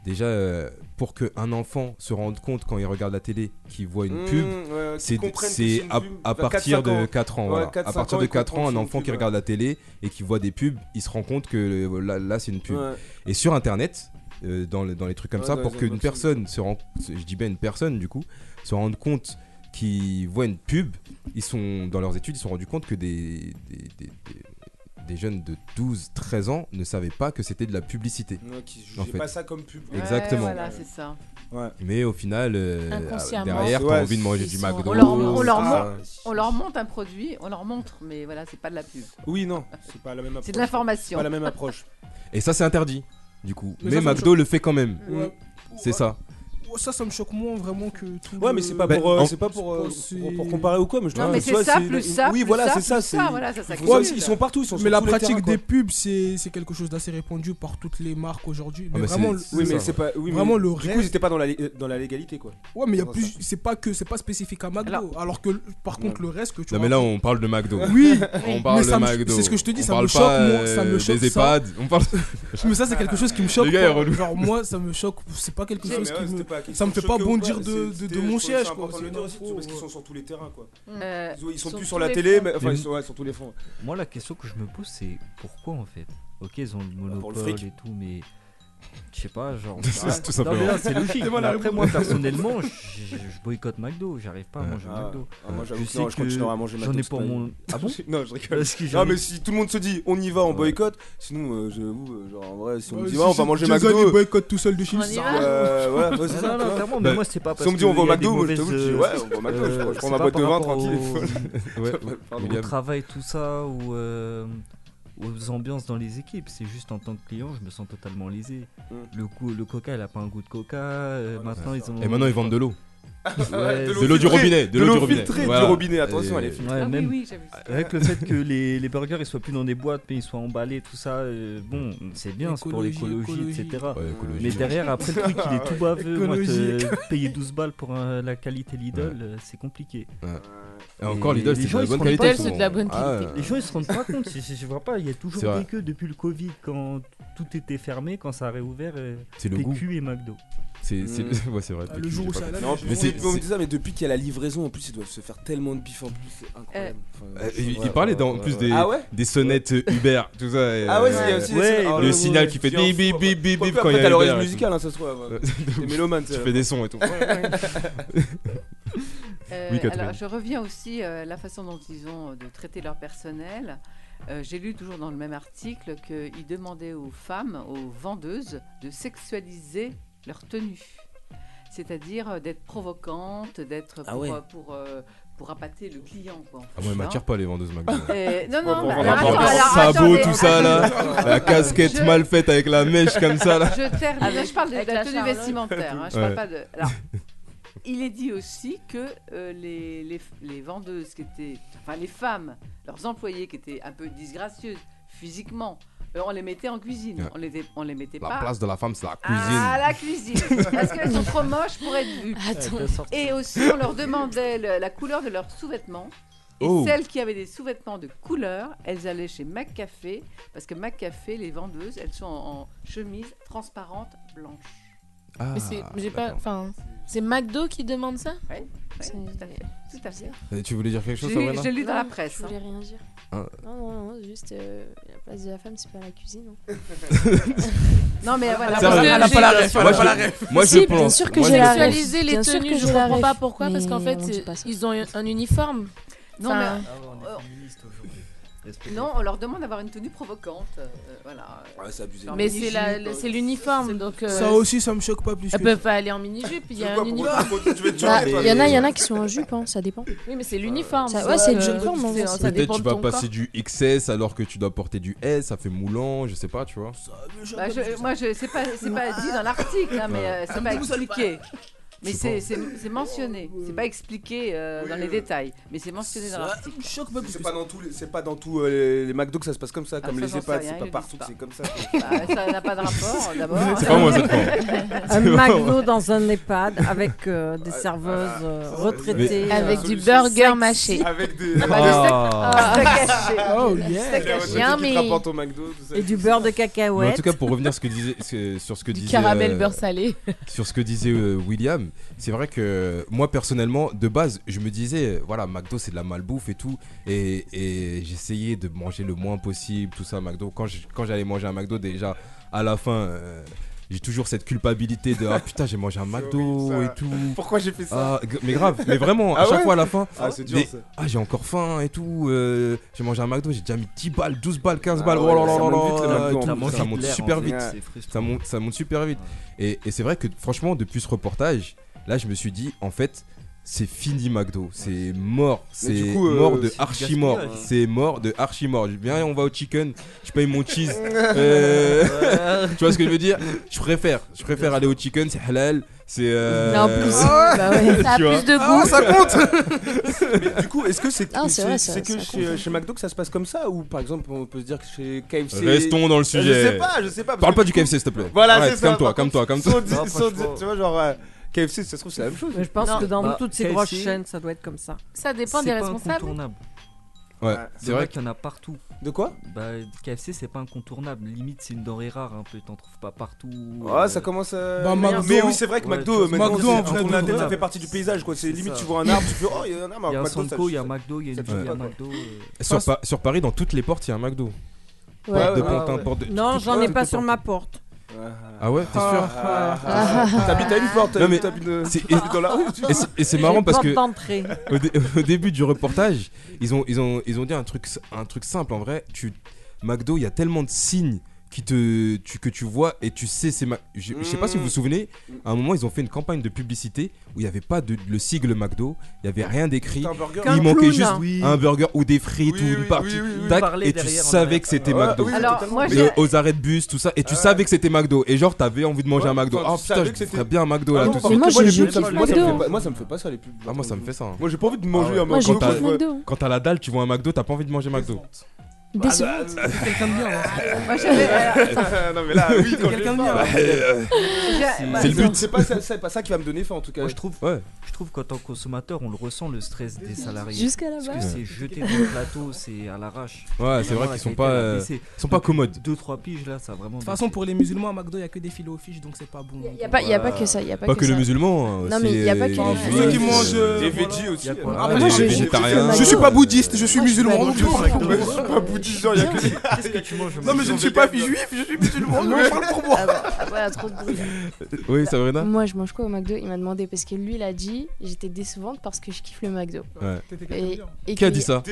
déjà euh, pour que un enfant se rende compte quand il regarde la télé qu'il voit une
Mmh,
pub
ouais, qu'il
c'est
comprenne que c'est
c'est
une
à,
pub
à
vers quatre,
partir
cinq
de
ans.
4 ans
Ouais,
voilà.
quatre,
à
cinq
partir
ans,
de
il
4
comprend
ans
que c'est
un
une
enfant qui
pub, ouais.
regarde la télé et qui voit des pubs il se rend compte que euh, là, là, c'est une pub
Ouais.
et sur internet euh, dans, le- dans les trucs comme
Ouais,
ça
dans
pour
les
qu'une
unboxings.
personne se rende je dis bien une personne du coup se rende compte qui voit une pub ils sont dans leurs études ils se sont rendus compte que des, des, des- des- des jeunes de 12, 13 ans ne savaient pas que c'était de la publicité.
Ouais, qui
en
jugeaient
fait.
pas ça comme pub. Ouais,
Exactement.
voilà, c'est ça.
Ouais.
Mais au final, euh,
Inconsciemment.
derrière, t'as
Ouais,
envie de manger
ils
du
sont- Ah,
McDo.
On leur, on, leur
tout ça.
montre, on leur montre un produit, on leur montre, mais voilà, c'est pas de la pub.
Oui, non, c'est pas la même approche.
C'est de l'information.
Pas la même approche.
Et ça, c'est interdit, du coup. Mais,
Mais ça, c'est
McDo
autre
le fait quand même.
Ouais.
C'est ça.
Ouais, Ça, ça me choque moins vraiment que tout.
Ouais,
le-
mais c'est pas
Ben,
pour, euh,
en-
c'est pas pour, euh,
C'est-
pour, pour comparer ou quoi, mais je
Non,
trouve
mais
que, tu
c'est
vois,
ça,
c'est-
plus ça,
Oui,
plus
voilà,
ça,
c'est ça.
plus ça,
c'est-
voilà, ça, ça
il faut savoir
cumule.
qu'ils sont partout, ils sont
mais
sur
la
tous les
pratique
terrains,
des pubs, c'est c'est quelque chose d'assez répandu par toutes les marques aujourd'hui.
quoi.
Mais vraiment, le-
oui, Ah, mais c'est pas. Oui, mais
vraiment le
Du
rêve.
coup, ils étaient pas dans la, lé- dans la légalité, quoi.
Ouais, mais il y a
Dans
plus. C'est pas que c'est pas spécifique à McDo. Alors, que par contre le reste que tu.
Non, mais là, on parle de McDo.
Oui.
On parle
Mais
de
ça me-
McDo.
C'est ce que je te dis,
On
ça me
parle
choque.
pas,
moi, ça me
euh,
choque.
Des
ça.
EHPAD. On parle.
Mais ça, c'est quelque chose qui me choque.
Le gars est
quoi.
relou.
Genre moi, ça me choque. C'est pas quelque
Non,
chose
mais
qui
ouais,
me.
c'était pas
Ça me fait
choqué
pas
ou
bondir
c'était-
de de-
c'était-
de
je
mon
trouve ça
siège.
important
quoi.
de le dire aussi, parce qu'ils sont sur tous les terrains, quoi.
Euh,
Ils ont- ils sont
sur
plus
tous
sur la
les
télé,
fronts.
mais enfin,
Mais
ils sont ouais, sur tous les fronts.
Moi, la question que je me pose, c'est pourquoi en fait Ok, ils ont le monopole
Bah, fric.
et tout, mais je sais pas,
<laughs>
genre.
C'est-
Ah,
tout simplement.
non, mais là, c'est logique.
Demande
Mais
la
après,
réponse.
moi, personnellement, je, je- je boycotte McDo. J'arrive pas à manger
Ah,
McDo.
ah, moi, j'avoue
je
que non, je continuerai à manger
J'en
McDo
ai
toute
pour
ma vie.
mon. Ah bon
<laughs> Non, je rigole.
Parce que j'en
non,
ai-
mais si tout le monde se dit on y va, on boycotte, sinon, euh, j'avoue, euh, genre en vrai, si on me dit ouais, on va manger
Jason,
McDo.
il boycotte tout seul de chez
On
lui.
y va. Euh, voilà, ouais, c'est
Non,
ça,
non,
tu vois.
clairement, mais
Bah,
moi, c'est pas
si on
parce
me dit, on
que
va au
il y a des
McDo, moi, je
mauvaises,
t'avoue, je dis,
euh,
ouais, on va au McDo, je prends- je prends
c'est
ma
pas
boîte de
par
vin,
rapport
tranquille. <laughs>
au- <laughs>
Ouais,
Au,
William.
travail, tout ça, ou euh, aux ambiances dans les équipes. C'est juste en tant que client, je me sens totalement lésé.
Hmm.
Le, coup, le coca, il a pas un goût de coca. euh, maintenant, ils ont.
Et maintenant, ils
<laughs>
vendent de l'eau.
Ouais,
de l'eau du
filtrée.
robinet. De l'eau du robinet.
filtrée,
Voilà. Et-
Ouais,
oui,
même
Ah, oui, j'avais vu ça.
Avec le fait que les, les burgers ils soient plus dans des boîtes, mais ils soient emballés, tout ça, euh, bon, c'est bien, c'est pour Écologie,
l'écologie,
l'écologie,
écologie.
etc.
Ouais, écologie.
mais derrière, après le truc, il est tout baveux. Moi,
Écologie.
te- <laughs> payer 12 balles pour euh, la qualité Lidl, euh, c'est compliqué.
Ouais. Et encore, Lidl,
les
c'est de
gens,
la
ils se
bonne
rendent
qualité,
pas
souvent.
compte.
C'est de la bonne Ah, qualité.
Les gens, ils se rendent pas compte. Je, je- je vois pas, il y a toujours
C'est vrai.
des queues depuis le Covid, quand tout était fermé, quand ça a réouvert, euh,
C'est le
PQ
goût.
et McDo.
C'est- c'est-
Mm.
<laughs> ouais, c'est vrai,
le
PQ,
jour
j'ai
où
pas
ça
compris.
allait, mais
Mais
on
c'est-
dit- on dit ça, mais depuis qu'il y a la livraison, en plus, ils doivent se faire tellement de bif en plus, c'est incroyable. Enfin,
Euh, il, il
ouais,
parlait
ouais,
dans, en
ouais,
plus
ouais.
des,
Ah ouais
des sonnettes euh, Uber, tout ça. et,
Ah ouais,
euh,
il y a aussi des
ouais,
sonnettes- ah
le
ouais,
signal
ouais,
qui fait
qui en
bip bip
font-
bip bip
Quoique,
bip quand il
après,
y a
t'as
Uber
l'oreille
et tout.
musicale, hein, ça se trouve,
<laughs>
ouais. T'es mélomane,
Tu
ça.
fais des sons et tout.
Euh,
oui, Catherine.
alors, je reviens aussi à la façon dont ils ont euh, de traiter leur personnel. Euh, J'ai lu toujours dans le même article qu'ils demandaient aux femmes, aux vendeuses, de sexualiser leur tenue. C'est-à-dire euh, d'être provocante, d'être pour,
Ah ouais.
euh, pour, euh, pour appâter le client. Quoi, en
Ah, moi,
fait,
elles
hein.
m'attirent pas, les vendeuses McDo.
Euh, non, non,
Ouais,
bah,
on va
alors,
voir
attends,
des
alors,
sabots,
attendez,
tout ça, là.
attendez.
La casquette
<laughs> Je-
mal faite avec la mèche comme ça, là.
Je termine.
Avec-
Ah, je parle de,
avec
la,
la
tenue
Charlotte.
vestimentaire. hein, je
Ouais.
parle pas de. Alors, il est dit aussi que euh, les, les, les vendeuses qui étaient, enfin les femmes, leurs employées qui étaient un peu disgracieuses physiquement, euh, on les mettait en cuisine.
Ouais.
On les, on les mettait
<laughs> La
pas.
place de la femme, c'est la
Ah,
À la
cuisine.
cuisine, parce qu'elles sont trop moches pour être vues.
Attends. Elles sortent.
Et aussi, on leur demandait le- la couleur de leurs sous-vêtements. Et
Oh.
celles qui avaient des sous-vêtements de couleur, elles allaient chez McCafé, parce que McCafé, les vendeuses, elles sont en, en chemise transparente blanche.
Ah,
Mais c'est, j'ai pas, enfin, c'est McDo qui demande ça
Oui, tout à fait. Tout à fait.
Euh, Tu voulais dire quelque chose,
J'ai-
Sabrina
j'ai lu dans la
Non,
presse,
Je voulais rien dire.
Ah.
Non, non, non, juste euh, la place de la femme, c'est pas la cuisine.
<laughs>
hein.
Non, mais voilà.
Ça, elle a pas la ref, elle a
Moi,
pas la
je-
ref. Moi,
Si,
je
bien
pense-
sûr que
moi,
j'ai
je
la
pense-
ref.
Visualiser les
Bien sûr
tenues,
que
je
je la
comprends
ref,
pas pourquoi,
mais
parce qu'en fait,
on dit
c'est- ils ont un uniforme.
Non,
Enfin,
mais- Non, on leur demande d'avoir une tenue provocante. euh, voilà.
Ouais, c'est abusé.
Mais c'est la- le- c'est l'uniforme, donc. euh,
Ça aussi, ça me choque pas plus.
Elles
que
peuvent
ça.
pas aller en mini-jupe, il y
C'est
a
quoi
un
pour-
uniforme.
Bah, Il y en a, il y en a qui sont en jupe, hein, ça dépend.
Oui, Ah, mais c'est l'uniforme.
Ça- ouais, c'est
donc,
le
euh,
uniforme, en
c'est-
fait.
ça
Peut-être
dépend
tu
de
vas
ton
passer
corps.
du XS alors que tu dois porter du S, ça fait moulant, je sais pas, tu vois.
Bah, je- moi, je, c'est pas, c'est pas dit dans l'article, hein, mais
Ouais.
euh, c'est pas expliqué. Mais
Je
c'est,
sais
c'est, c'est mentionné. C'est pas expliqué euh, dans les détails, mais c'est mentionné dans
Ça
l'article.
C'est pas dans tous les, c'est pas dans tous euh, les, les McDo que ça se passe comme ça,
Ah,
comme
ça,
les
j'en sais
EHPAD,
rien,
c'est
ils
pas
le
partout
disent
que c'est comme ça.
Bah, ça n'a pas
<laughs>
de rapport, d'abord.
C'est pas moi, cette fois. <laughs>
Un
C'est
McDo dans un EHPAD avec euh, des serveuses euh, retraitées. euh,
Mais- Avec du burger mâché.
Avec des.
Ah bah,
des-
le steak- Ah.
steak haché.
Oh,
Le
yeah.
steak haché.
Ceux qui te rapportent au McDo, tout ça.
Et du beurre de
Mais en
cacahuète.
tout cas, pour revenir ce que disait, ce- sur ce que disait,
caramel
euh,
beurre salé.
sur ce que disait euh, William, c'est vrai que euh, moi personnellement, de base, je me disais, euh, voilà, McDo c'est de la malbouffe et tout, et, et j'essayais de manger le moins possible, tout ça, à McDo. Quand je- quand j'allais manger à McDo, déjà, à la fin, euh, j'ai toujours cette culpabilité de ah putain j'ai mangé un McDo et tout.
Pourquoi j'ai fait ça
Ah, g- mais grave, mais vraiment, à
Ah
chaque
ouais
fois à la fin,
Ah, c'est dur,
des-
ça.
Ah, j'ai encore faim et tout. euh, j'ai mangé un McDo, j'ai déjà mis 10 balles, 12 balles, 15
Ah
balles.
ouais,
oh là
ça
là là
monte
là
vite, le
là,
McDo,
et
en
tout,
plus.
ça monte
L'air, en
super
fait.
vite.
Ouais. C'est frustrant.
Ça monte, ça monte super vite. Et, et c'est vrai que franchement, depuis ce reportage, là, je me suis dit, en fait. C'est fini McDo, c'est mort,
Mais du
c'est
coup, euh,
mort de
c'est du
archi mort,
gaspillage.
c'est mort de archi mort. Bien, on va au chicken, je paye mon
<laughs>
cheese. Euh, <laughs> tu vois ce que je veux dire Je préfère, je préfère aller au chicken, c'est halal, c'est. euh,
Non, en
<laughs>
plus, bah ouais. Ça a
tu vois.
plus de goût. Ah, ça <laughs> compte
Mais
Du coup, est-ce que c'est
Non, c'est vrai,
c'est-
ça-
c'est que
ça
chez, chez McDo que ça se passe comme ça Ou par exemple, on peut se dire que chez KFC.
Restons dans le sujet.
Je sais pas, je sais pas. parce
Parle
que
pas
du
du
coup-
KFC, s'il te plaît.
Voilà,
Arrête,
c'est ça.
calme-toi,
par contre,
calme-toi, calme-toi.
sans dire-
Non,
sans
franchement.
dire- Tu vois, genre, euh, KFC, ça se trouve, c'est la même chose.
Mais je pense
Non.
que dans
Bah,
toutes ces
KFC,
grosses chaînes, ça doit être comme ça.
Ça dépend
C'est
des
pas
responsables.
incontournable.
Ouais, c'est vrai.
qu'il y en a partout.
De quoi
Bah, KFC, c'est pas incontournable. Limite, c'est une denrée rare un peu. T'en trouves pas partout.
Ah, ça commence à.
Bah,
mais,
McDo,
mais oui, c'est vrai que
ouais, tu
McDo,
vois,
euh, maintenant,
McDo, en vrai,
on
de
a tête, ça
vrai.
fait partie du paysage, quoi. C'est
C'est
limite,
ça.
tu vois un arbre, tu fais, oh, il y a un arbre,
Il y a un
McDo, ça-
Sanko, il y a
ça-
McDo, il y a
ça
du
tue
il y a
pas, quoi.
McDo. euh,
Sur, Pa- sur Paris, dans toutes les portes, il y a un McDo.
Ouais.
Porte de
Ouais,
Pantin,
ouais.
porte de-
Non,
toutes-
j'en ai
toutes
pas
les
sur
portes.
ma porte.
Ah ouais, t'es sûr
Ah, ah, ah.
T'habites à une porte,
Non, mais
t'habites de-
c'est-
t'habites dans la rue, tu
et c'est- Et c'est
J'ai
marrant
une
parce
porte
que
d'entrée.
au, dé- au début du reportage, ils ont, ils ont, ils ont dit un truc, un truc simple en vrai. Tu, McDo, il y a tellement de signes qui te, tu, que tu vois et tu sais c'est. Ma- je, je sais pas si vous vous souvenez, à un moment ils ont fait une campagne de publicité où il n'y avait pas de, le sigle McDo, il n'y avait rien d'écrit.
C'était un burger.
Il
Qu'un
manquait
clown,
juste
hein. Oui.
un burger ou des frites ou une partie.
oui. Il
Tac,
parlait
et tu
derrière, en
savais
arrière.
que c'était
Ah ouais,
McDo.
oui, Alors, totalement. moi,
Mais euh,
j'ai-
aux arrêts de bus, tout ça, et tu savais que c'était McDo. Et genre t'avais envie de manger
Ouais,
un McDo.
enfin,
Ah
tu
putain,
savais
je
que c'était-
ferais bien un McDo
Ah
là.
non,
tout de
par
suite.
contre, les pubs, ça me-
kiffe
moi, ça me
McDo.
fait pas- Moi, ça me fait pas ça, les pubs.
Ah, moi ça me fait ça. hein.
Moi, j'ai pas envie de manger
Ah ouais.
un McDo.
Quand t'as-
McDo.
Quand t'as la dalle, tu vois un McDo, t'as pas envie de manger McDo.
Décevante.
C'est quelqu'un de bien. hein.
<laughs>
Moi, j'avais-
Ah, bah, <laughs> non, mais là, oui,
C'est
quand
quelqu'un de
je
bien.
parle.
Bah,
hein.
euh,
C'est-
C'est le but. C'est pas ça- c'est pas ça qui va me donner faim, en tout cas.
Moi, je trouve,
ouais.
je trouve qu'en tant que consommateur, on le ressent le stress des salariés.
Jusqu'à la
Parce
base.
que c'est jeté dans le plateau, c'est à l'arrache.
Ouais, c'est
Vraiment,
vrai
la
qu'ils sont
qualité,
pas,
elle a
euh,
baissé.
ils sont pas
Donc,
commodes.
Deux trois piges là, ça a vraiment.
De toute façon, pour les musulmans, à McDo, il n'y a que des filets aux fiches, donc c'est pas bon.
Il n'y a, pas- y a pas que ça. Y a pas,
Pas que
ça.
les musulmans.
Non, mais il n'y a pas que
les
les
Ceux qui mangent, euh,
Des veggies aussi.
quoi.
Ah, mais
Ah,
moi,
les
je- je-
végétariens.
Je suis pas bouddhiste,
je suis
Moi, pas
musulman. donc
bouddhiste,
je mange.
je suis pas bouddhiste, genre, y a que des-
Non, mais je ne suis pas juif, je suis musulman. je vais parler pour
Ah
moi.
Voilà, bah, trop de bruit.
<laughs> Oui, Sabrina
Moi, je mange quoi au McDo Il m'a demandé parce que lui, il a dit j'étais décevante parce que je kiffe le McDo.
Ouais.
Et, et
Qui a
que-
dit ça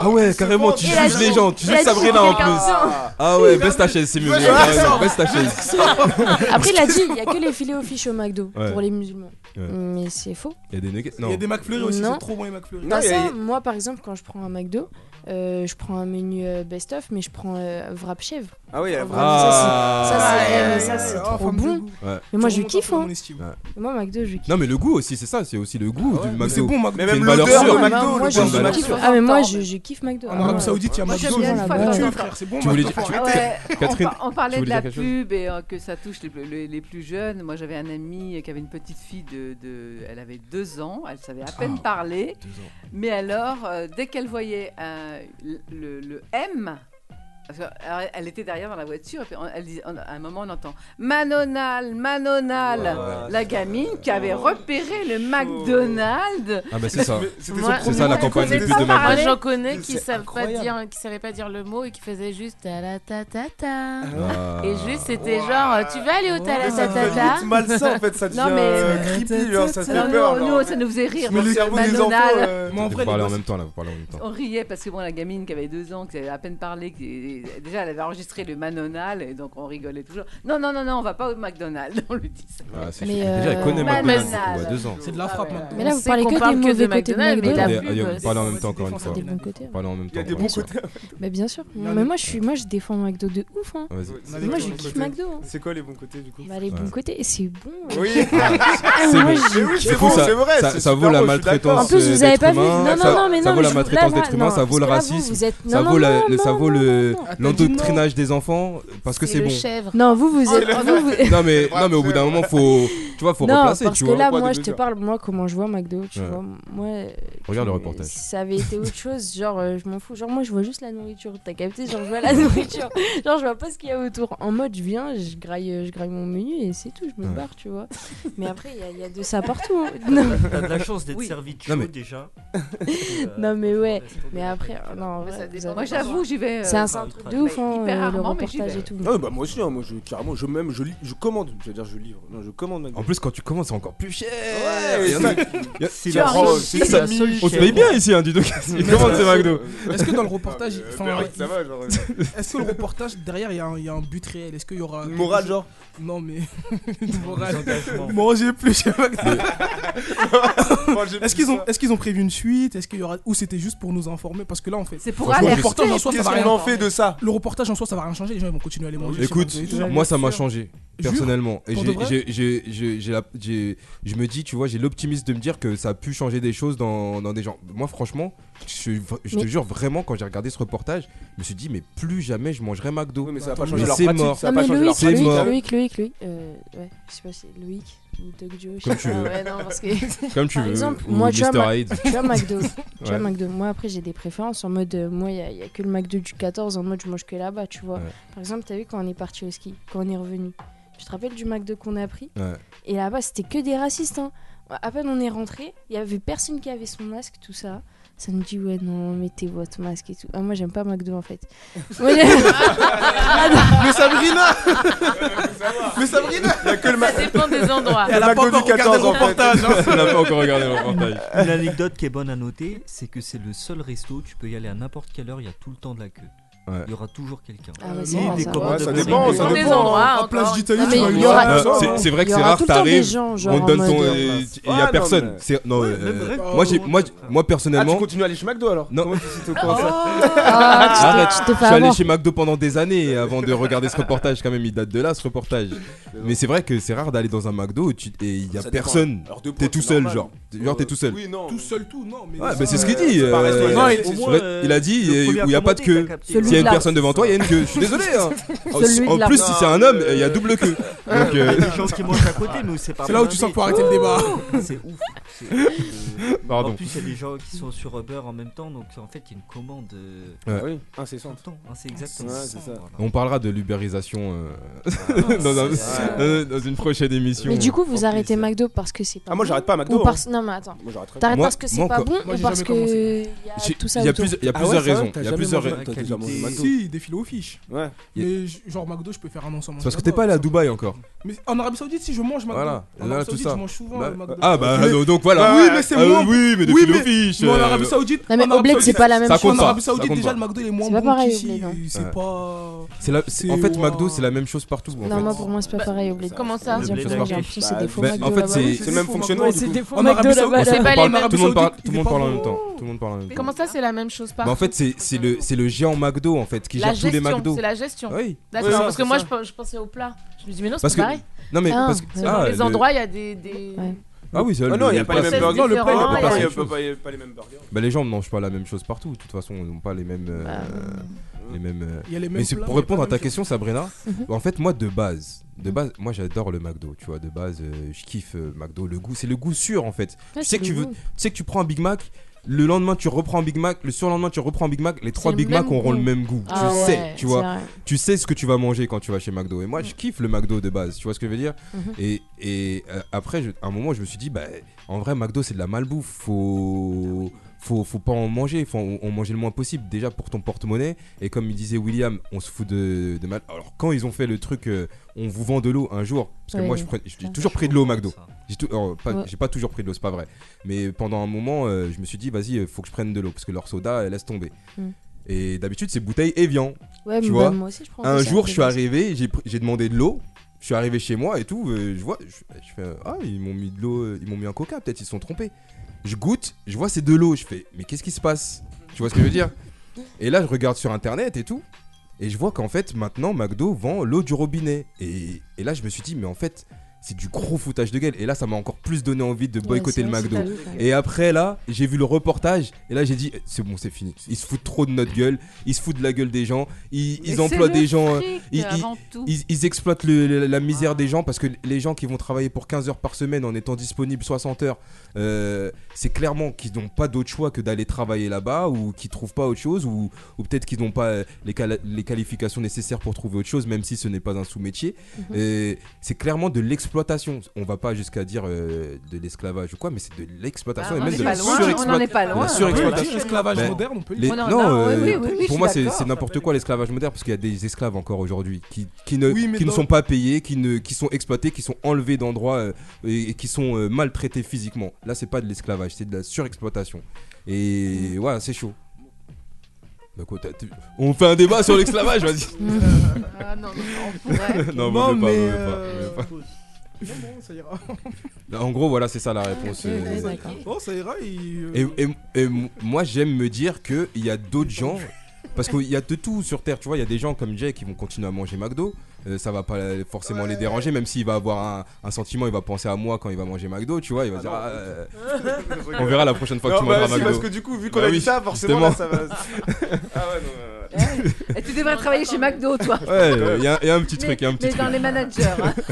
Ah ouais, carrément, tu
Il a
juges
dit-
les gens, tu
il a dit
juges Sabrina en
quelqu'un.
plus. Ah ouais, baisse ta chaise, c'est mieux.
Ouais,
ouais, t'as
c'est
raison,
ça.
Baisse
<laughs>
ta chaise.
<laughs> Après, il a dit il n'y a que les filets aux fiches au McDo
Ouais.
pour les musulmans.
Ouais.
Mais c'est faux.
Il y a des nuggets. Non.
Il y a des McFlurry aussi,
Non.
c'est trop bon les McFlurry.
Pas ça, moi par exemple, quand je prends un McDo, euh, je prends un menu euh, best-of, mais je prends euh, wrap chèvre.
Ah oui, la
Enfin,
wrap.
ça, c'est-
Ah.
ça, c'est-
Aïe, aïe,
mais ça,
aïe,
c'est
aïe. Oh,
trop
femme de
bon.
goût.
Ouais.
Mais moi
Tu
je
remontes
kiffe.
un peu
hein.
mon estime.
Moi, McDo, je kiffe.
Non, mais le goût aussi, c'est ça, c'est aussi le goût du McDo.
c'est bon, McDo.
Ah C'est
Mais même
une valeur
l'odeur
sûre.
de McDo,
C'est
Moi,
une
je kiffe
valeur
McDo.
sûre.
Ah, mais moi, je, je kiffe McDo. hein.
En Arabie Saoudite, il y a
Moi,
McDo.
j'aime bien la
Voilà.
facture.
frère, c'est bon.
Tu voulais
McDo,
dire-
faut arrêter.
Ouais,
Catherine,
on, par- on parlait
tu
de
voulais
la
dire quelque chose
pub et euh, que ça touche les, plus- les- les plus jeunes. Moi, j'avais un ami qui avait une petite fille de, de- elle avait deux ans, elle savait à peine
Ah,
parler.
deux ans.
Mais alors, euh, dès qu'elle voyait un- le, le M. parce que, alors, elle était derrière dans la voiture et puis on- elle disait- on- à un moment on entend Manonal, Manonal,
Ouais.
la gamine qui avait
Ouais.
repéré le McDonald's.
Ah bah c'est ça.
c'était son
C'est
premier
ça la
mot.
campagne
Elle
de plus
connaît
de
pas
Moi,
McDo.
parler.
j'en connais qui
C'est
savent pas
incroyable.
dire, qui savaient pas dire le mot et qui faisaient juste ta la ta ta ta.
Ah.
Et juste, c'était genre, tu vas aller au ta la ta ta ta.
C'est malsain en fait, ça devient euh, creepy, genre, ça te
Alors,
fait peur.
nous,
genre.
nous, ça nous faisait rire.
Mais
parce
les
que
cerveaux des enfants,
Manonal-
euh,
Vous parlez en même temps là, vous parlez en même temps.
On riait parce que bon, la gamine qui avait deux ans, qui avait à peine parlé, qui, déjà elle avait enregistré le Manonal et donc on rigolait toujours. Non, non, non, non, on va pas au McDonald's, <laughs> on lui dit ça.
Ah, c'est
Mais,
sûr. Déjà, elle
euh,
connaît McDonald's.
Manal.
Ouais, deux ans.
C'est de la frappe maintenant.
Ah Mais là,
On
vous
sait
parlez
qu'on
que
parle
des
que
mauvais
de
côtés de
McDonald's, mais
McDo.
la
Attendez,
pub,
allez, on
c'est-
parle en même temps encore une fois.
Des bons côtés.
On parle en même temps.
Il y a des
encore
bons
une fois.
côtés.
Mais bien sûr. Mais moi, je suis, moi, je défends McDo de ouf. Hein.
Vas-y.
Avec
Moi,
les
je
bons
kiffe
côtés.
McDo. hein.
C'est quoi les bons côtés du coup
Bah, les bons
Ouais.
côtés, et c'est bon.
Oui.
Ah,
C'est
moi,
bon.
je
Mais oui,
kiffe.
c'est bon, Du coup, ça- c'est vrai, ça- c'est ça super vaut la bon, je suis d'accord. maltraitance,
En plus,
euh,
vous avez
d'être
pas vu.
humain,
Non,
ça-
non, non, mais
ça
non.
vaut
mais
la
je-
maltraitance
là, moi-
d'être humain,
non,
ça vaut
parce
le
que là,
racisme,
vous, vous êtes-
Ça
non,
vaut
non,
la-
non,
le- ça
non,
vaut
non,
le-
non.
l'endoctrinage des enfants parce que c'est bon.
Non, vous, vous êtes. vous, vous- <laughs>
Non mais non mais au bout d'un moment faut tu vois, faut
non,
replacer,
parce
tu
que
vois.
là,
Poids de
moi, je te
mesure.
parle, moi, comment je vois McDo, tu
Ouais.
vois. Moi,
Regarde le reportage.
si Euh, ça avait été autre chose, genre, euh, je m'en fous. Genre, moi, je vois juste la nourriture. T'as capté Genre, je vois la <laughs> nourriture. Genre, je vois pas ce qu'il y a autour. En mode, je viens, je graille, euh, je graille mon menu et c'est tout, je me
Ouais.
barre, tu vois. <laughs> Mais après, il y a- il y, a de ça partout. hein. <laughs> Non.
T'as <laughs> de la chance d'être
Oui.
servi de
Non,
chaud
mais-
déjà.
euh, Non, mais ouais. Mais après, euh, non, en vrai,
ça
vous
dépend.
avez
Moi,
raison.
j'avoue, j'y vais, euh,
C'est un c'est un truc de
mais
ouf, hein,
hyper
euh, le
rarement, mais j'y
reportage
vais.
et tout.
Ah ouais, bah moi aussi, hein, moi je carrément, je même, je, lis- je commande, j'allais dire je livre, non je commande McDo.
En plus, quand tu commences, c'est encore plus cher.
Ouais,
Il y en a- il y a-
C'est
il y a-
la
Oh,
seule-
c'est
c'est la
ça.
seule
On se
chaîne.
paye bien ici, hein, dis donc. Ils commandent ces McDo.
Euh, Est-ce que dans le reportage,
euh,
enfin,
Uber Eats, ça va,
<laughs>
genre,
est-ce que le reportage derrière il y, a un- il y a un but réel Est-ce qu'il y aura une
morale, genre
Non mais <laughs> une morale.
engagements.
Mangez plus chez
<laughs>
McDo.
Mangez plus
Est-ce qu'ils ont,
ça.
est-ce qu'ils ont prévu une suite Est-ce qu'il y aura ou c'était juste pour nous informer Parce que là en fait, c'est
pour
le
alerter.
reportage en soi, ça
Qu'est-ce
va rien
qu'on en fait de ça
Le reportage en soi, ça va rien changer. Les gens ils vont continuer à aller
Oh,
manger. chez
Écoute,
McDo et tout.
moi ça m'a changé
Jure
personnellement et
Pour
j'ai-
de vrai
j'ai- j'ai- j'ai- j'ai la- j'ai- je me dis tu vois j'ai l'optimisme de me dire que ça a pu changer des choses dans, dans des gens moi franchement je, je te
Mais-
jure vraiment quand j'ai regardé ce reportage je me suis dit mais plus jamais je mangerai McDo
mais ça va pas
Mais
changer leur
c'est
pratique,
mort
ça va pas changer leur
c'est
Ah, Loïc,
mort
Loïc, Loïc, Loïc, euh, ouais, je sais pas si Loïc ou Doc Joe, je
Comme
sais
tu
pas, Ah
veux.
ouais, non, parce que-
<laughs> Comme tu
Par
veux,
exemple,
ou
moi, tu vois,
Mr.
Ma-
Hyde.
tu vois
<laughs>
McDo, tu vois
Ouais.
McDo, moi après j'ai des préférences en mode, euh, moi il y, a- y a que le McDo du 14 en mode je mange que là-bas, tu vois.
Ouais.
Par exemple, t'as vu quand on est parti au ski, quand on est revenu, tu te rappelles du McDo qu'on a pris
Ouais.
Et là-bas c'était que des racistes, hein. À peine on est rentré, il y avait personne qui avait son masque, tout ça. Ça me dit ouais non mettez votre masque et tout. Ah moi j'aime pas McDo en
<laughs>
fait. Moi, j'aime-
<laughs> Mais Sabrina Mais Sabrina Il y a que le
Ça dépend des endroits.
Il y a
Elle a
le
pas
McDo du
encore regardé
14
le
en fait.
reportage, hein.
On n'a pas encore regardé le reportage.
Une anecdote qui est bonne à noter, c'est que c'est le seul resto où tu peux y aller à n'importe quelle heure, il y a tout le temps de la queue. Il y aura toujours quelqu'un.
Ah ouais,
Et
c'est bon,
des
ça.
commandes
Ouais, ça
de
dépend,
prix.
ça Dans les dépend. endroits, À encore. Place d'Italie, Non, tu mais vas il y aller aura- voir.
Euh, c'est- C'est vrai
il
que
y
c'est
aura
rare,
tout le temps des
t'arrives,
gens,
on
genre,
te donne
en
ton.
mode- euh,
et- et Il y
hein. Ouais,
a
non,
personne.
mais-
C'est- Non,
Ouais,
euh,
même vrai.
moi j'ai- moi- moi
Ah,
personnellement.
tu continues à aller chez McDo alors
Non.
Comment tu sais, c'est au courant, ça
Ah,
Arrête,
tu t'es- tu t'es fait
je suis allé
avoir.
chez McDo pendant des années avant de regarder ce reportage quand même, il date de là ce reportage. Mais c'est vrai que c'est rare d'aller dans un McDo où tu- et il y a
Ça dépend.
personne.
Alors, deux points,
T'es tout
c'est
seul
normal.
genre. Genre t'es tout seul.
Oui, non.
Tout seul, tout, non. Mais
Ouais, bah, c'est ce qu'il dit. euh,
Non, il-
il,
au moins,
il a dit
le
euh,
premier
où il n'y a pas de
commandé,
queue.
t'as capté.
S'il y a une
Celui-là.
personne devant toi, il y a une
<laughs>
queue. Je suis désolé. hein. En-
Celui
En
de là.
plus, si c'est un homme, il y a double queue. Donc, euh,
Il y a des gens qui mangent à côté, mais où c'est pas
C'est là où tu sens qu'il faut arrêter le débat.
Oh, C'est ouf. c'est- euh,
Pardon.
En plus, il y a des gens qui sont sur Uber en même temps, donc en fait, il y a une commande. euh,
Ouais.
Ah Oui, incessant.
Tout le temps, hein, c'est exactement
Ouais,
ça.
c'est ça.
Voilà.
<laughs> On parlera de l'ubérisation euh,
Ah,
<laughs> dans, un-
c'est-
dans- dans une prochaine émission.
Mais du coup, vous arrêtez McDo parce que c'est pas.
Ah, moi,
bon
j'arrête pas à McDo,
ou
hein.
parce- Non, mais attends.
Moi, j'arrêterai.
T'arrêtes
Moi-
parce que c'est
moi,
pas
encore-
bon
Moi,
ou
j'ai
parce
jamais
que.
commencé.
Il y a
J'ai-
tout ça
il y a
autour.
plusieurs- il y a
Ah ouais,
plusieurs
c'est vrai, t'as
raisons. Il y a
jamais
plusieurs
mangé
raisons.
un McDo. T'as déjà mangé au McDo.
Si, des filets aux fiches.
Ouais.
Mais j- genre McDo, je peux faire un ensemble.
C'est parce que t'es pas allé à Dubaï encore.
Mais en Arabie Saoudite, si je mange McDo.
Voilà,
en
là,
Arabie
tout
Saoudite,
ça.
je mange souvent
Bah,
le McDo.
ah, bah,
Mais-
donc, donc voilà.
Bah
Oui,
ouais.
mais c'est
Ah,
moins-
Oui, mais des
oui,
kilos
mais-
fiches.
mais en
euh,
Arabie Saoudite-
Non, mais
en
au bled,
Arabie
c'est pas la
Saoudite-
même
en
chose.
Arabie
Ça
Saoudite,
compte
déjà,
pas.
le McDo, il est moins
C'est pas
bon
pareil,
qu'ici.
au bled, hein.
C'est
Ouais.
pas.
C'est la- c'est- en
C'est
fait,
au-
McDo, c'est la même chose partout. en
Non,
fait.
moi pour moi c'est
Bah,
pas pareil au bled.
Comment ça
J'ai l'impression- j'ai l'impression que c'est des faux
Bah,
McDo
En fait,
là-bas.
c'est
c'est même
fonctionnement, du coup.
En Arabie Saoudite,
en fait,
c'est
on
pas
parle-
les mêmes.
Tout le monde parle,
Saoudite,
tout
il
le
est
monde
pas
parle en
bon.
même temps. Tout le monde parle en même temps.
Comment ça, c'est la même chose
Mais en
partout
fait, c'est c'est le, c'est le géant McDo en fait qui
La
gère tous les
gestion,
McDo.
C'est la gestion.
Oui.
D'accord,
Oui,
parce
c'est
que moi,
ça.
je, pe- je pensais au plat. Je me dis, mais non, c'est
Parce
pas
que-
pareil.
non, mais Ah, parce que-
Selon
ah,
les
le-
endroits, il y a des. des...
Ah oui, c'est
Ah
le-
non, il y a
le
pas les
plat,
mêmes
c'est-
burgers. Non, le plat, il y a pas
le plat,
pareil,
c'est
il y a
autre chose.
pas- il y a pas les mêmes burgers.
Bah, les gens ne mangent pas la même chose partout. De toute façon, ils n'ont pas les mêmes. euh,
Bah.
les mêmes euh,
Il y a les mêmes
mais c'est
plats,
pour
mais
répondre
pas
à ta
la même
question,
chose. <laughs>
Sabrina. bah,
Mhm.
en fait, moi de base, de base, moi j'adore le McDo. Tu vois, de base, euh, je kiffe euh, McDo. Le goût, c'est le goût sûr en fait.
Ouais,
tu
c'est
sais que tu
le
veux,
goût.
tu sais que tu prends un Big Mac. Le lendemain, tu reprends un Big Mac. Le surlendemain, tu reprends un Big Mac. Les trois
le
Big Mac
même
auront le
goût.
même goût.
Ah
tu
ouais,
sais, tu
c'est
vois.
vrai.
Tu sais ce que tu vas manger quand tu vas chez McDo. Et moi, je kiffe le McDo de base. Tu vois ce que je veux dire
Mhm.
Et, et euh, après, je- à un moment, je me suis dit, bah, en vrai, McDo, c'est de la malbouffe. Faut, faut, faut pas en manger. Faut en, en manger le moins possible. Déjà pour ton porte-monnaie. Et comme il disait William, on se fout de, de mal. Alors, quand ils ont fait le truc, euh, on vous vend de l'eau un jour. Parce que
Ouais.
moi, je prenais- j'ai
Ah, Ça,
toujours
je
pris de l'eau au
comprends
McDo.
ça.
J'ai tout- alors, pas,
Ouais.
j'ai pas toujours pris de l'eau, c'est pas vrai. Mais pendant un moment, euh, je me suis dit, vas-y, euh, faut que je prenne de l'eau. Parce que leur soda, elle laisse tomber.
Mm.
Et d'habitude, c'est bouteille Evian.
Ouais,
tu
mais
vois
bah, moi aussi, je prends
Un
des
jour,
sacs
je
de
suis
base.
arrivé, j'ai pr- j'ai demandé de l'eau. Je suis arrivé chez moi et tout. euh, je vois, je, je fais euh, ah ils m'ont mis de l'eau, euh, ils m'ont mis un coca. Peut-être ils se sont trompés. Je goûte, je vois c'est de l'eau. Je fais mais qu'est-ce qui se passe Tu vois ce que je veux dire Et là, je regarde sur internet et tout. Et je vois qu'en fait, maintenant, McDo vend l'eau du robinet. Et, et là, je me suis dit, mais en fait, c'est du gros foutage de gueule. Et là, ça m'a encore plus donné envie de
c'est
boycotter le
vrai,
McDo.
c'est pas ouf, hein.
Et après, là, j'ai vu le reportage. Et là, j'ai dit, eh, c'est bon, c'est fini. Ils se foutent trop de notre gueule. Ils se foutent de la gueule des gens. Ils,
Mais
ils
c'est
emploient
le
des gens. euh,
fric,
ils, ils-
avant tout.
ils- ils exploitent le- le- la misère des gens parce que les gens qui vont travailler pour 15 heures par semaine en étant disponibles 60 heures, euh, c'est clairement qu'ils n'ont pas d'autre choix que d'aller travailler là-bas ou qu'ils trouvent pas autre chose ou, ou peut-être qu'ils n'ont pas euh, les, quali- les qualifications nécessaires pour trouver autre chose, même si ce n'est pas un sous-métier.
Mhm.
Euh, c'est clairement de l'exploitation. On va pas jusqu'à dire euh, de l'esclavage ou quoi, mais c'est de l'exploitation
Bah,
et
on
même
est
de
pas
la
loin,
surexploitation.
on en est pas loin.
La surexploitation.
On peut le dire, l'esclavage
Ben,
moderne, on peut le
les-
dire.
Non,
Non, non,
euh,
oui, oui, oui, oui, je
pour
suis
moi, c'est
d'accord.
c'est n'importe quoi l'esclavage moderne parce qu'il y a des esclaves encore aujourd'hui qui, qui ne,
Oui, mais
qui ne
dans-
sont pas payés, qui, ne, qui sont exploités, qui sont enlevés d'endroits euh, et, et qui sont euh, maltraités physiquement. Là, c'est pas de l'esclavage, c'est de la surexploitation. Et voilà, c'est chaud. Bah, quoi, t'as- tu- On fait un débat sur l'esclavage, vas-y.
<laughs> Ah, non, mais on
pourrait. <laughs> Non,
Non,
on veut pas, on
mais,
veut pas,
euh, <laughs>
on veut pas.
Non, bon, ça ira.
Là, En gros, voilà, c'est ça la réponse. euh,
Bon, ça ira. il- euh,
Et, et- et m- moi, j'aime me dire qu'il y a d'autres gens. Parce qu'il y a de tout sur Terre, tu vois. Il y a des gens comme Jay qui vont continuer à manger McDo. euh, ça va pas euh, forcément les déranger, même s'il va avoir un, un sentiment, il va penser à moi quand il va manger McDo, tu vois. Il va dire. ah, euh, on verra la prochaine fois que
Non,
tu
bah,
mangeras
si,
McDo.
parce que du coup, vu qu'on
Bah
a dit
oui,
ça, forcément,
justement.
là, ça va.
<laughs>
Ah ouais, non,
Eh oui. Et tu devrais travailler chez McDo, toi.
<laughs> Ouais, il y, a- il y a un petit
Mais-
truc, il y a un petit
Mais dans
truc.
les managers. hein.
<laughs>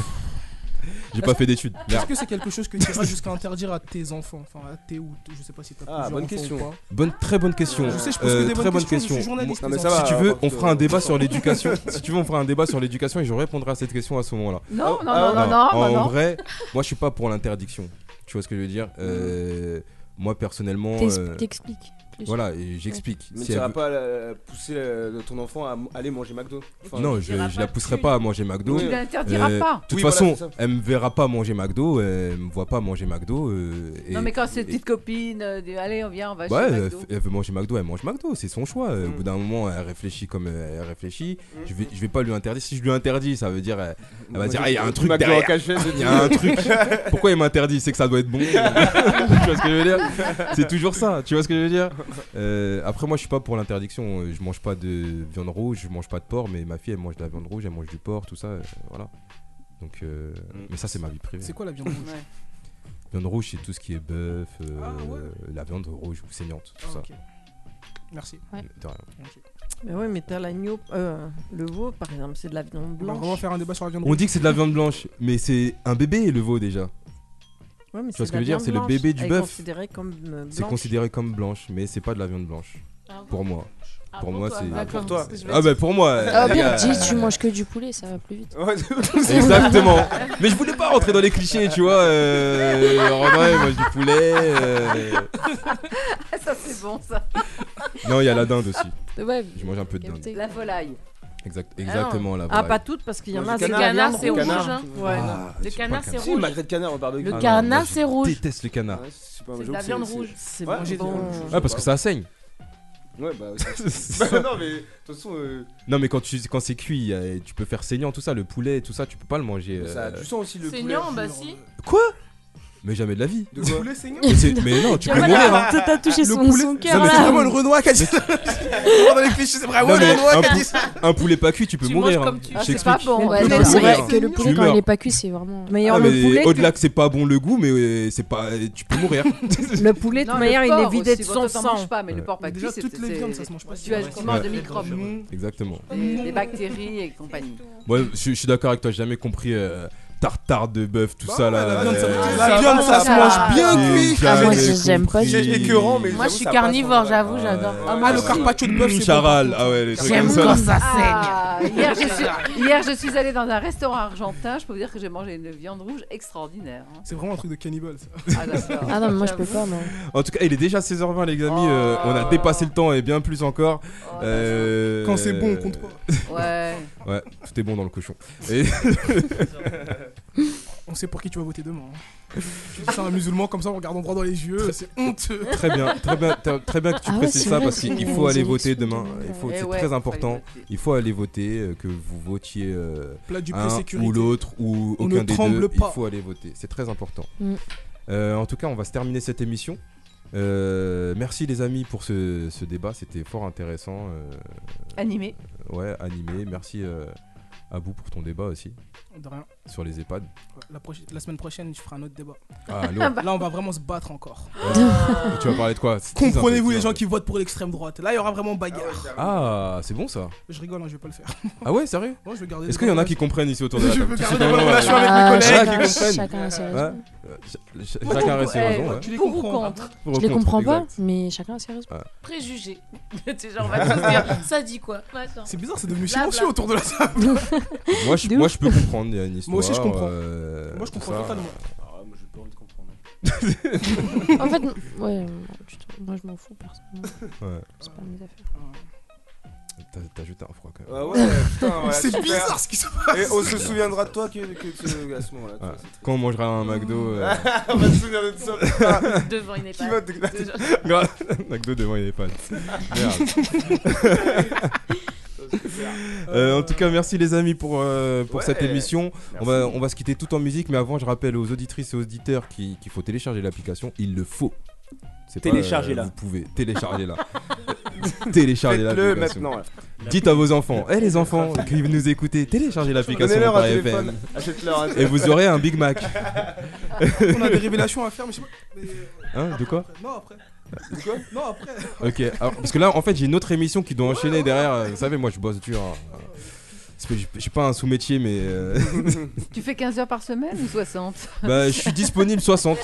J'ai pas fait d'études.
Est-ce
Merde.
que c'est quelque chose que tu iras jusqu'à interdire à tes enfants Enfin, à tes ou je sais pas si
Ah,
t'as plusieurs
bonne
enfants
question.
ou pas.
Bonne, très bonne question. Euh,
Je sais, je pose que des
très
bonnes
bonne
questions, je
question.
suis journaliste,
Moi-
les
si
enfants.
hein,
tu
Ça va,
veux,
rapporte,
on fera un
euh,
débat
<laughs>
ça
sur
va.
l'éducation. si tu veux, on fera un débat sur l'éducation et je répondrai à cette question à ce moment-là.
Non,
Ah, non, ah, non, ouais. non, non,
En
non.
vrai, moi, je suis pas pour l'interdiction. Tu vois ce que je veux dire Euh, Moi, personnellement.
T'ex-
euh,
t'expliques plus.
Voilà, et j'explique.
Mais
Si
tu
elle
vas
veut-
pas euh, pousser euh, ton enfant à m- aller manger McDo. Enfin,
non, je, je la pousserai pas à manger Mcdo. Euh,
Tu l'interdiras pas.
De toute
euh, Oui, voilà,
façon,
c'est ça.
elle me verra pas manger McDo, euh, elle me voit pas manger McDo. euh, et-
Non, mais quand c'est une
et-
petite copine, euh, dis, allez, on vient, on va
Ouais,
chez
elle,
McDo.
elle veut manger McDo, elle mange McDo, c'est son choix. Au bout d'un moment, elle réfléchit comme euh, elle réfléchit. Je, vais, je vais pas lui interdire. Si je lui interdis, ça veut dire. Elle, elle va
Moi,
dire,
j'ai
ah, il y a un
du
truc
McDo en
derrière.
cachette, je
Il y a un
dis. <laughs>
truc. Pourquoi il m'interdit C'est que ça doit être bon. tu vois ce que je veux dire C'est toujours ça, tu vois ce que je veux dire Euh, Après, moi, je suis pas pour l'interdiction. Je mange pas de viande rouge, je mange pas de porc, mais ma fille, elle mange de la viande rouge, elle mange du porc, tout ça. euh, voilà. Donc, euh, mais ça, c'est ma vie privée.
C'est quoi la viande rouge
Viande rouge, c'est tout ce qui est bœuf, euh, la viande rouge ou saignante, tout
Ah,
ça.
ok. Merci.
De rien.
Mais oui, mais t'as l'agneau, euh, le veau par exemple, c'est de la viande
On va
blanche.
vraiment faire un débat sur la viande
On dit que c'est de la viande blanche, mais c'est un bébé le veau déjà.
Ouais, mais
tu vois
c'est
ce
de
que je veux
la
dire C'est le
viande
bébé
blanche.
du
Elle est
bœuf.
considérée comme, euh,
C'est
blanche.
considéré comme blanche, mais c'est pas de la viande blanche. Pour moi. pour moi, c'est.
Ah, pour toi.
Ah, bah pour moi.
Ah,
les gars.
ben, dis, tu
<laughs>
manges que du poulet, ça va plus
<laughs>
vite.
Exactement. Mais je voulais pas rentrer dans les clichés, tu vois. Euh... Romain, il mange du poulet. euh,
Ah, ça, c'est bon, ça.
Non, il y a la dinde aussi.
Ouais,
Je mange un peu de dinde.
La volaille.
Exact, exactement là.
Ah, pas toutes, parce qu'il y en a,
Le
c'est de la
canard,
viande
c'est
rouge.
rouge,
hein.
hein.
Ouais.
Ah,
Le
c'est
canard,
pas
c'est
Si,
rouge.
malgré le canard au barbecue.
Le
Ah non,
canard,
moi, je
c'est rouge. Ah
Déteste le canard.
C'est pas un
C'est de
joke,
la viande
c'est-
rouge.
c'est-
Ouais,
Ouais, j'ai
bon.
dit-
Ouais, parce que ça saigne.
Ouais, bah. aussi.
ça.
Bah, non, mais de toute façon. euh,
Non, mais quand, tu, quand c'est cuit, y a- tu peux faire saignant, tout ça. Le poulet, tout ça, tu peux pas le manger.
Ça a
euh,
du sang aussi le poulet.
Saignant, bah si.
Quoi Mais jamais de la vie.
De quoi
Poulet saignant
Mais, c'est- mais non, tu peux mourir. hein.
T'as touché
son- son cœur, là.
Renoir qui a dit ça. Vraiment dans les clichés, c'est
Non,
vraiment
mais
le Renoir
un,
qui a dit
pou-
ça.
un poulet pas cuit, tu peux
Tu
mourir.
manges
hein.
comme tu-
Je
Ah, c'est
t'explique.
pas bon, ouais.
Tu
Mais
peux
c'est
mourir.
vrai
que le
Tu
poulet, quand
meurs.
il est pas cuit, c'est vraiment.
Meilleur
Ah,
le
mais
poulet.
Au-delà que c'est pas bon le goût, mais euh, c'est pas, euh, tu peux mourir. <laughs>
Le poulet, de
Non,
toute manière,
le
il est
porc
vidé de
aussi, bon,
son
toi, t'en
sang.
manges pas, mais le porc pas
Déjà,
cuit, c'est-
toutes les
c'est-
viandes, ça se mange pas,
Tu as
c'est
tu manges
vrai.
de microbes,
Exactement.
des des bactéries et compagnie.
Ouais, je, je suis d'accord avec toi, j'ai jamais compris euh, tartare de bœuf, tout ça là.
viande, ça-
euh,
la viande, ça se mange bien cuit.
J'ai jamais
Ah, moi, je-
compris.
j'aime pas du tout. C'est écœurant, mais
Moi,
j'avoue,
je suis
ça passe,
carnivore, j'avoue, j'adore.
Ah, le carpaccio
<laughs>
de bœuf,
Mmh,
c'est
charal, ah ouais, les trucs
J'aime
comme
quand ça
ça.
Ah, hier, je suis, hier, je suis allée dans un restaurant argentin. Je peux vous dire que j'ai mangé une viande rouge extraordinaire. hein.
C'est vraiment un truc de cannibale, ça.
Ah, d'accord.
Ah non, mais moi, je peux
J'avoue.
pas, moi.
En tout cas, il est déjà 16h20, les amis. euh,
Oh.
on a dépassé le temps et bien plus encore. Euh,
Quand c'est bon, on compte pas.
Ouais.
<laughs> ouais, tout est bon dans le cochon.
<laughs>
Et-
<laughs> On sait pour qui tu vas voter demain. hein. Tu dis ça à un musulman comme ça, on regarde droit dans les yeux, c'est honteux.
<laughs> Très bien, très bien, t'as- très bien que tu
Ah ouais,
précises
c'est
ça
vrai
parce
que
qu'il
c'est
faut
les
aller
élections
voter
de
demain.
demain.
Il faut,
Eh
c'est
ouais, faut
très
aller
important. Il faut aller voter, euh, que vous votiez euh,
Plat du
un
pré sécurité.
ou l'autre ou
On
aucun
ne
des
tremble
deux.
pas.
Il faut aller voter, c'est très important.
Mm.
Euh, en tout cas, on va se terminer cette émission. Euh, merci les amis pour ce, ce débat, c'était fort intéressant. euh,
Animé.
Ouais, animé. Merci euh, à vous pour ton débat aussi
De rien.
sur les EHPAD.
la, proche- la semaine prochaine, je ferai un autre débat. <laughs>
Ah, lourd.
Là, on va vraiment se battre encore.
Ouais. Et tu vas parler de quoi
Comprenez-vous les gens qui votent pour l'extrême droite Là, il y aura vraiment bagarre.
Ah, c'est bon ça.
Je rigole, hein, je vais pas le faire.
Ah ouais, sérieux
Ouais, je vais garder
Est-ce
des
qu'il y en a
bonnes
qui
relations.
comprennent ici
<laughs>
autour de la
Je
table
veux
Tu
garder
sais,
des bonnes
ouais, ouais.
relations avec mes collègues.
Chacun qui
Chacun a
comprenne.
ses
Ouais.
raisons.
Euh, ch- ch- Chacun a ses raisons. ouais.
Eh, bah, tu les
pour ou
comprends,
contre
hein.
Pour ou
Je les
contre,
comprends pas,
exact.
mais chacun a ses raisons.
<laughs>
Préjugés. C'est genre, on va tous dire, ça dit quoi Machin.
C'est bizarre, c'est devenu
Blabla.
silencieux autour de
<laughs>
la table.
Moi, je, moi, je peux comprendre, il y a une histoire.
Moi aussi, je comprends.
euh,
Moi, je
tout
comprends
ça.
totalement.
Ah, moi j'ai pas envie de comprendre.
en fait, m- ouais, putain, moi je m'en fous personnellement.
Ouais.
C'est pas mes affaires.
T'as t'as jeté un froid quand même.
Ah ouais, putain, ouais,
<laughs> C'est
super.
bizarre ce qui se passe.
Et on se souviendra de toi que, que tu- à ce moment-là. tu
Ouais.
vois, c'est Mm.
Quand on mangera un McDo. euh,
<laughs> on va se souvenir de
<laughs>
ça. putain.
<laughs> Devant une
Qui
EHPAD.
va
<laughs>
te glacer
Devant-
Grave, <laughs> McDo devant il
<laughs>
est pas. Euh, en
Euh,
tout cas, merci les amis pour, euh, pour
Ouais,
cette émission. On
merci.
va, on va se quitter tout en musique, mais avant, je rappelle aux auditrices et aux auditeurs qui- qu'il faut télécharger l'application. Il le faut. C'est pas, euh,
Téléchargez-la.
Vous pouvez <laughs> télécharger-la. téléchargez-la.
Faites-le
l'application.
maintenant, là.
Dites à vos enfants, eh les enfants qui nous écoutez, téléchargez l'application
Donnez-leur un
par
téléphone.
FM.
Achète-leur un
Et vous aurez un Big Mac.
<laughs> On a des révélations à faire, mais je sais pas. mais, euh,
Hein, de quoi
après. Non, après.
De quoi
Non, après.
Ok, alors, parce que là, en fait, j'ai une autre émission qui doit enchaîner derrière. euh, Vous savez, moi, je bosse dur. hein. Parce que je je suis pas un sous-métier, mais
<laughs>
euh,
Tu fais 15 heures par semaine ou 60
bah, je suis disponible 60.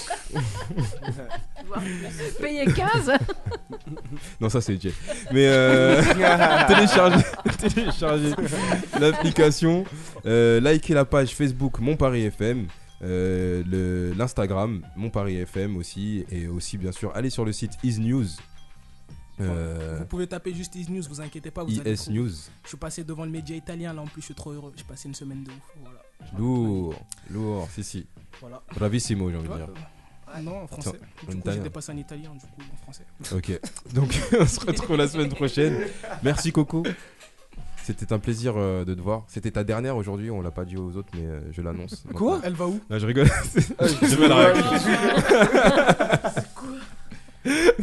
Payer 15
<laughs> Non, ça, c'est Jay. Mais euh, <laughs> téléchargez, <laughs> téléchargez l'application, euh, likez la page Facebook Mon Paris FM. euh, le- L'Instagram, Mon Paris FM aussi, et aussi bien sûr, allez sur le site isnews. Euh,
Vous pouvez taper juste IS News, vous inquiétez pas. Vous
IS
allez
E
trouver.
News.
Je suis passé devant le média italien, là en plus, je suis trop heureux. J'ai passé une semaine de ouf. Voilà.
Lourd, lourd, si, si.
Voilà. Ah
Bravissimo, j'ai envie de dire.
Non, en français.
Tiens,
Du coup,
italien.
j'étais passé en italien, du coup, en français.
Ok, donc <laughs> on se retrouve la semaine prochaine. Merci Coco. C'était un plaisir euh, de te voir. C'était ta dernière aujourd'hui, on l'a pas dit aux autres, mais euh, je l'annonce.
<laughs> Quoi
maintenant.
Elle va où
Non, je rigole.
Ah,
<laughs> je vais la
je-
raconter.
C'est quoi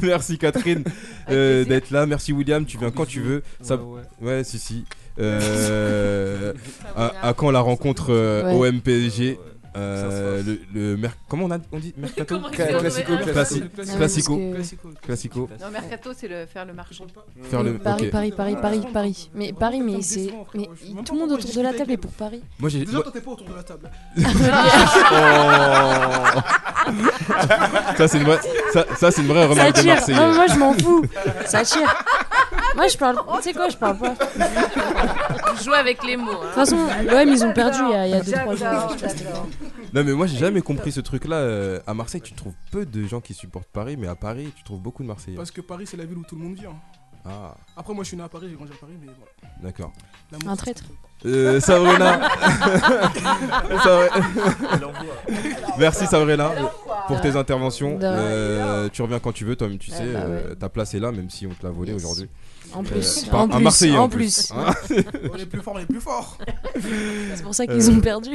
Merci Catherine euh, d'être là. Merci William, tu viens quand tu veux. Ça... Ouais, si, si. Euh, à, à quand la rencontre euh,
Ouais.
OM-PSG euh, le, le merc- Comment on, a, on dit Mercato
Comment ils ont Classico, trouvé un
Classi-
classico.
Classico.
Ouais, parce
que-
Classico.
Non, Mercato, c'est le faire le marché.
Faire le-
Paris,
ok.
Paris,
Euh,
Paris, Paris, Paris. Mais Paris, mais c'est. Mais tout le monde autour de la table est pour Paris.
Moi, j'ai-
Déjà,
moi-
toi, t'es pas autour de la table.
Oh. <laughs> ça c'est une vraie, ça, ça, c'est une vraie
Ça
remarque de
tire.
Marseillais.
Ah, moi je m'en fous. Ça tire. Moi je parle. Tu sais quoi, je parle pas.
Je joue avec les mots. hein.
De toute façon, ouais, mais ils ont perdu il y a- il y a 2-3
J'adore,
jours.
j'adore.
<laughs> Non mais moi j'ai jamais compris ce truc là. à Marseille tu trouves peu de gens qui supportent Paris, mais à Paris tu trouves beaucoup de Marseillais.
<laughs> Parce que Paris, c'est la ville où tout le monde vient.
Ah
Après, moi, je suis né à Paris, j'ai grandi à Paris, mais voilà.
d'accord.
L'amour,
Un
c'est-
traître.
Euh,
<laughs>
<laughs>
Sabrina. Sabri- Merci Sabrina euh, pour tes interventions.
hein. De rien.
Euh, tu reviens quand tu veux, toi-même tu
Ah
sais,
bah
euh, ta place est là, même si on te l'a volée aujourd'hui. Euh,
En plus,
par
en
un
plus,
Marseillais en
en plus.
plus. hein.
On est plus fort, on est plus fort.
<laughs>
C'est pour ça qu'ils ont
<laughs>
perdu.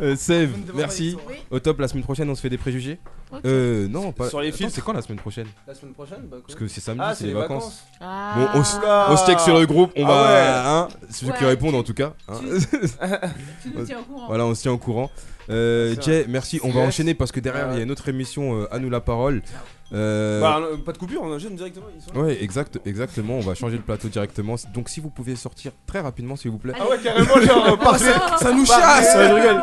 Euh, Sève,
Vous ne devez
merci.
pas y être.
Au top, la semaine prochaine, on se fait des préjugés.
Ok.
Euh, non, pas.
Sur les
Attends,
filtres.
C'est quand la semaine prochaine
La semaine prochaine bah, quoi.
Parce que c'est samedi,
Ah,
c'est les vacances.
Ah.
Bon, on, s-
Oula.
on se check sur le groupe, on
Ah ouais.
va. hein, ceux qui
Ouais,
répondent
tu-
en tout cas. hein. <laughs>
tu nous tiens au courant.
Voilà, on se tient au courant. Euh,
C'est
Jay,
ça.
merci. On va
Yes. Ah
enchaîner parce que derrière,
Ouais.
il y a une autre émission, euh, à nous la parole. Euh,
Bah, non, pas de coupure, on enchaîne directement. Ils sont là.
Ouais, exact, exactement. On va changer le plateau directement. Donc, si vous pouvez sortir très rapidement, s'il vous plaît.
Ah ouais, carrément, genre, euh, parfait.
Ça- ça nous
Parfait.
chasse.
Ouais, je rigole.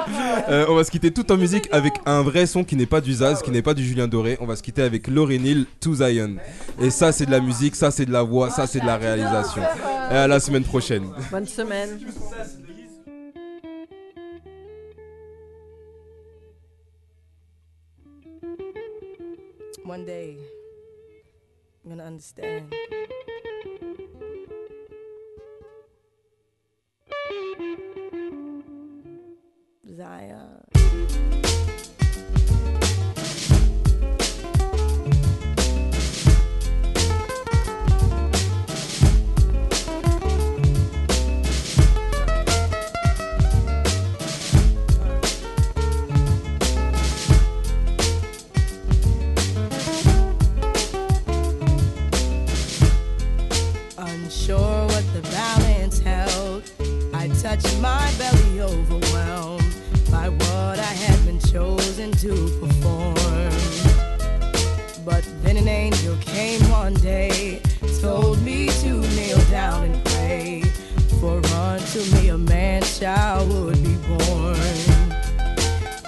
Euh, on va se quitter tout en musique avec un vrai son qui n'est pas du
Ah
Zaz, qui n'est pas du Julien Doré. On va se quitter avec Lauren Hill, To Zion. Et ça, c'est de la musique, ça, c'est de la voix, ça, c'est de la réalisation. Et à la semaine prochaine.
Bonne semaine.
One day, I'm gonna understand. Zion. unsure what the balance held. I touched my belly overwhelmed.
day told me to kneel down and pray for unto me a man child would be born.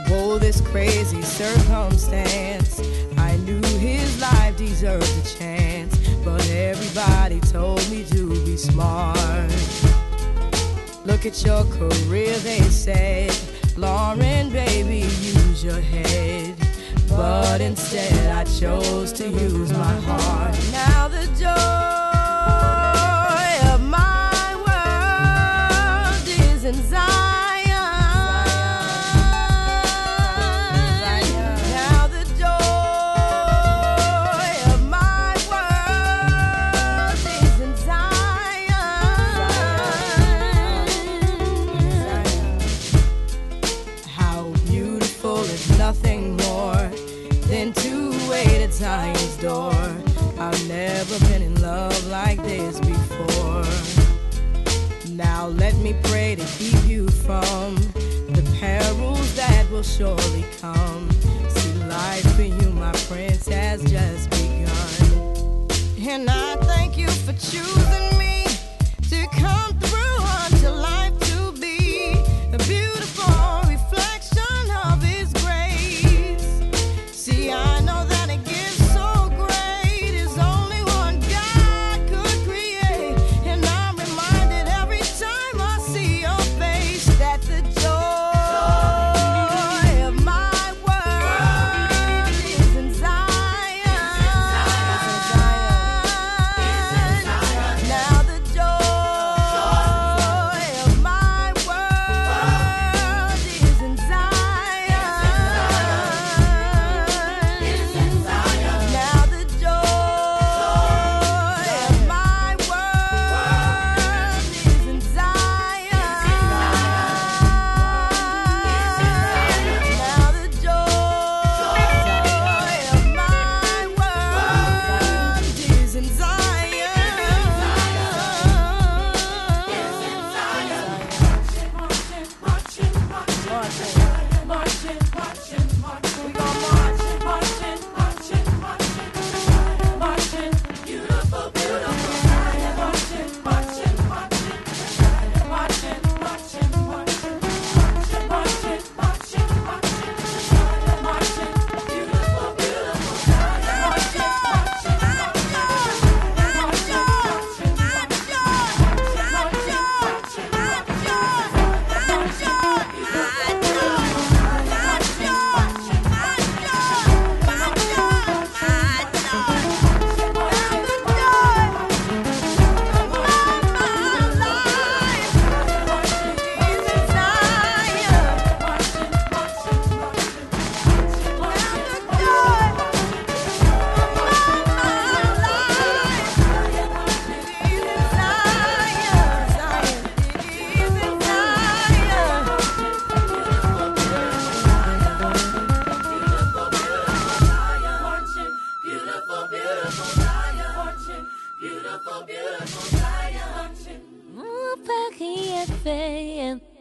Oh, this crazy circumstance. I knew his life deserved a chance, but everybody told me to be smart. Look at your career, they said. Lauren, baby, use your head. But instead, I chose to use my heart. Now the joy of my world is in Zion. Now the joy of my world is in Zion. How beautiful is nothing more than to wait at Zion's door. I've never been in love like this before. Now let me pray to keep you from the perils that will surely come. See, life for you, my prince, has just begun. And I thank you for choosing me to come through unto life to be a beautiful reflection of His grace. See, I know that a gift so great is only one God could create. And I'm reminded every time I see your face that the joy of my world is in Zion. Now the joy of my world is in Zion. Now the joy of my world is in Zion. Now the joy of my world is in Zion. Marching, marching, marching, we gon' march, marching, marching, marching, marching, beautiful, beautiful, marching, marching, marching, marching, marching, marching, marching, marching, marching, marching, marching, beautiful, beautiful, marching, marching, marching, marching, marching, marching, marching, Beautiful, beautiful Zion. Marching, beautiful, beautiful Zion.
Mon Paris est fait.